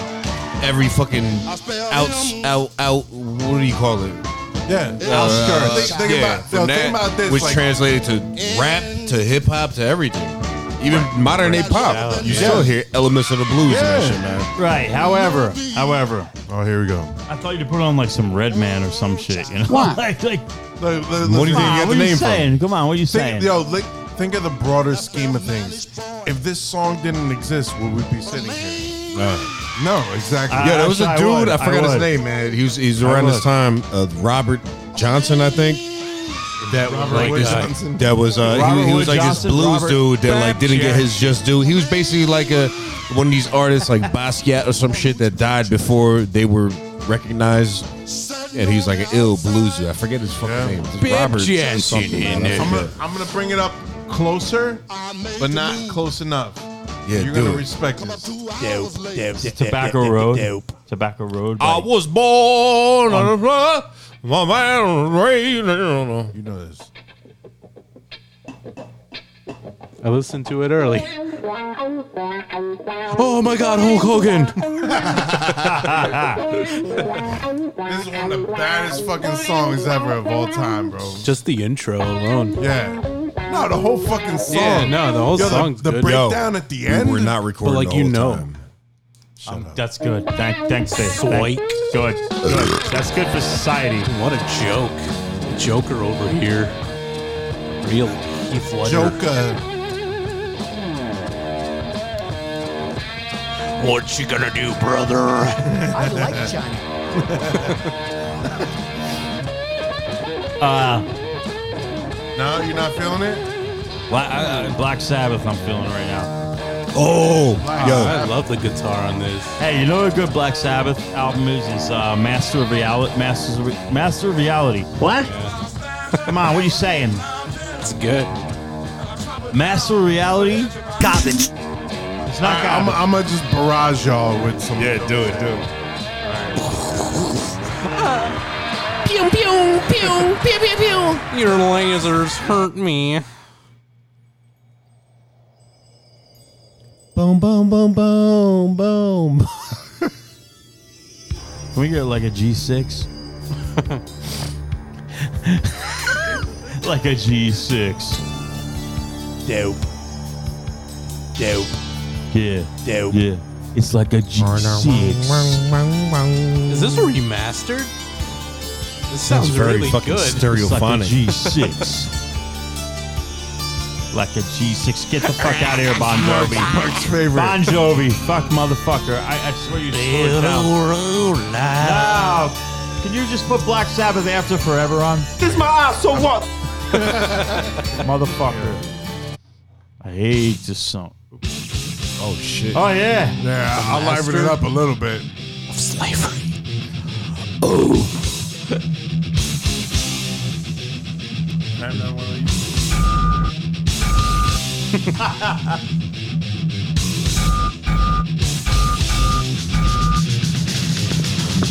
every fucking out out out. What do you call it?
Yeah,
Uh,
Think- think
yeah,
about-
from
yo, think
that,
about this,
which
like-
translated to rap, to hip hop, to everything. Even modern day pop, you
Yeah.
still hear elements of the blues in that
Yeah.
shit, man.
Right. However, however.
Oh, here we go.
I thought you'd put on like some Red Man or some shit. You know.
What?
like, like,
Look, look,
What do
listen.
you think you got Wow, the what are you name from? saying? Come on, what are you
think,
saying?
Yo, like, think of the broader scheme of things. If this song didn't exist, would we be sitting here? No, exactly.
yeah, there was a dude. I forgot his name, man. He was he's
I
around this
would.
time. Uh, Robert Johnson, I think. That
Robert
like
Wood
this-
Johnson.
that was uh,
Robert
he, he was
Wood
like
Johnson,
this blues
Robert
dude that like didn't get his
Johnson.
just due. He was basically like a one of these artists like Basquiat or some shit that died before they were recognized. And he's like an ill blues dude. I forget his fucking name. It's
Big
Robert
Jackson
something.
in
man. I
I'm
forget.
gonna, I'm gonna bring it up closer, but not close enough.
Yeah,
you're
do
gonna
it.
respect this. Dope,
Tobacco Road. Tobacco Road.
I
by-
was born on a rock. My man, Ray. You know
this.
I listened to it early. Oh my God, Hulk Hogan!
This is one of the baddest fucking songs ever of all time, bro.
Just the intro alone.
Yeah. No, the whole fucking song.
Yeah, no, the whole
Yo,
song's
the,
good.
breakdown at the end.
But like you know,
Um, that's good. Thank, thanks, Dave. Thank, good. Good. That's good for society.
What a joke. Joker over here. Real Heath Ledger.
Joker.
What you gonna do, brother? I
like Johnny.
Uh,
No, you're not feeling it.
Black, uh, Black Sabbath, I'm feeling right now.
Oh,
yo. I love the guitar on this.
Hey, you know what a good Black Sabbath album is? Is uh, Master of Reality. Masters of Re- Master of Reality. What? Come on, what are you saying? It's
good.
Master of Reality. Garbage. It's not
I, am
garbage.
I'm gonna just barrage y'all with some. Yeah, do it, do it.
Pew, pew, pew, pew, pew, pew.
Your lasers hurt me.
Boom, boom, boom, boom, boom.
Can we get like a G6? like a G6.
Dope. Dope.
Yeah.
Dope.
Yeah. It's like a G6.
Is this a remastered? This sounds
very
really
fucking
good.
stereophonic. It's like a G6. like a G6. Get the fuck out of here, Bon Jovi.
Mark's favorite.
Bon Jovi. Fuck, motherfucker. I, I swear you slow it down. No. Can you just put Black Sabbath After Forever on?
This my eye, so what?
Motherfucker. I hate this song. Oh, shit. Oh, yeah.
Yeah, I livened it up a little bit.
Of slavery.
Oh.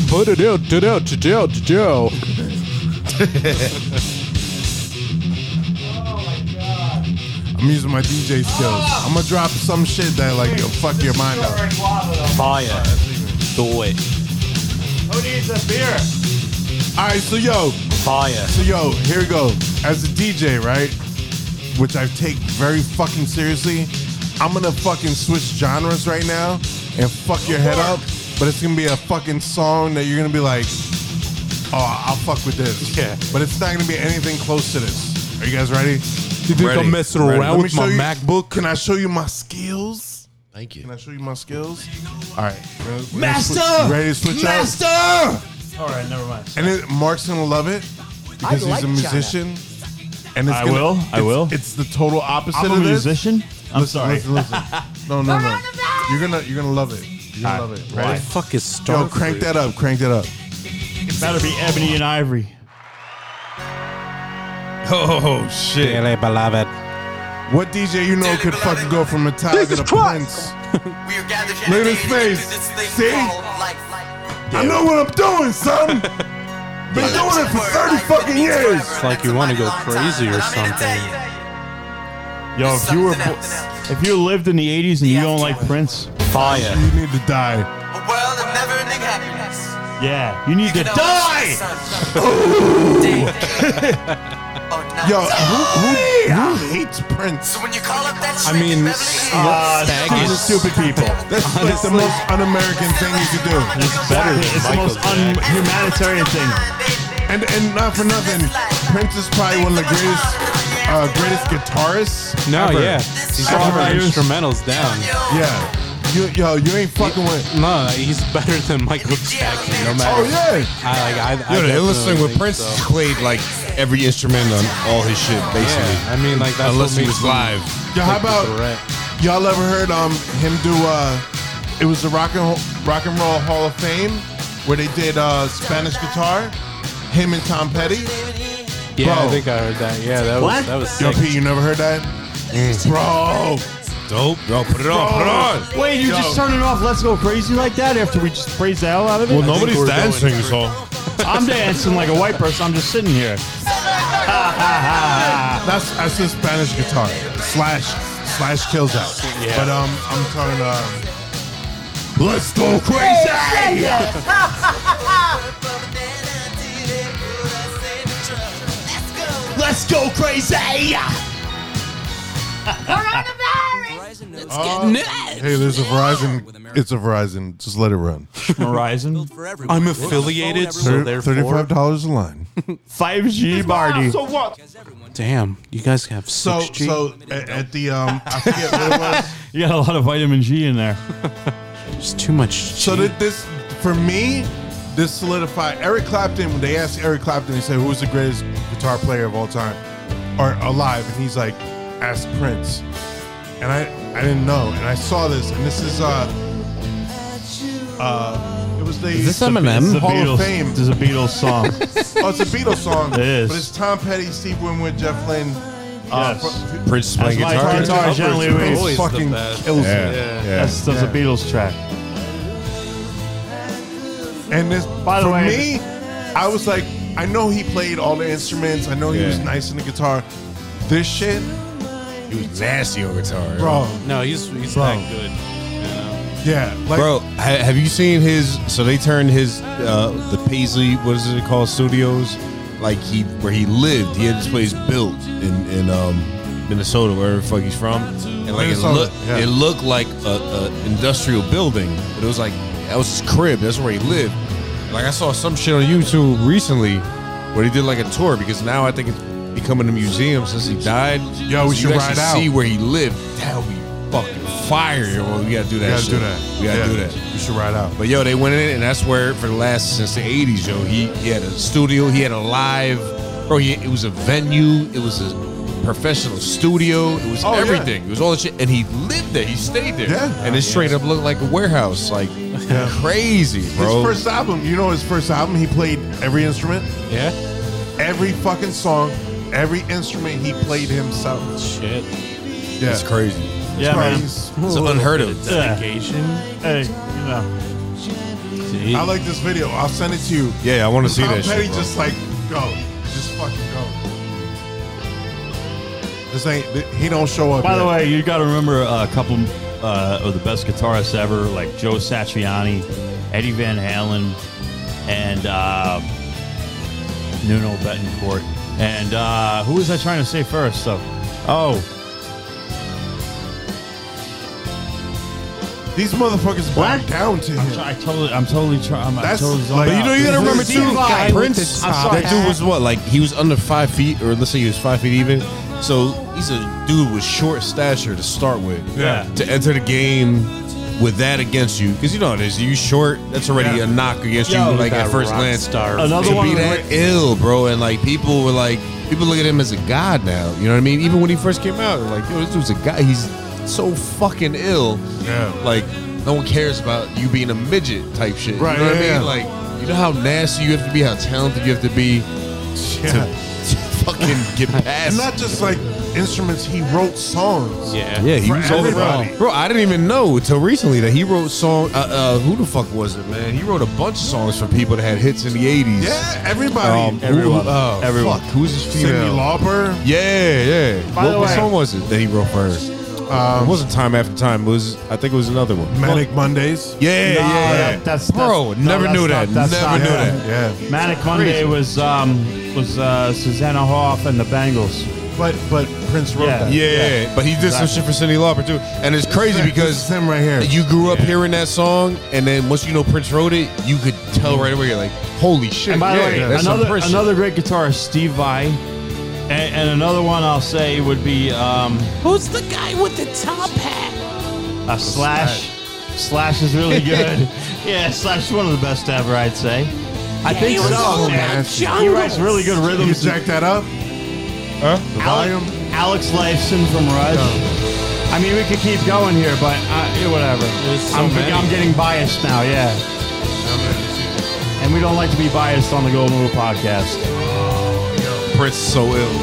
Put it out, to out, to out, to out. I'm using my DJ skills. I'm gonna drop some shit that like will fuck your mind up.
Fire.
Do it.
Who needs a beer?
All right, so yo,
fire.
So yo, here we go. As a DJ, right, which I take very fucking seriously, I'm gonna fucking switch genres right now and fuck your head up. But it's gonna be a fucking song that you're gonna be like, oh, I'll fuck with this. Yeah. But it's not gonna be anything close to this. Are you guys ready? You
think I'm Ready. messing around with my
MacBook? Can I show you my skills?
Thank you.
Can I show you my skills? All right. Ready to switch-
Master!
Ready to switch out? Uh.
Master! All right, never mind.
And it, Mark's gonna love it because
like
he's a
China.
musician. And it's
I
gonna-
will, I
it's-
will.
It's the total opposite
I'm a
of this.
musician? I'm
Listen,
sorry.
Listen, listen. No, no, no. You're gonna, you're gonna love it. You're gonna love it.
why?
Ready?
The fuck
is
Yo, crank
Starfruit?
that up. Crank that up.
It better be Ebony and Ivory.
Oh shit.
Dearly beloved.
What DJ you know could fucking go from Metallica to Prince? Look at his face. See? I know what I'm doing, son. Been doing it for 30 fucking years.
It's like you want to go crazy or something.
Yo, if you were, bo- if you lived in the '80s and you don't like Prince,
fire. You need to die.
Yeah, you need to die.
Oh. Yo, who, who, who hates Prince?
I
mean,
Ah,
Uh,
stupid, stupid people. That's like the most un-American thing you could do. It's
better than It's the Michael most
unhumanitarian thing. And and not for nothing, Prince is probably one of the greatest uh, greatest guitarists.
No,
ever.
yeah. He's all the instrumentals down.
Yeah. You, yo, you ain't fucking with.
No, he's better than Michael Jackson, no matter.
Oh, yeah.
I, like, I, I
Yo, the
definitely
illest thing with
think
Prince
so.
is he played like every instrument on all his shit, basically.
Yeah, I mean, like, that's
unless
what
he
makes
was
him-
live.
Yo, how about y'all ever heard um him do uh it was the rock and rock and roll Hall of Fame where they did uh Spanish guitar, him and Tom Petty.
Yeah, I
Bro.
think I heard that. Yeah, that was that was
Yo,
sick.
Pete, you never heard that, bro?
Mm. Dope, bro. Put it on, put it on.
Wait, you just turn it off? Let's go crazy like that after we just praise the hell out of it?
Well, nobody's dancing, so.
I'm dancing like a white person. I'm just sitting here.
That's that's the Spanish guitar slash slash kills out.
Yeah.
But um, I'm talking um, let's go crazy.
Let's go crazy.
Oh. Hey, there's a Verizon. It's a Verizon. Just let it run.
Verizon.
I'm affiliated, so
Thir-
therefore.
Thirty-five dollars a line.
5G Barty.
So what?
Damn, you guys have
So
6G.
so at, at the um, I forget what it was.
You got a lot of vitamin G in there.
It's too much.
So that this for me, this solidified Eric Clapton. When they asked Eric Clapton, they said, "Who's the greatest guitar player of all time or alive?" And he's like, "Ask Prince." And I I didn't know, and I saw this, and this is uh uh it was the
Is this
the
Eminem?
Beatles-
The
Hall
Beatles-
of Fame.
this is a Beatles song.
oh, it's a Beatles song.
It is.
But it's Tom Petty, Steve Winwood, Jeff Lynne. uh,
Yes.
fr-
Prince
playing That's my guitar. guitar, Jean-Louis.
Prince
Always the
fucking
best.
kills
Yeah,
me.
yeah. That's- that's a Beatles track.
And this,
By the
for
way-
me, I was like, I know he played all the instruments. I know he
Yeah.
was nice in the guitar. This shit,
He was nasty on guitar,
Bro.
No, he's he's
Bro.
that good.
yeah, like
bro, ha- have you seen his? So they turned his uh, the Paisley, what is it called, studios, like he where he lived. He had this place built in in um, Minnesota, wherever the fuck he's from, and like it
Minnesota,
looked,
yeah.
it looked like a, a industrial building, but it was like that was his crib. That's where he lived. Like I saw some shit on YouTube recently where he did like a tour because now I think it's becoming a museum since he died.
Yo, we
So
should
you
ride
actually
out.
See where he lived. That would be fucking fire. Well, we gotta do
We
that.
gotta
shit.
do that.
We gotta
Yeah.
do that.
You should ride out.
But yo, they went in, it, and that's where for the last since the '80s, yo, he, he had a studio, he had a live, bro. He, it was a venue, it was a professional studio, it was
Oh, yeah.
everything, it was all the shit, and he lived there, he stayed there,
Yeah.
and it straight up looked like a warehouse, like crazy, bro.
His first album, you know, his first album, he played every instrument.
Yeah.
Every fucking song, every instrument he played himself.
Shit.
Yeah.
It's crazy.
It's
Yeah, man.
crazy.
It's unheard of.
Dedication. Hey, you know.
I like this video. I'll send it to you.
Yeah, I wanna see
Tom
that shit,
Petty
bro.
just like go, just fucking go. This ain't. th- He don't show up.
By the
yet.
way, you got to remember uh, a couple uh, of the best guitarists ever, like Joe Satriani, Eddie Van Halen, and uh, Nuno Betancourt. And uh, who was I trying to say first? So, oh,
these motherfuckers back down to him.
I totally, I'm totally trying. I'm totally zoned
but you
out.
know you gotta remember
This is the
too,
guy with
Prince.
the top
that dude
hat.
was what like he was under five feet, or let's say he was five feet even. So he's a dude with short stature to start with.
Yeah.
To enter the game with that against you, because you know it is. You short, that's already
Yeah.
a knock against
Yo,
you. Like
that
at first
rock
glance,
star. Another
to
one
be
with
that
Rick-
ill, bro, and like people were like, people look at him as a god now. You know what I mean? Even when he first came out, they're like yo, this dude's a guy. He's so fucking ill. Yeah. Like no one cares about you being a midget type shit.
Right,
You know what
yeah,
I
yeah.
mean? Like. You know how nasty you have to be, how talented you have to be to,
Yeah.
to fucking get past.
And not just like instruments. He wrote songs.
yeah, he
For
was all
everybody.
around. Bro, I didn't even know until recently that he wrote song. Uh, uh, who the fuck was it, man? He wrote a bunch of songs for people that had hits in the '80s.
Yeah, everybody.
who-
Everyone.
oh,
Everyone.
Fuck, who's this
Cyndi
female?
Lauper?
Yeah, yeah.
By
what
the
what
way- Um,
song was it that he wrote for her? it wasn't time after time. It was I think it was another one.
Manic Mondays.
Yeah, yeah,
Nah,
yeah.
that- that's,
bro.
that's- no,
never
that's
knew
not-
that.
that's
never
not
knew
him.
that.
Manic Monday was um, was uh, Susanna Hoff and the Bengals.
But but Prince wrote that.
Yeah, yeah, yeah. but he did some shit for Cindy Lauper too, and it's crazy because
him right here.
You grew up hearing that song, and then once you know Prince wrote it, you could tell right away. You're like, holy shit!
And by
yeah,
the way,
that's some
another
Prince shit.
another great guitarist, Steve Vai, and, and another one I'll say would be um,
Who's the guy with the top hat?
a slash. Slash is really good. yeah, Slash is one of the best ever, I'd say. I
Yeah,
think
he was
so.
all
man.
about
He writes really good
Can
rhythms.
You jack that up.
Huh? Alex, Alex Lifeson from Rush. I mean, we could keep going here, but uh, yeah, whatever. I'm, I'm getting biased now, yeah. And we don't like to be biased on the Golden Rule podcast.
Prince is so ill.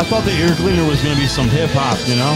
I thought the ear cleaner was going to be some hip hop, you know?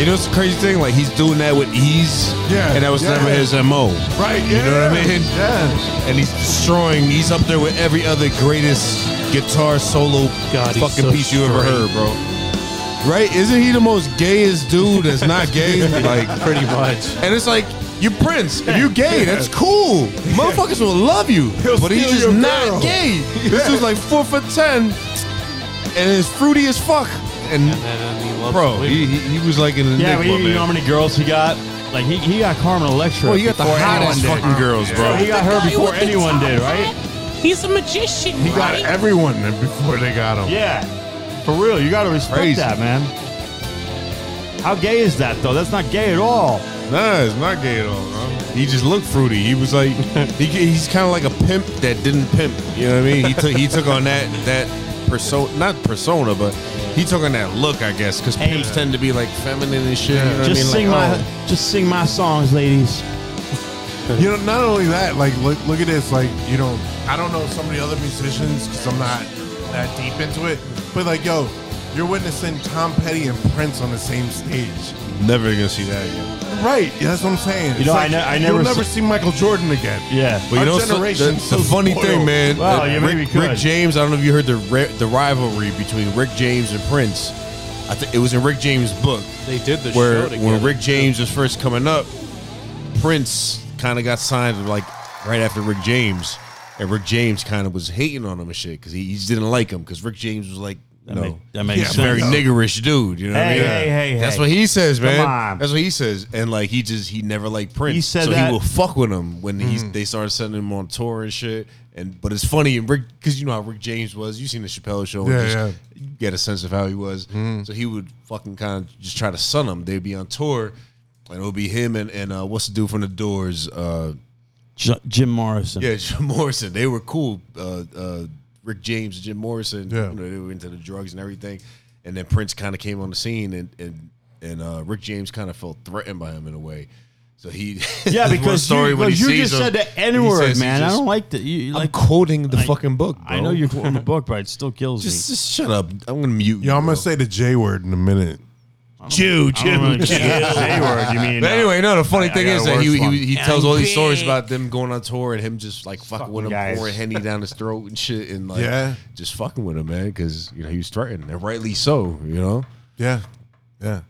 You know, it's a crazy thing. Like he's doing that with ease,
Yeah,
and that was
yeah.
never his mo.
Right,
You know what I
yeah,
mean?
Yeah.
And he's destroying. He's up there with every other greatest guitar solo
God, he's
fucking
so
piece you ever
straight.
heard, bro. Right? Isn't he the most gayest dude that's not gay? like
Pretty much.
And it's like you Prince. If you're gay, that's cool. Motherfuckers will love you, but he's
steal
just
your
not
girl.
gay. This dude's like four foot ten, and is fruity as fuck. And, bro, he, he, he was like an
Yeah,
enigma,
but you, you
man.
know how many girls he got? Like, he, he got Carmen Electra.
Well, he got the
before
hottest
anyone did. Uh-huh.
fucking girls, bro.
He got
The
her
guy
before
with the
anyone
top
did, right?
hat? He's a magician,
He got
right?
everyone before they got him.
Yeah. For real, you got to respect
Crazy.
that, man. How gay is that, though? That's not gay at all.
Nah, it's not gay at all, bro. He just looked fruity. He was like, he, he's kind of like a pimp that didn't pimp. You know what I mean? He took he took on that that persona, not persona, but he took on that look, I guess, because pimps
uh,
tend to be like feminine and shit. You know
Just
what I mean?
sing
like,
my just sing my songs, ladies.
You know, not only that, like look look at this, like you know, I don't know some of the other musicians because I'm not that deep into it, but like yo, you're witnessing Tom Petty and Prince on the same stage.
oh, never gonna see that again.
right. That's what I'm saying.
You know, I ne- I never
You'll
s-
never see Michael Jordan again.
Yeah.
But you
Our
know, so-
generation.
the, the funny thing, man. uh, Rick,
Rick,
Rick James. I don't know if you heard the ri- the rivalry between Rick James and Prince. I think it was in Rick James' book.
They did the
where
show together.
when Rick James was first coming up, Prince kind of got signed like right after Rick James, and Rick James kind of was hating on him and shit because he, he just didn't like him because Rick James was like.
That
no,
make- that makes
he's a very
sense.
niggerish dude. You know
Hey,
what I
hey,
mean?
hey,
That's
hey.
what he says,
Come
man.
on.
That's what he says. And like he just he never liked Prince.
He said
so
that-
he will fuck with him when he's,
Hmm.
they started sending him on tour and shit. And but it's funny and Rick because you know how Rick James was. You seen the Chappelle show. and
Yeah,
just-
yeah. Hmm.
You get a sense of how he was. So he would fucking kind of just try to sun him. They'd be on tour, and it would be him and and uh, what's the dude from the Doors? Uh,
J- Jim Morrison.
yeah, Jim Morrison. They were cool. Uh, uh, Rick James, Jim Morrison.
Yeah.
You know, they were into the drugs and everything. And then Prince kind of came on the scene, and and and uh, Rick James kind of felt threatened by him in a way. So he
Yeah,
there's one
because
story
you,
when he
because you
sees
just
him,
said the
he
N word,
says he
man. I
just-
don't like the. You, like,
quoting the fucking book.
I know you're quoting the book, but it still kills
Just-
me.
just shut up. I'm gonna mute you.
Yo, I'm gonna say the J word in a minute.
Jew, Jew,
really
Jew.
care. J-word, you mean,
But
uh,
anyway, no. The funny
I- I
thing
got
is
a
that
word
he
for
he,
him.
he tells all these
Okay.
stories about them going on tour and him just like fucking with him,
guys.
pouring henny down his throat and shit, and like
Yeah.
just fucking with him, man, because you know he was threatened, and rightly so, you know.
Yeah, yeah.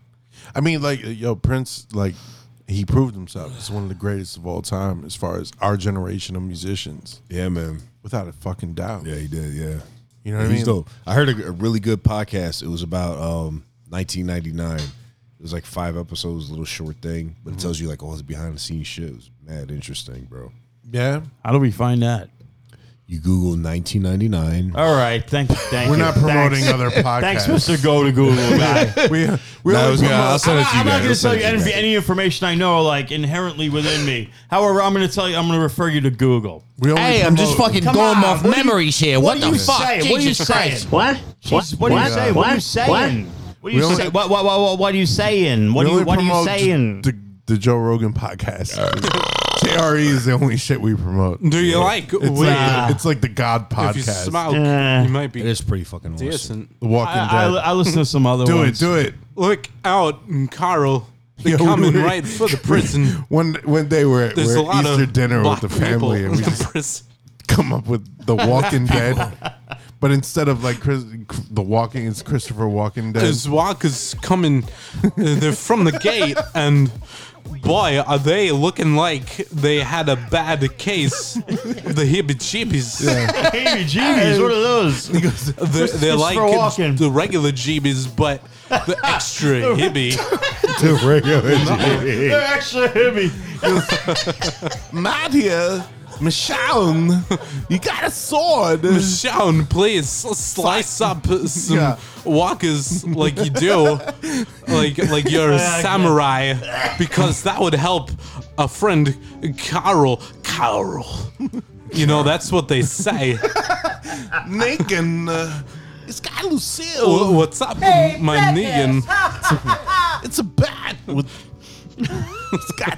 I mean, like yo, Prince, like he proved himself. He's one of the greatest of all time as far as our generation of musicians.
Yeah, man.
Without a fucking doubt.
Yeah, he did. Yeah.
You know what I mean?
He's dope. I heard a, a really good podcast. It was about um, 1999. It was like five episodes, little short thing, but it tells you like all his behind the scenes shit. It was mad interesting, bro.
Yeah.
How do we find that?
You Google 1999.
All right, thank, thank
We're
you.
not promoting other
Thanks,
podcasts.
Mr. Go to Google guy.
we
we That only was good. promote- I'll send it to you guys.
I'm not
I'll
going to
send
tell
it
you
to you
any,
guys.
any information I know, like inherently within me. However, I'm going to tell you. I'm going to refer you to Google. We
Hey, I'm just fucking going off memories here. What,
do
the
you
fuck?
saying? What are you
Jesus
saying?
Christ.
Jeez, What? do you say? What are you saying? What
We
do you
only-
say? What? What? What? What? What are you saying? What
We
are you?
only
What are you
promote j-
saying?
The, the Joe Rogan podcast. JRE is the only shit we promote.
Do you like-
It's,
Wait.
like, it's like the God podcast.
If you smoke, you might be. It
is pretty fucking
awesome.
The Walking Dead. Do it. Do it.
Look out, Carl. They're
Yo, we
coming
were-
right for the prison.
One one day we're at,
There's
we're
a
at
lot
Easter
of
dinner
black
with the family
people
and we
in
just
prison.
come up with The Walking Dead. But instead of like Chris, The Walking, it's Christopher Walking Dead.
There's walkers coming. uh, They're from the gate, and boy, are they looking like they had a bad case. of the heebie-jeebies.
Yeah. Heebie-jeebies, what are those?
He goes, they're, they're
Christopher
like
Walken.
the regular jeebies, but the extra hippie.
the regular
They're actually heavy.
My dear, Michonne, you got a sword.
Michonne, please s- slice up some
Yeah.
walkers like you do, like like you're a
Yeah, I
samurai, because that would help a friend, Carl. Carl, you know that's what they say.
Negan, uh, it's got Lucille.
Wha- What's up,
Hey,
my
Negan.
Negan?
it's a bat. it's got.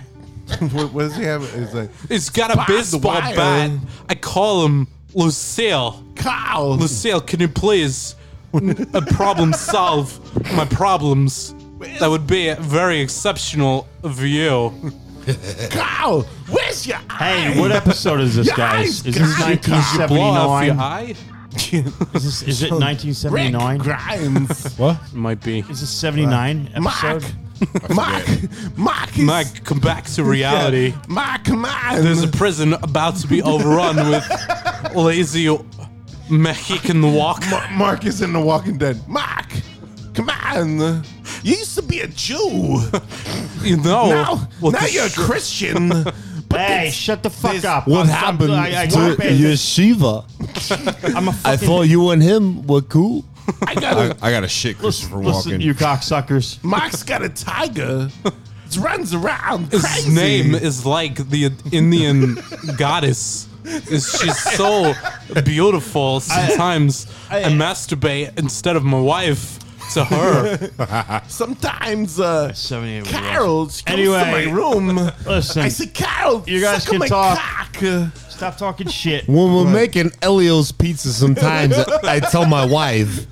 what, what does he have? It's like
It's got a
Spot the
baseball
wire.
bat. I call him Lucille.
Kyle.
Lucille, can you please n- uh, problem solve my problems? That would be very exceptional of you.
Kyle, where's your eye?
Hey, what episode is this,
Your
guys?
eyes,
Is this
Kyle.
You blow off your
1979?
eye?
Is, this, is it
Rick
1979?
Grimes.
What?
Might be.
Is this 79 episode?
Mike, Mike,
Mike, come back to reality.
Mike, come on.
There's a prison about to be overrun with lazy Mexican walk.
Ma- Mark is in The Walking Dead. Mark, come on. You used to be a Jew.
You know.
now,
what
now
the
you're
sh-
a Christian. But
Hey,
this-
shut the fuck
this-
up. I'm fucking- I, I, I,
Yeshiva?
I'm a
I
fucking.
thought you and him were cool.
I got
I,
a,
I got a shit Christopher
Listen,
Walken.
you cocksuckers.
Mark's got a tiger. It runs around.
His
crazy.
name is like the Indian goddess. It's- She's so beautiful. Sometimes I, masturbate instead of my wife to her.
Sometimes uh,
78 was
Carol she comes to my
Anyway,
room.
listen.
I said, Carol,
You guys
suck on
can
my
talk.
cock. Uh,
Stop talking shit.
When we're making Elio's pizza, sometimes I tell my wife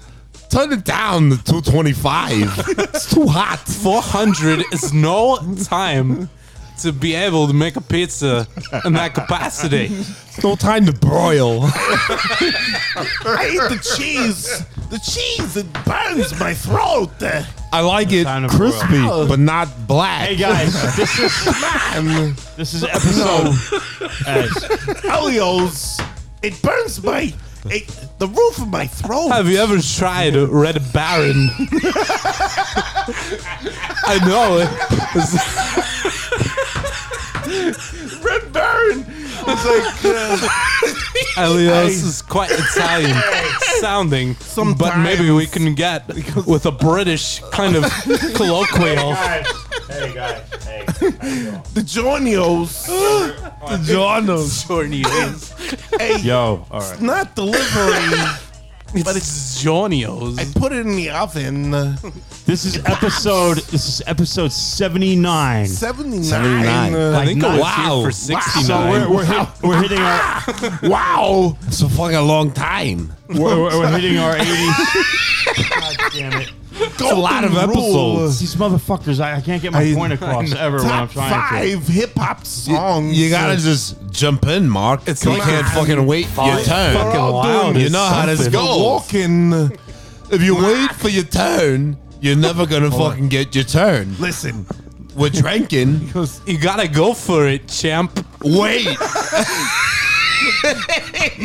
turn it down to 225.
it's too hot. 400 is no time to be able to make a pizza in that capacity.
It's no time to broil.
I eat the cheese. The cheese it burns my throat.
I like it crispy, but not black.
Hey guys, this is
Man,
this is episode.
Elio's. It burns my it, the roof of my throat.
Have you ever tried Red Baron? I know it. It's-
Red Baron. It's like
Elios is quite Italian sounding, but maybe we can get with a British kind of colloquial.
Hey guys, hey. uh,
The Jornios.
The Jornos. hey,
Yo, all
it's not delivery.
but it's Jornios.
I put it in the oven.
This is episode. This is episode seventy nine.
79. Uh,
I think it was
Wow.
here for
Wow.
sixty
So
nine.
we're we're, hit, we're hitting our
wow, it's a fucking long time.
we're, we're, we're hitting our eighties.
It's a lot of
Golden rule.
episodes.
These motherfuckers, I, I can't get my
I-
point across ever when I'm
Top
trying to.
five hip hop songs.
You gotta just jump in, Mark. It's you
like-
can't fucking wait for your
Fuck.
turn.
Fucking wild
You
is
know how this
something.
goes.
Walking.
If you wait for your turn, you're never gonna fucking get your turn.
Listen,
We're drinking.
You gotta go for it, champ.
Wait.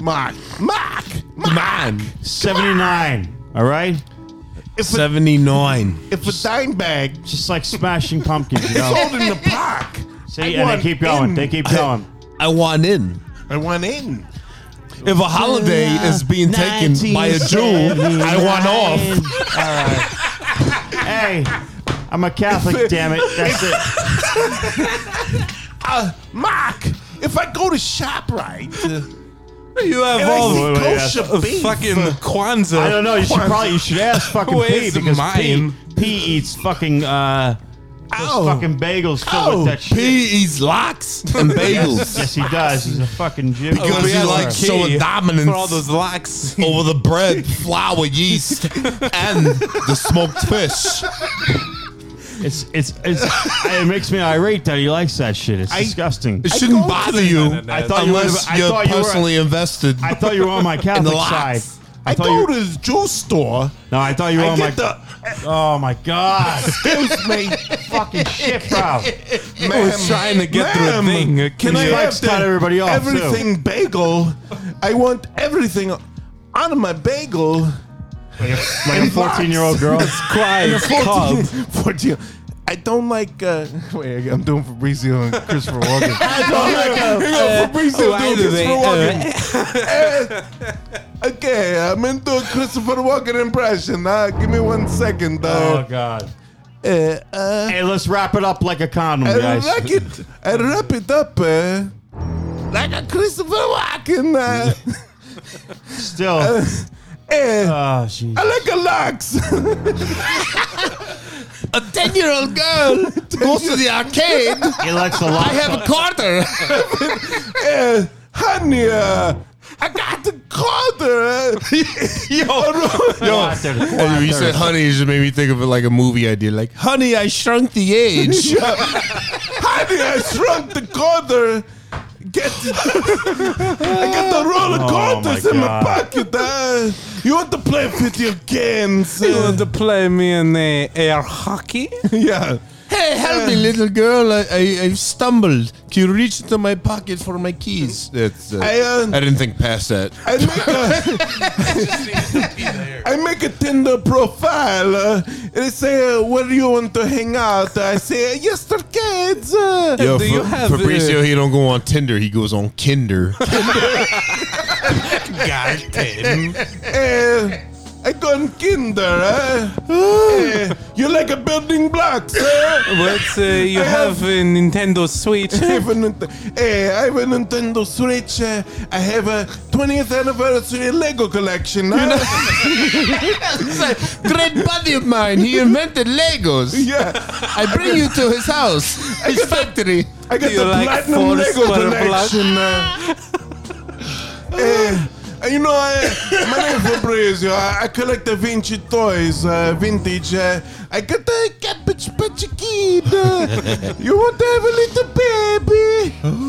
Mark, Mark.
Man.
Seventy nine. All right,
If a,
79.
if a dime bag
just like smashing pumpkins. You know?
sold in the park,
See,
I
and
want
they keep going.
in.
They keep going.
I want in.
I went in.
If a holiday is being taken by a Jew, I want off.
All right. Hey, I'm a Catholic. damn it. That's it.
Uh, Mark, if I go to ShopRite, uh,
You have
and I
all
see
wait, wait,
kosher
the
beef,
fucking Kwanzaa.
I don't know. You should probably you should ask fucking P
Where's
because P,
mine?
P eats fucking uh those
Ow.
fucking bagels filled with that shit.
He eats locks and bagels.
Yes, he does. He's a fucking Jew. Oh,
Because
we
Oh, he
had
likes
key
showing dominance
for all those locks.
over the bread, flour, yeast, and the smoked fish.
It's it's it's it makes me irate that he likes that shit. It's disgusting.
It shouldn't
go
bother
to-
you
I
thought you were-
unless
I
you're
thought you were-
personally invested.
I thought you were on my Catholic
locks.
side. I,
I
thought
go
you
to the Jew store.
No, I thought you were
I
on my
get the
Oh my god.
excuse me,
fucking shit, bro.
I was trying to get through a
ma'am,
thing. uh,
Can
you-
I have
likes to cut
the
everybody off, too.
everything bagel? I want everything on my bagel.
Like a 14-year-old girl.
quiet cub.
14. I don't like. Uh, wait, I'm doing Fabrizio and Christopher Walken. I don't like. Uh, Fabrizio
oh,
why
doing
do they-
Christopher Walken.
uh,
Eh, okay, I'm into a Christopher Walken impression. Uh, give me one second,
Oh
though.
god.
Uh, uh,
Hey, let's wrap it up like a condom,
I
guys.
like it. I wrap it up. Uh, like a Christopher Walken. Uh,
Still.
eh,
Oh jeez.
I like a lux.
A 10 year old girl goes to the arcade.
He likes a lot.
I have a quarter.
Eh, honey, uh, I got eh. the quarter. Uh,
Go out there.
And you said, honey, it just made me think of it like a movie idea. Like, honey, I shrunk the age.
Honey, I shrunk the quarter. Get I got the roll of
Oh,
quarters
my
in my
God.
pocket. Uh, you want to play video games?
You want
Uh,
to play me in uh, air hockey?
yeah. Uh,
hey, help me, little girl. I, I, I've stumbled. Can you reach into my pocket for my keys? That's, uh,
I, uh,
I didn't think past that.
I make a, I make a Tinder profile. Uh, and they say, uh, where do you want to hang out? I say, yesterday. Uh,
Yo,
Do you
Fa-
have,
Fabrizio,
uh,
he don't go on Tinder. He goes on Kinder.
God damn.
Eh, I gone kinder, eh? Eh, you like a building block, sir?
But uh, you have a Nintendo Switch.
I have a, Nint- eh, I have a Nintendo Switch. eh, I have a 20th anniversary Lego collection. huh?
Great buddy of mine. He invented Legos.
yeah,
I bring you to his house, his factory.
I got
You
the
like
platinum
four
Lego
square
collection. eh. Eh, Uh, You know, I, my name is Fabrizio. I, I collect the vintage toys, uh, vintage. Uh, I got a cabbage patch kid. Uh, you want to have a little baby?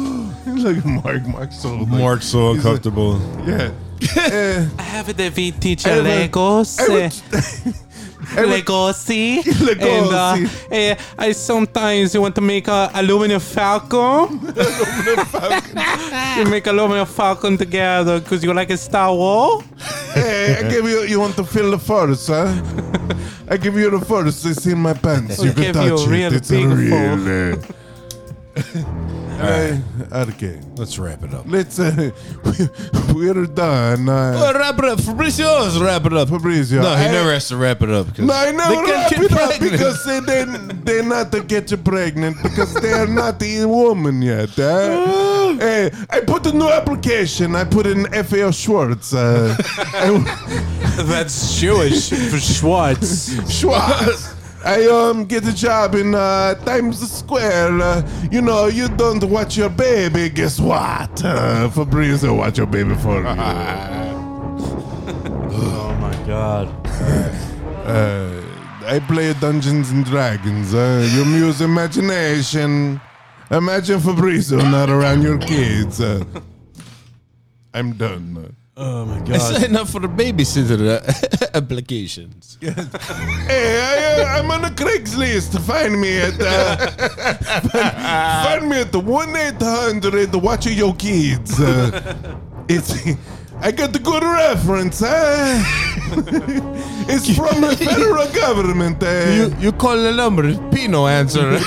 Look at Mark. Mark's so like-
Mark's so uncomfortable.
Yeah. Uh,
I have the vintage
I would-
Legos.
I would-
eh, Legosi. And, uh, eh, I sometimes you want to make a aluminum falcon. you make aluminum falcon together because you like a Star Wars.
Hey, I give you. You want to feel the force, huh? I give you the force. It's in my pants.
We
You can
give you
touch
a real
it. It's
big
real.
right.
uh, okay,
let's wrap it up.
Let's. Uh, we, we're done.
Well,
Uh,
wrap it up. Fabrizio always wrap it up.
Fabrizio.
No, he
I-
never has to wrap it up. 'cause-
no, I never
They
wrap
can't get
it up
pregnant.
because they, they they're not to get you pregnant because they are not a woman yet. huh? hey, I put a new application. I put in FAO Schwartz. Uh,
That's Jewish for Schwartz.
Schwartz. I um get a job in uh, Times Square. Uh, you know, you don't watch your baby. Guess what? Uh, Fabrizio will watch your baby for you.
oh my god.
Uh, I play Dungeons and Dragons. Uh, you use imagination. Imagine Fabrizio not around your kids. Uh, I'm done.
Oh my
I signed up for the babysitter uh, applications.
Hey, I, uh, I'm on a Craigslist. Find me at uh, find, find me at one eight hundred. Watch your kids. Uh, it's I got the good reference. Huh? it's from the federal government. Uh,
You call the number, Pino answer.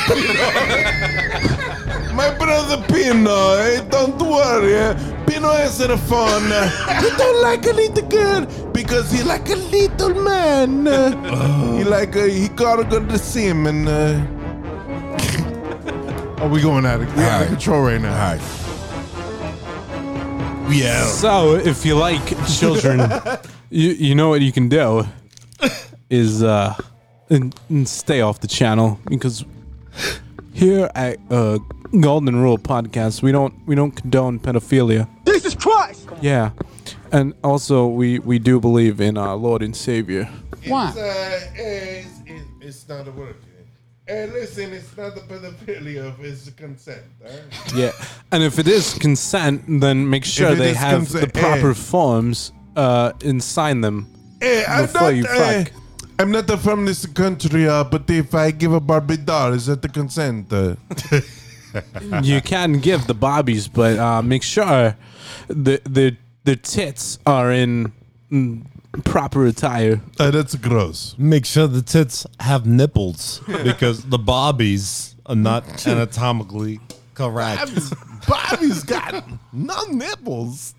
my brother Pino. eh, don't worry. eh, Pino answer the phone. Uh, you don't like a little girl because he like a little man. Uh, He like uh, he gotta go to the sim and. Uh, Are we going out of, we're out of control right now? All
right.
Yeah. So, if you like children, you you know what you can do is uh and, and stay off the channel because here at uh Golden Rule Podcast we don't we don't condone pedophilia.
Jesus Christ!
Yeah. And also we we do believe in our Lord and Savior.
Why? It's, uh, it's, it- it's not a word. Hey, listen, it's not the pedophilia, it's consent. eh? Huh?
Yeah. And if it is consent, then make sure
it
they
is
have
consent,
the proper
eh.
forms uh and sign them.
Hey, Eh, I'm
Before
not,
you
uh,
fuck.
I'm not uh, from this country, uh, but if I give a Barbie doll, is that the consent? Uh,
you can give the bobbies, but uh, make sure the the the tits are in mm, proper attire.
Uh, that's gross.
Make sure the tits have nipples because the bobbies are not anatomically correct.
Bobby's got no nipples.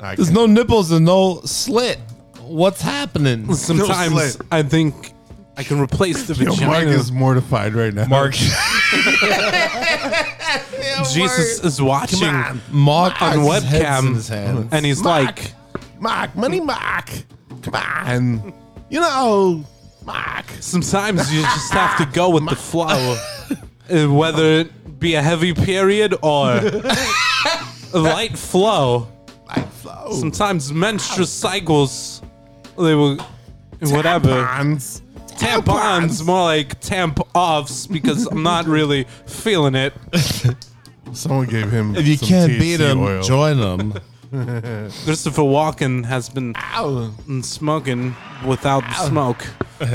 There's no nipples and no slit. What's happening?
Sometimes I think I can replace the
Yo, Mark
vagina.
is
mortified right now.
Mark.
Jesus is watching
Come
Mark
on
has his heads in his
webcam,
hands.
and he's
Mark.
like,
Mark, money, Mark. Come on. You know, Mark.
Sometimes you just have to go with the flow, Uh, whether it be a heavy period or a light flow. Light flow. Sometimes menstrual cycles, they will, whatever.
Tampons.
Tampons, more like tamp offs because I'm not really feeling it.
Someone gave him.
If you
some
can't
THC
beat 'em,
oil.
join 'em. Christopher Walken has been smoking without the smoke.
All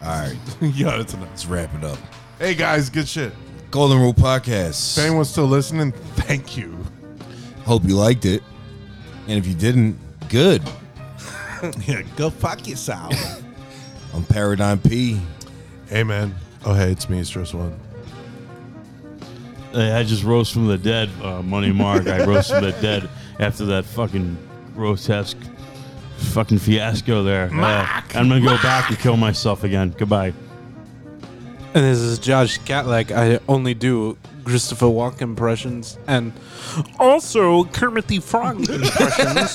right.
yeah, that's enough.
Let's wrap it up.
hey, guys, good shit.
Golden Rule Podcast.
If anyone's still listening, thank you.
Hope you liked it. And if you didn't, good.
yeah, go fuck yourself.
I'm Paradigm P.
Hey, man. Oh, hey, it's me, Stress One.
I I just rose from the dead, uh, Money Mark. I rose from the dead after that fucking grotesque fucking fiasco there. Uh, I'm gonna go back and kill myself again. Goodbye.
And this is Josh Catlack. I only do Christopher Walken impressions and also Kermit the Frog impressions.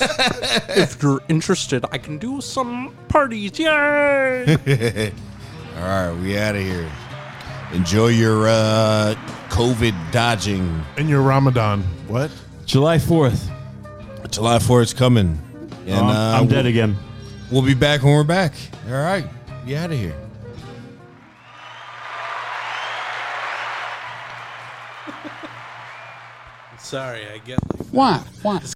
if you're interested, I can do some parties. Yay!
All right, we out of here. Enjoy your uh, COVID dodging.
And your Ramadan. What?
July 4th.
July 4th is coming. And
Oh,
uh,
I'm- I'm dead again.
We'll be back when we're back. All right. Be out of here.
Sorry, I get.
Why? Why?